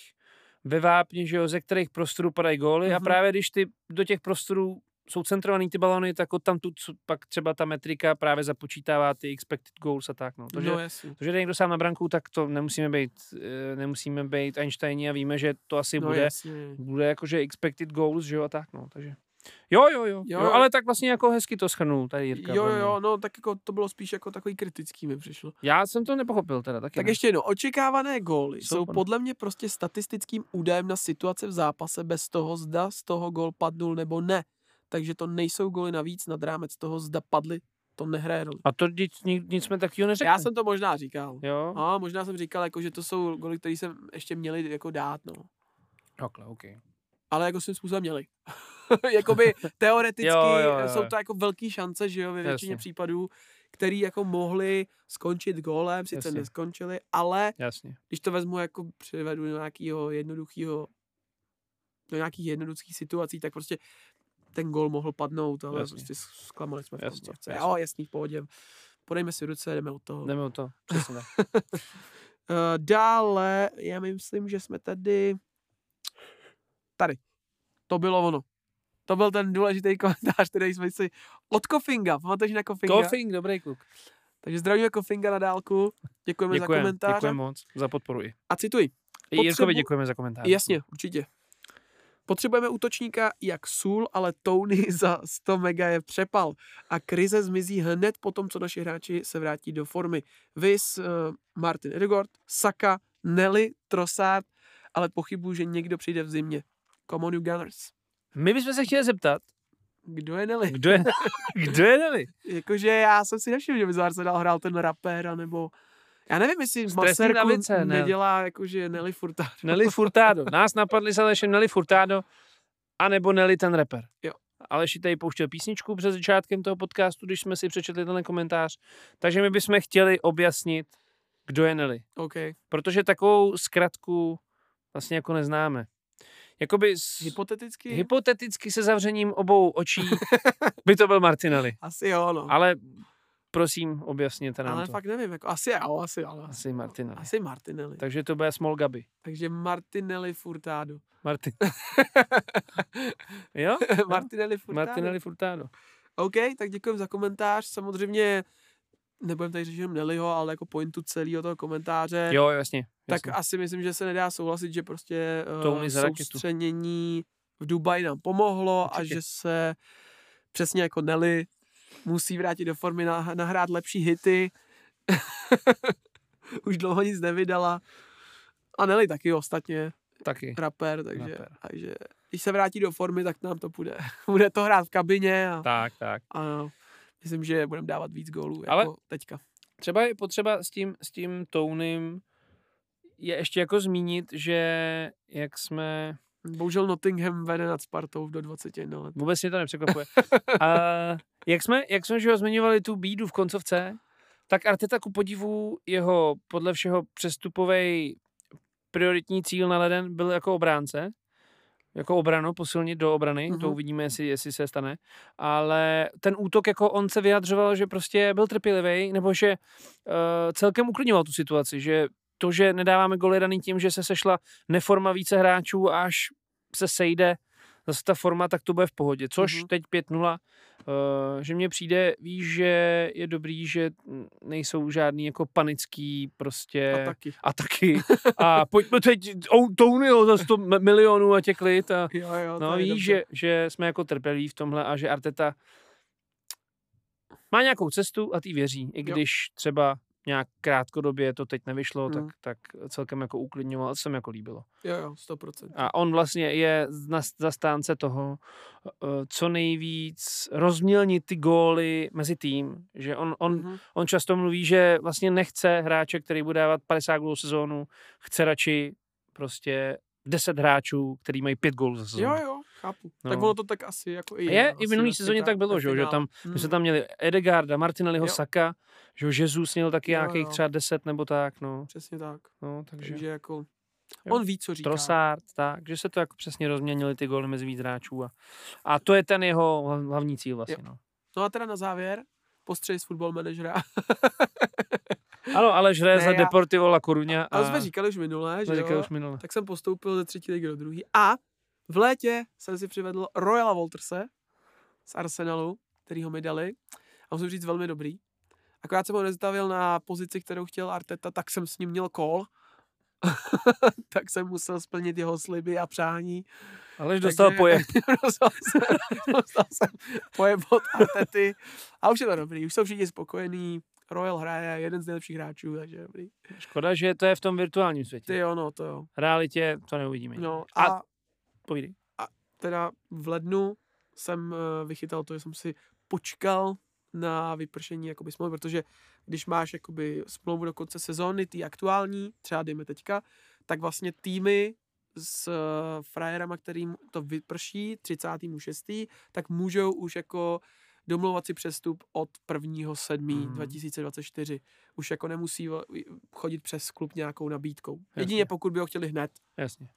S2: ve vápně, že jo, ze kterých prostorů padají góly a
S1: Mhm.
S2: právě když ty do těch prostorů jsou centrovaný ty balony, tak od tam tu, pak třeba ta metrika právě započítává ty expected goals a tak. No. To, že,
S1: no jasně.
S2: To, že jde někdo sám na branku, tak to nemusíme být, eh, nemusíme být Einsteini a víme, že to asi
S1: No
S2: bude,
S1: jasně.
S2: bude jakože expected goals, že jo, a tak, no, takže Jo, jo, jo,
S1: Jo,
S2: jo,
S1: jo.
S2: jo. ale tak vlastně jako hezky to schrnul tady Jirka.
S1: Jo,
S2: pro
S1: jo,
S2: mě.
S1: jo, no tak jako to bylo spíš jako takový kritický mi přišlo.
S2: Já jsem to nepochopil teda taky. no.
S1: Tak
S2: ne.
S1: ještě jedno, očekávané góly jsou,
S2: Jsou
S1: jsou
S2: podle-
S1: podle mě prostě statistickým údajem na situace v zápase bez toho, zda z toho gól padnul nebo ne. Takže to nejsou góly navíc nad rámec toho, zda padly, to nehraje roli.
S2: A to nic, nic, nic jsme takového neřekli.
S1: Já jsem No. to možná říkal.
S2: Jo,
S1: A možná jsem říkal, jako, že to jsou góly, které jsem ještě měli jako dát, no.
S2: takhle, OK.
S1: Ale jako svým způsobem měli. Jakoby teoreticky
S2: Jo, jo, jo,
S1: jsou
S2: jo.
S1: to jako velké šance, že jo, ve většině
S2: Jasně.
S1: případů, který jako mohli skončit gólem, sice
S2: Jasně.
S1: neskončili, ale
S2: Jasně.
S1: když to vezmu jako přivedu do nějakého jednoduchého do nějakých jednoduchých situací, tak prostě ten gol mohl padnout, ale jasný.
S2: Jasně.
S1: prostě zklamali jsme v
S2: Jasně,
S1: tom jasný.
S2: jasně.
S1: Jo, jasný, v pohodě. Podejme si ruce, jdeme od toho. Uh,
S2: Jdeme o to. Přesně tak.
S1: dále, já myslím, že jsme tady... Tady. To bylo ono. To byl ten důležitý komentář, který jsme si od Kofinga. Pamatuješ na Kofinga?
S2: Kofing, dobrý kluk.
S1: Takže zdravíme Kofinga na dálku. Děkujeme za
S2: Děkujeme,
S1: komentáře.
S2: děkujeme moc za podporu. I
S1: A cituji.
S2: Potřebu...
S1: Potřebu-
S2: Jirkovi děkujeme za komentář.
S1: Jasně, určitě. Potřebujeme útočníka jak Sůl, ale Tony za 100 mega je přepal a krize zmizí hned po tom, co naši hráči se vrátí do formy. Vys, eh, Martin Edegord, Saka, Nelly, Trossard, ale pochybuju, že někdo přijde v zimě. Come on you Gunners.
S2: My bychom se chtěli zeptat,
S1: Kdo je Nelly?
S2: kdo je, kdo je Nelly?
S1: Jakože já jsem si nevšiml, že by za Arsenal hrál ten rapper, anebo... Já nevím, jestli
S2: Stresný
S1: Maserku
S2: lavice, ne.
S1: nedělá jakože Nelly Furtado.
S2: Nelly Furtado. Nás napadli s Alešem Nelly Furtado a nebo Nelly ten reper.
S1: Jo.
S2: Aleši tady pouštěl písničku před začátkem toho podcastu, když jsme si přečetli ten komentář. Takže my bychom chtěli objasnit, kdo je Nelly.
S1: OK.
S2: Protože takovou zkratku vlastně jako neznáme. Jakoby s,
S1: Hypoteticky?
S2: hypoteticky se zavřením obou očí by to byl Martinelli.
S1: Asi jo, no.
S2: Ale prosím, objasněte nám
S1: Ale
S2: to.
S1: fakt nevím, jako asi jo, asi, ale asi,
S2: Asi Martinelli.
S1: asi Martinelli. Tak.
S2: Takže to bude Small Gaby.
S1: Takže Martinelli Furtado.
S2: Martin. jo?
S1: Martinelli Furtado.
S2: Martinelli Furtado.
S1: OK, tak děkujem za komentář. Samozřejmě nebudem tady řešit jenom Nellyho, ale jako pointu celého toho komentáře.
S2: Jo, jasně.
S1: tak
S2: jasně.
S1: asi myslím, že se nedá souhlasit, že prostě eh,
S2: To umí za raketu.
S1: soustředění v Dubaji nám pomohlo Určitě. a
S2: Určitě.
S1: že se přesně jako Nelly musí vrátit do formy, nah- nahrát lepší hity. Už dlouho nic nevydala. A Nelly taky ostatně.
S2: Taky.
S1: Rapper, takže,
S2: Rapper.
S1: takže když se vrátí do formy, tak nám to půjde. Bude to hrát v kabině a,
S2: Tak, tak.
S1: a myslím, že budeme dávat víc gólů jako
S2: Ale-
S1: teďka.
S2: Třeba je potřeba s tím, s tím Tounem je ještě jako zmínit, že jak jsme...
S1: Bohužel Nottingham vede nad Spartou do 21 let.
S2: Vůbec mě to nepřekvapuje. A jak jsme, jak jsme že ho zmiňovali tu bídu v koncovce, tak Arteta ku podivu jeho podle všeho přestupový prioritní cíl na leden byl jako obránce, jako obranu, posilnit do obrany, mm-hmm. to
S1: Mhm.
S2: uvidíme, jestli, jestli se stane, ale ten útok, jako on se vyjadřoval, že prostě byl trpělivý, nebo že uh, celkem uklidňoval tu situaci, že to, že nedáváme goly je daný tím, že se sešla neforma více hráčů a až se sejde zase ta forma, tak to bude v pohodě, což
S1: Mhm.
S2: mm-hmm. teď 5-0 Eh, že mně přijde, víš, že je dobrý, že mm, nejsou žádný jako panický prostě
S1: A taky.
S2: ataky. A pojďme teď, ou- Tounio za 100 m- milionů a tě klid. A,
S1: Jo, jo, to
S2: no
S1: je
S2: víš,
S1: dobře.
S2: že, že jsme jako trpěliví v tomhle a že Arteta má nějakou cestu a ty věří. I
S1: Jo.
S2: když třeba nějak krátkodobě to teď nevyšlo,
S1: Mm.
S2: tak, tak celkem jako uklidňoval, a to se mi jako líbilo.
S1: Jo, jo, 100%.
S2: A on vlastně je zna- zastánce toho, eh, co nejvíc rozmělnit ty góly mezi tým. Že on, on,
S1: Mhm.
S2: on často mluví, že vlastně nechce hráče, který bude dávat 50 gólů sezónu, chce radši prostě 10 hráčů, který mají 5 gólů za sezónu.
S1: Jo, jo, chápu. No. Tak
S2: No.
S1: ono to tak asi jako i
S2: Je,
S1: asi
S2: i v minulý
S1: ve
S2: sezóně
S1: finále-
S2: tak bylo,
S1: ve
S2: že jo, že
S1: finále.
S2: tam,
S1: Hmm.
S2: my jsme tam měli Edegarda, Martinelliho,
S1: Jo.
S2: Saka, že jo, Jesus měl taky
S1: Jo,
S2: nějakých
S1: jo.
S2: třeba 10 nebo tak, no,
S1: Přesně tak.
S2: no takže.
S1: Takže jako...
S2: Jo.
S1: On ví, co říká.
S2: Trossard, tak, že se to jako přesně rozměnili ty góly mezi víc hráčů a, a to je ten jeho hla- hlavní cíl vlastně. No.
S1: No a teda na závěr, postřej z football manažera.
S2: Ano, ale
S1: Ne,
S2: hraje za
S1: já-
S2: Deportivo La Coruña
S1: A to
S2: a
S1: jsme říkali už minule,
S2: jsme
S1: že
S2: říkali
S1: jo?
S2: už minule.
S1: tak jsem postoupil ze třetí ligy do druhý a v létě jsem si přivedl Royala Walterse z Arsenalu, který ho mi dali a musím říct velmi dobrý. Akorát jsem ho nezdavil na pozici, kterou chtěl Arteta, tak jsem s ním měl kol tak jsem musel splnit jeho sliby a přání.
S2: Alež dostal pojem.
S1: dostal, jsem, dostal jsem pojem od Artety. A už je to dobrý, už jsou všichni spokojení. Royal hraje, jeden z nejlepších hráčů, takže dobrý.
S2: Škoda, že to je v tom virtuálním světě.
S1: Ty jo, no to jo.
S2: V realitě to neuvidíme.
S1: No,
S2: A-
S1: a
S2: Povídej.
S1: teda v lednu jsem eh, vychytal to, že jsem si počkal na vypršení jakoby smlouvy, protože když máš jakoby smlouvu do konce sezóny, ty aktuální, třeba dejme teďka, tak vlastně týmy s eh, frajerama, kterým to vyprší 36. tak můžou už jako domlouvat si přestup od 1. 7.
S2: Mhm.
S1: 2024. Už jako nemusí eh, chodit přes klub nějakou nabídkou.
S2: Jasně.
S1: Jedině pokud by ho chtěli hned,
S2: Jasně.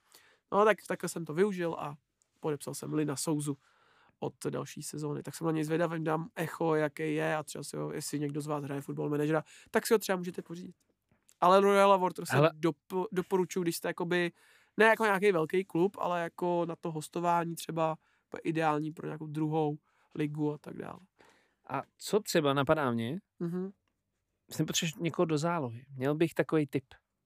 S1: No tak takhle jsem to využil a podepsal jsem Lina Souzu od další sezóny. Tak jsem na něj zvědavý, dám echo, jaké je a třeba si ho, jestli někdo z vás hraje fotbal manažera, tak si ho třeba můžete pořídit. Ale Royal Water se
S2: Hele.
S1: dop- doporučuji, když jste jakoby, ne jako nějaký velký klub, ale jako na to hostování třeba úplně ideální pro nějakou druhou ligu a tak dále.
S2: A co třeba napadá mě,
S1: Mhm.
S2: jsem potřebuješ někoho do zálohy. Měl bych takový typ.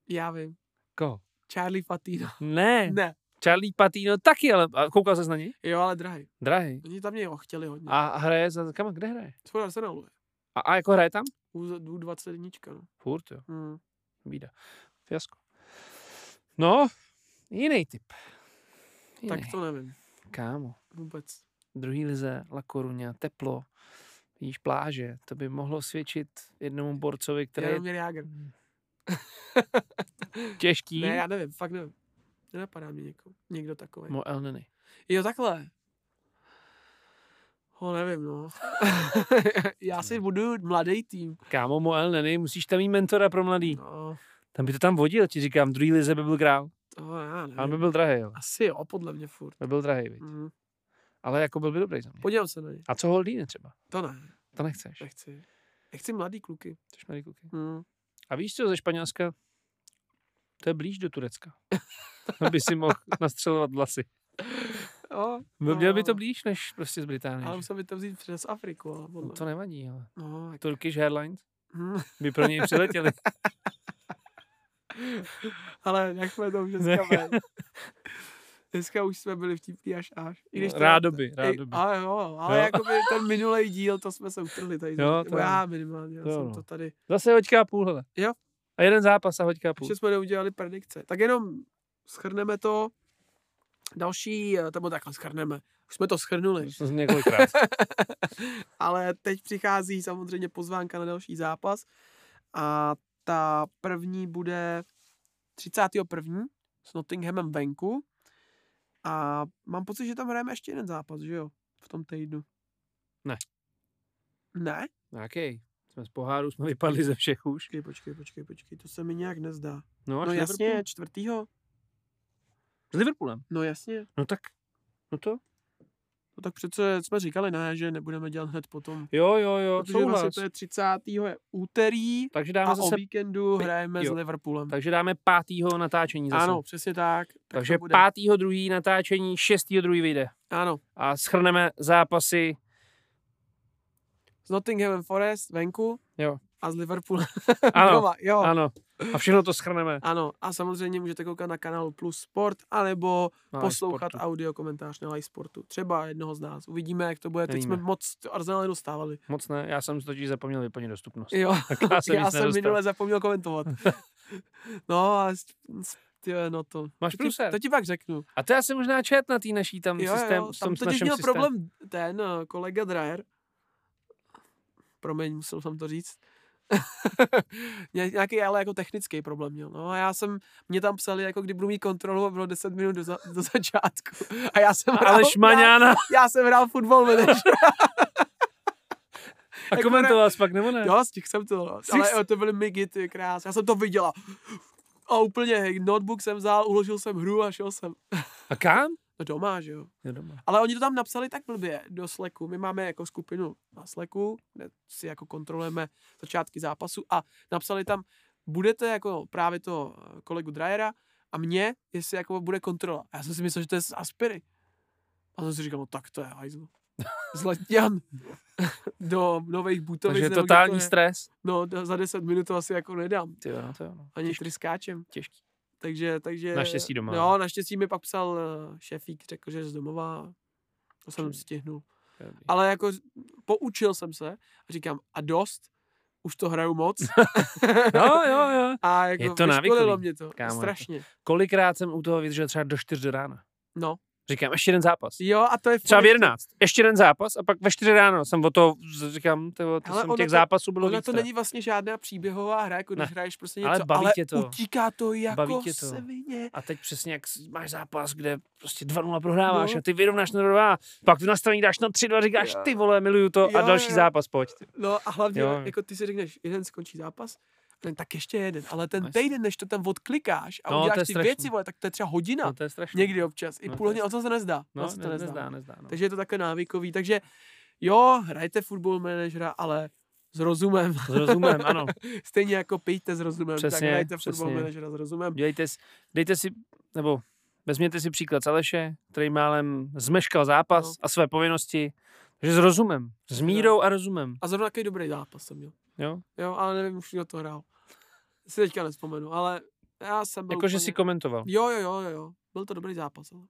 S1: Já vím.
S2: Ko?
S1: Charlie Patino.
S2: Ne.
S1: Ne.
S2: Charlie Patino taky, ale a koukal se na něj?
S1: Jo, ale drahý.
S2: Drahý.
S1: Oni tam mě ho chtěli hodně.
S2: A hraje za kam? Kde hraje?
S1: Spod Arsenalu je.
S2: A, a jako hraje tam?
S1: U 21. No.
S2: Furt, jo.
S1: Hmm.
S2: Bída. Fiasko. No, jiný typ. Jiný.
S1: Tak to nevím.
S2: Kámo.
S1: Vůbec.
S2: Druhý lize, La Coruña, teplo, víš, pláže. To by mohlo svědčit jednomu borcovi, který je
S1: Jaromír Jágr.
S2: těžký.
S1: Ne, já nevím, fakt nevím. Nenapadá mě něko, někdo takový.
S2: Mo El Neny.
S1: Jo, takhle. Ho nevím, no. já si budu mladý tým.
S2: Kámo, Mo El Neny, musíš tam mít mentora pro mladý.
S1: No,
S2: Tam by to tam vodil, ti říkám, druhý lize by byl král.
S1: to já
S2: Ale by
S1: nevím.
S2: byl drahý, jo.
S1: Asi jo, podle mě furt.
S2: By byl drahý, viď.
S1: Mm.
S2: Ale jako byl by dobrý za mě.
S1: Podívám se na ně.
S2: A co Holdíne třeba?
S1: To ne,
S2: To nechceš.
S1: nechci. Nechci mladý kluky.
S2: Chceš mladý kluky.
S1: Mm.
S2: A víš co, ze Španělska? To je blíž do Turecka. Aby si mohl nastřelovat vlasy.
S1: Jo,
S2: Byl- Měl by to
S1: no,
S2: blíž než prostě z Británie.
S1: Ale
S2: že?
S1: musel by to vzít přes Afriku, ale podle
S2: No to nevadí, ale.
S1: No, tak...
S2: Turkish Airlines
S1: mm.
S2: by pro něj přiletěli.
S1: Ale jak jsme to už dneska byli. Dneska už jsme byli vtipní až až. I když to-
S2: rádoby,
S1: Ej,
S2: rádoby.
S1: Ale jo, ale
S2: Jo.
S1: jo. jakoby ten minulý díl, to jsme se utrhli tady.
S2: Jo,
S1: Jo,
S2: to
S1: to
S2: jo.
S1: já minimálně, já
S2: To jo,
S1: jsem
S2: no.
S1: to tady.
S2: Zase hoďka a půl, hele.
S1: Jo.
S2: A jeden zápas a hoďka a půl.
S1: Ještě jsme neudělali predikce. Tak jenom schrneme to. Další, eh, to bylo takhle schrneme. Už jsme to schrnuli.
S2: To jsem několikrát.
S1: Ale teď přichází samozřejmě pozvánka na další zápas. A ta první bude 31. s Nottinghamem venku. A mám pocit, že tam hrajeme ještě jeden zápas, že jo? V tom týdnu.
S2: Ne.
S1: Ne?
S2: Jaký? Jsme z poháru, jsme vypadli ze všech už.
S1: Počkej, počkej, počkej, počkej, to se mi nějak nezdá.
S2: No, až
S1: no
S2: Liverpool.
S1: jasně, čtvrtýho.
S2: S Liverpoolem.
S1: No jasně.
S2: No tak, no to.
S1: No tak přece jsme říkali, ne, že nebudeme dělat hned potom.
S2: Jo, jo, jo,
S1: Protože vlastně to je 30. je úterý
S2: Takže
S1: a
S2: dáme
S1: o
S2: zase,
S1: víkendu
S2: pi-
S1: hrajeme
S2: jo.
S1: s Liverpoolem.
S2: takže dáme pátýho natáčení zase.
S1: Ano, přesně tak. tak to
S2: takže
S1: bude.
S2: pátýho druhý natáčení, šestýho druhý vyjde.
S1: Ano,
S2: A schrneme zápasy.
S1: s Nottingham Forest venku
S2: Jo.
S1: a s Liverpoolem
S2: Ano,
S1: doma. Jo. Ano.
S2: ano. A všechno to schrneme.
S1: ano. A samozřejmě můžete koukat na kanál Plus Sport, anebo
S2: Na
S1: poslouchat
S2: iSportu.
S1: audio komentář na Live Sportu. Třeba jednoho z nás. Uvidíme, jak to bude. Teď
S2: Nevíme.
S1: jsme moc Arsenal dostávali.
S2: Moc ne, já jsem totiž zapomněl vyplnit dostupnost.
S1: Jo.
S2: Tak já jsem,
S1: Já
S2: Prostě nic
S1: jsem
S2: nedostal.
S1: minule zapomněl komentovat. No a s- s- ty, jo, no to.
S2: Máš
S1: to ti,
S2: průser.
S1: to ti pak řeknu.
S2: A to já jsem možná čet na té naší tam
S1: Jo,
S2: systém,
S1: jo,
S2: v tom
S1: tam totiž
S2: našem
S1: měl
S2: systému.
S1: problém ten eh, kolega Dreyer. Promiň, musel jsem to říct. Ně- Nějaký ale jako technický problém měl. No a já jsem, mě tam psali, jako kdy budu mít kontrolu a bylo 10 minut do, za, do začátku. A já jsem
S2: Ale Šmaňána
S1: já, já jsem hrál fotbal manager.
S2: a
S1: jako
S2: komentoval jsi pak, nebo ne?
S1: Jo, stihl jsem to. No.
S2: Stihl
S1: Ale
S2: jsi-
S1: jo, to byly migy, ty krás. Já jsem to viděla. A úplně, hej, notebook jsem vzal, uložil jsem hru a šel jsem.
S2: A kam?
S1: No doma, že jo.
S2: Jo, doma.
S1: Ale oni to tam napsali tak blbě do Slacku. My máme jako skupinu na Slacku, kde si jako kontrolujeme začátky zápasu a napsali tam, budete jako právě toho eh, kolegu Dryera a mě, jestli jako bude kontrola. A já jsem si myslel, že to je z Aspiry. A jsem si říkal, no tak to je hajzl. Zlatňan do nových butovic.
S2: Takže
S1: nebo kde
S2: totální
S1: to je.
S2: stres.
S1: No, d- za 10 minut to asi jako nedám.
S2: Ty jo, no to jo. No.
S1: Ani
S2: Těžký,
S1: triskáčem.
S2: těžký.
S1: Takže, takže...
S2: Naštěstí doma.
S1: Jo, naštěstí mi pak psal eh, šéfík, řekl, že je z domova. To jsem
S2: Čili-
S1: stihnul.
S2: Dobrý.
S1: Ale jako z- poučil jsem se a říkám, a dost, už to hraju moc.
S2: No, Jo, jo, jo.
S1: a jako
S2: Je
S1: vyškolilo
S2: to návykový,
S1: mě to.
S2: kámo, jako.
S1: strašně.
S2: Kolikrát jsem u toho vydržel třeba do 4 do rána.
S1: No.
S2: Říkám, ještě jeden zápas.
S1: Jo, a to je... v
S2: Třeba v
S1: pohodě.
S2: 11. Ještě jeden zápas a pak ve 4 ráno jsem o to, říkám, tyvo, to
S1: Hele,
S2: jsem
S1: ono
S2: těch
S1: to-
S2: zápasů bylo
S1: Ona
S2: víc.
S1: to
S2: teda.
S1: není vlastně žádná příběhová hra, jako když
S2: Ne.
S1: hraješ prostě něco,
S2: Ale
S1: ale,
S2: baví tě to.
S1: utíká to jako
S2: tě to.
S1: svině.
S2: A teď přesně jak s- máš zápas, kde prostě 2-0 prohráváš
S1: No.
S2: a ty vyrovnáš na 2, pak tu nastavení dáš na 3-2, říkáš
S1: Jo.
S2: ty vole, miluju to a
S1: Jo,
S2: další
S1: jo.
S2: zápas, pojď. ty.
S1: No a hlavně,
S2: Jo.
S1: jo. jako ty si řekneš, jeden skončí zápas, ten, tak ještě jeden, ale ten
S2: Jasně.
S1: týden, než to tam odklikáš a
S2: No, to je
S1: uděláš ty
S2: strašný.
S1: věci, vole, tak to je třeba hodina.
S2: No to je strašné.
S1: Někdy občas. I
S2: No, to
S1: půl
S2: je
S1: hodiny, o to se nezdá.
S2: No,
S1: to se
S2: ne,
S1: to
S2: nezdá,
S1: nezdá.
S2: nezdá, nezdá no.
S1: Takže je to takhle návykový. Takže jo, hrajte football manažera, ale s rozumem.
S2: S rozumem, ano.
S1: Stejně jako pijte s rozumem,
S2: Přesně,
S1: tak hrajte
S2: přesně.
S1: football manažera s rozumem.
S2: Dělejte, s- dejte si, nebo vezměte si příklad z Aleše, který málem zmeškal zápas
S1: No.
S2: a své povinnosti, že s rozumem, s mírou a rozumem.
S1: A zrovna takový dobrý zápas jsem měl.
S2: Jo?
S1: Jo, ale nevím, už kdo to hrál. Si teďka nespomenu, ale já jsem byl
S2: Jakože
S1: úplně...
S2: si komentoval.
S1: Jo, jo, jo, jo, jo. Byl to dobrý zápas, ale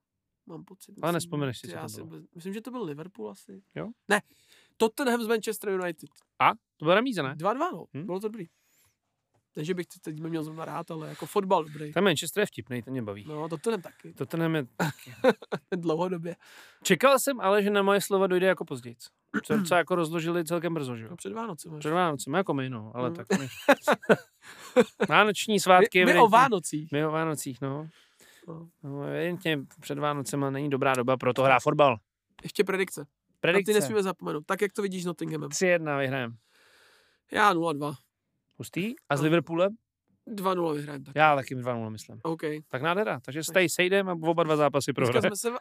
S1: mám pocit.
S2: jako. Ale nespomeneš si, co
S1: já
S2: to
S1: si
S2: bylo.
S1: vůbec- Myslím, že to byl Liverpool asi.
S2: Jo?
S1: Ne, Tottenham s Manchester United.
S2: To byla remíza, ne?
S1: 2-2, no.
S2: Hm?
S1: Bylo to dobrý. Ne, že bych to teď neměl zrovna rád, ale jako fotbal dobrý.
S2: Ten Manchester je vtipný, ten mě baví.
S1: No, Tottenham taky.
S2: To ten je...
S1: Dlouhodobě.
S2: Čekal jsem ale, že na moje slova dojde jako později. Co, co jako rozložili celkem brzo, že jo?
S1: No, před Vánocem. až.
S2: Před Vánocem, jako my, no, ale
S1: Mm.
S2: tak my. Vánoční
S1: my,
S2: svátky.
S1: my
S2: evidentně-
S1: o Vánocích.
S2: My o Vánocích, no.
S1: No.
S2: no evidentně před Vánocema není dobrá doba, proto hrá fotbal.
S1: Ještě predikce.
S2: Predikce.
S1: A ty nesmíme zapomenout. Tak, jak to vidíš s Nottinghamem.
S2: 3-1 vyhrajem.
S1: Já 0-2.
S2: Hustý. A s
S1: No.
S2: Liverpoolem?
S1: 2-0 vyhrajeme tak.
S2: Já taky 2-0 myslím.
S1: OK.
S2: Tak nádhera. Takže se tady sejdem a oba dva zápasy
S1: Dneska
S2: prohrajem.
S1: jsme se...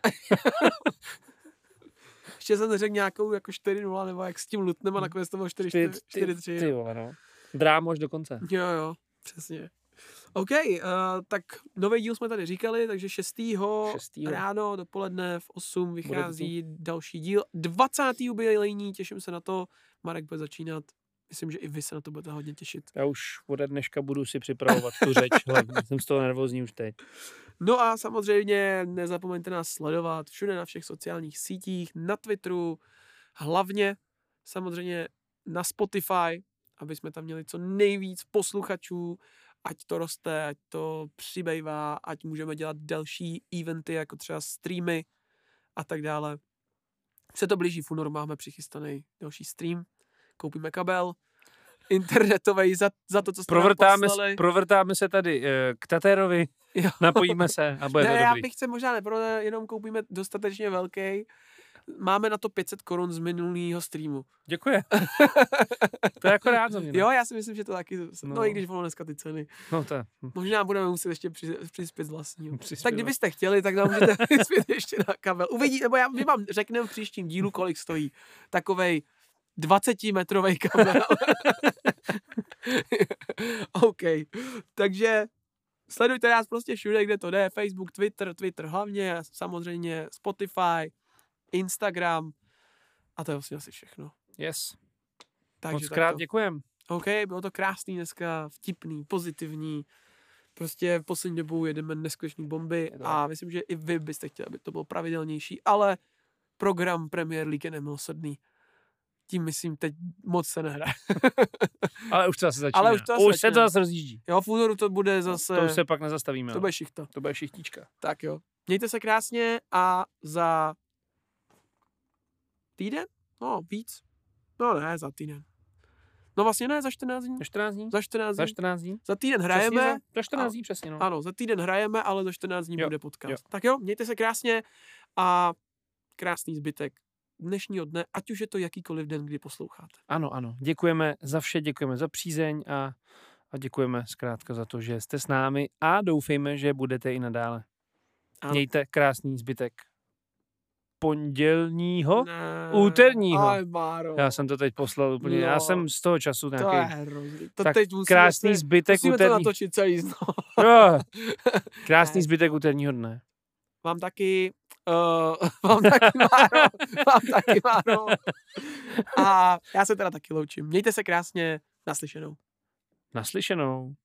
S1: Ještě jsem neřekl nějakou jako 4-0, nebo jak s tím Lutnem a nakonec to bylo 4-4, 4-3.
S2: Ty vole, no. Drámo až do konce.
S1: Jo, jo, přesně. OK, uh, tak nový díl jsme tady říkali, takže 6.
S2: 6.
S1: ráno, dopoledne v 8 vychází další díl. 20. jubilejní, těším se na to. Marek bude začínat. Myslím, že i vy se na to budete hodně těšit.
S2: Já už ode dneška budu si připravovat tu řeč. hlavně. Jsem z toho nervózní už teď.
S1: No a samozřejmě nezapomeňte nás sledovat všude na všech sociálních sítích, na Twitteru, hlavně samozřejmě na Spotify, aby jsme tam měli co nejvíc posluchačů, ať to roste, ať to přibývá, ať můžeme dělat další eventy, jako třeba streamy a tak dále. Už se to blíží, v únoru máme přichystaný další stream, koupíme kabel, internetový za, za to, co jste nám
S2: Provrtáme,
S1: poslali.
S2: s- provrtáme se tady eh, k Tatérovi,
S1: Jo.
S2: napojíme se a bude
S1: ne,
S2: to
S1: já
S2: dobrý.
S1: bych se možná neprodat, jenom koupíme dostatečně velký. Máme na to 500 korun z minulého streamu.
S2: Děkuji. to je jako rád za mě. no.
S1: Jo, já si myslím, že to taky, no,
S2: No.
S1: no i když bylo dneska ty ceny.
S2: No to je.
S1: Možná budeme muset ještě při, přispět z vlastního.
S2: Přispěvat.
S1: Tak kdybyste chtěli, tak nám můžete přispět ještě na kabel. Uvidí, nebo já, my vám řekneme v příštím dílu, kolik stojí takovej 20-metrový kabel. OK. Takže sledujte nás prostě všude, kde to jde. Facebook, Twitter, Twitter hlavně, samozřejmě Spotify, Instagram a to je vlastně asi všechno.
S2: Yes.
S1: Takže
S2: Moc
S1: takto.
S2: krát děkujem.
S1: OK, bylo to krásný dneska, vtipný, pozitivní. Prostě v poslední dobou jedeme neskutečný bomby
S2: Je to
S1: a myslím, že i vy byste chtěli, aby to bylo pravidelnější, ale program Premier League je nemilosrdný. Tím myslím, teď moc se nehraje.
S2: Ale už to zase začíná.
S1: Ale už to zase
S2: už se to
S1: začíná.
S2: zase rozjíždí.
S1: Jo, v únoru to bude zase...
S2: No, To už se pak nezastavíme.
S1: to
S2: no.
S1: bude šichta.
S2: to bude šichtička.
S1: Tak jo. Mějte se krásně a za týden? No, víc. No ne, za týden. No vlastně ne, za 14 dní.
S2: Za 14 dní?
S1: Za 14
S2: Za
S1: dní.
S2: 14 dní?
S1: Za týden
S2: Přesně
S1: hrajeme.
S2: za- Za 14 dní přesně, no.
S1: Ano, za týden hrajeme, ale za 14 dní
S2: Jo,
S1: jo. bude podcast.
S2: jo.
S1: Jo. Tak jo, mějte se krásně a krásný zbytek dnešního dne, ať už je to jakýkoliv den, kdy posloucháte.
S2: Ano, ano. Děkujeme za vše, děkujeme za přízeň a, a děkujeme zkrátka za to, že jste s námi a doufejme, že budete i nadále.
S1: Ano.
S2: Mějte krásný zbytek pondělního.
S1: Ne.
S2: Úterního.
S1: Aj, Máro.
S2: Já jsem to teď poslal úplně, já
S1: No.
S2: jsem z toho času
S1: to je
S2: nějaký
S1: hrozný. To
S2: tak
S1: teď musíme
S2: krásný
S1: se,
S2: zbytek
S1: musíme to
S2: úterní.
S1: natočit celý znovu.
S2: Jo. Krásný
S1: Ne.
S2: zbytek úterního dne.
S1: Mám taky, uh, mám taky Máro. mám taky Máro. A já se teda taky loučím. Mějte se krásně, naslyšenou.
S2: Naslyšenou.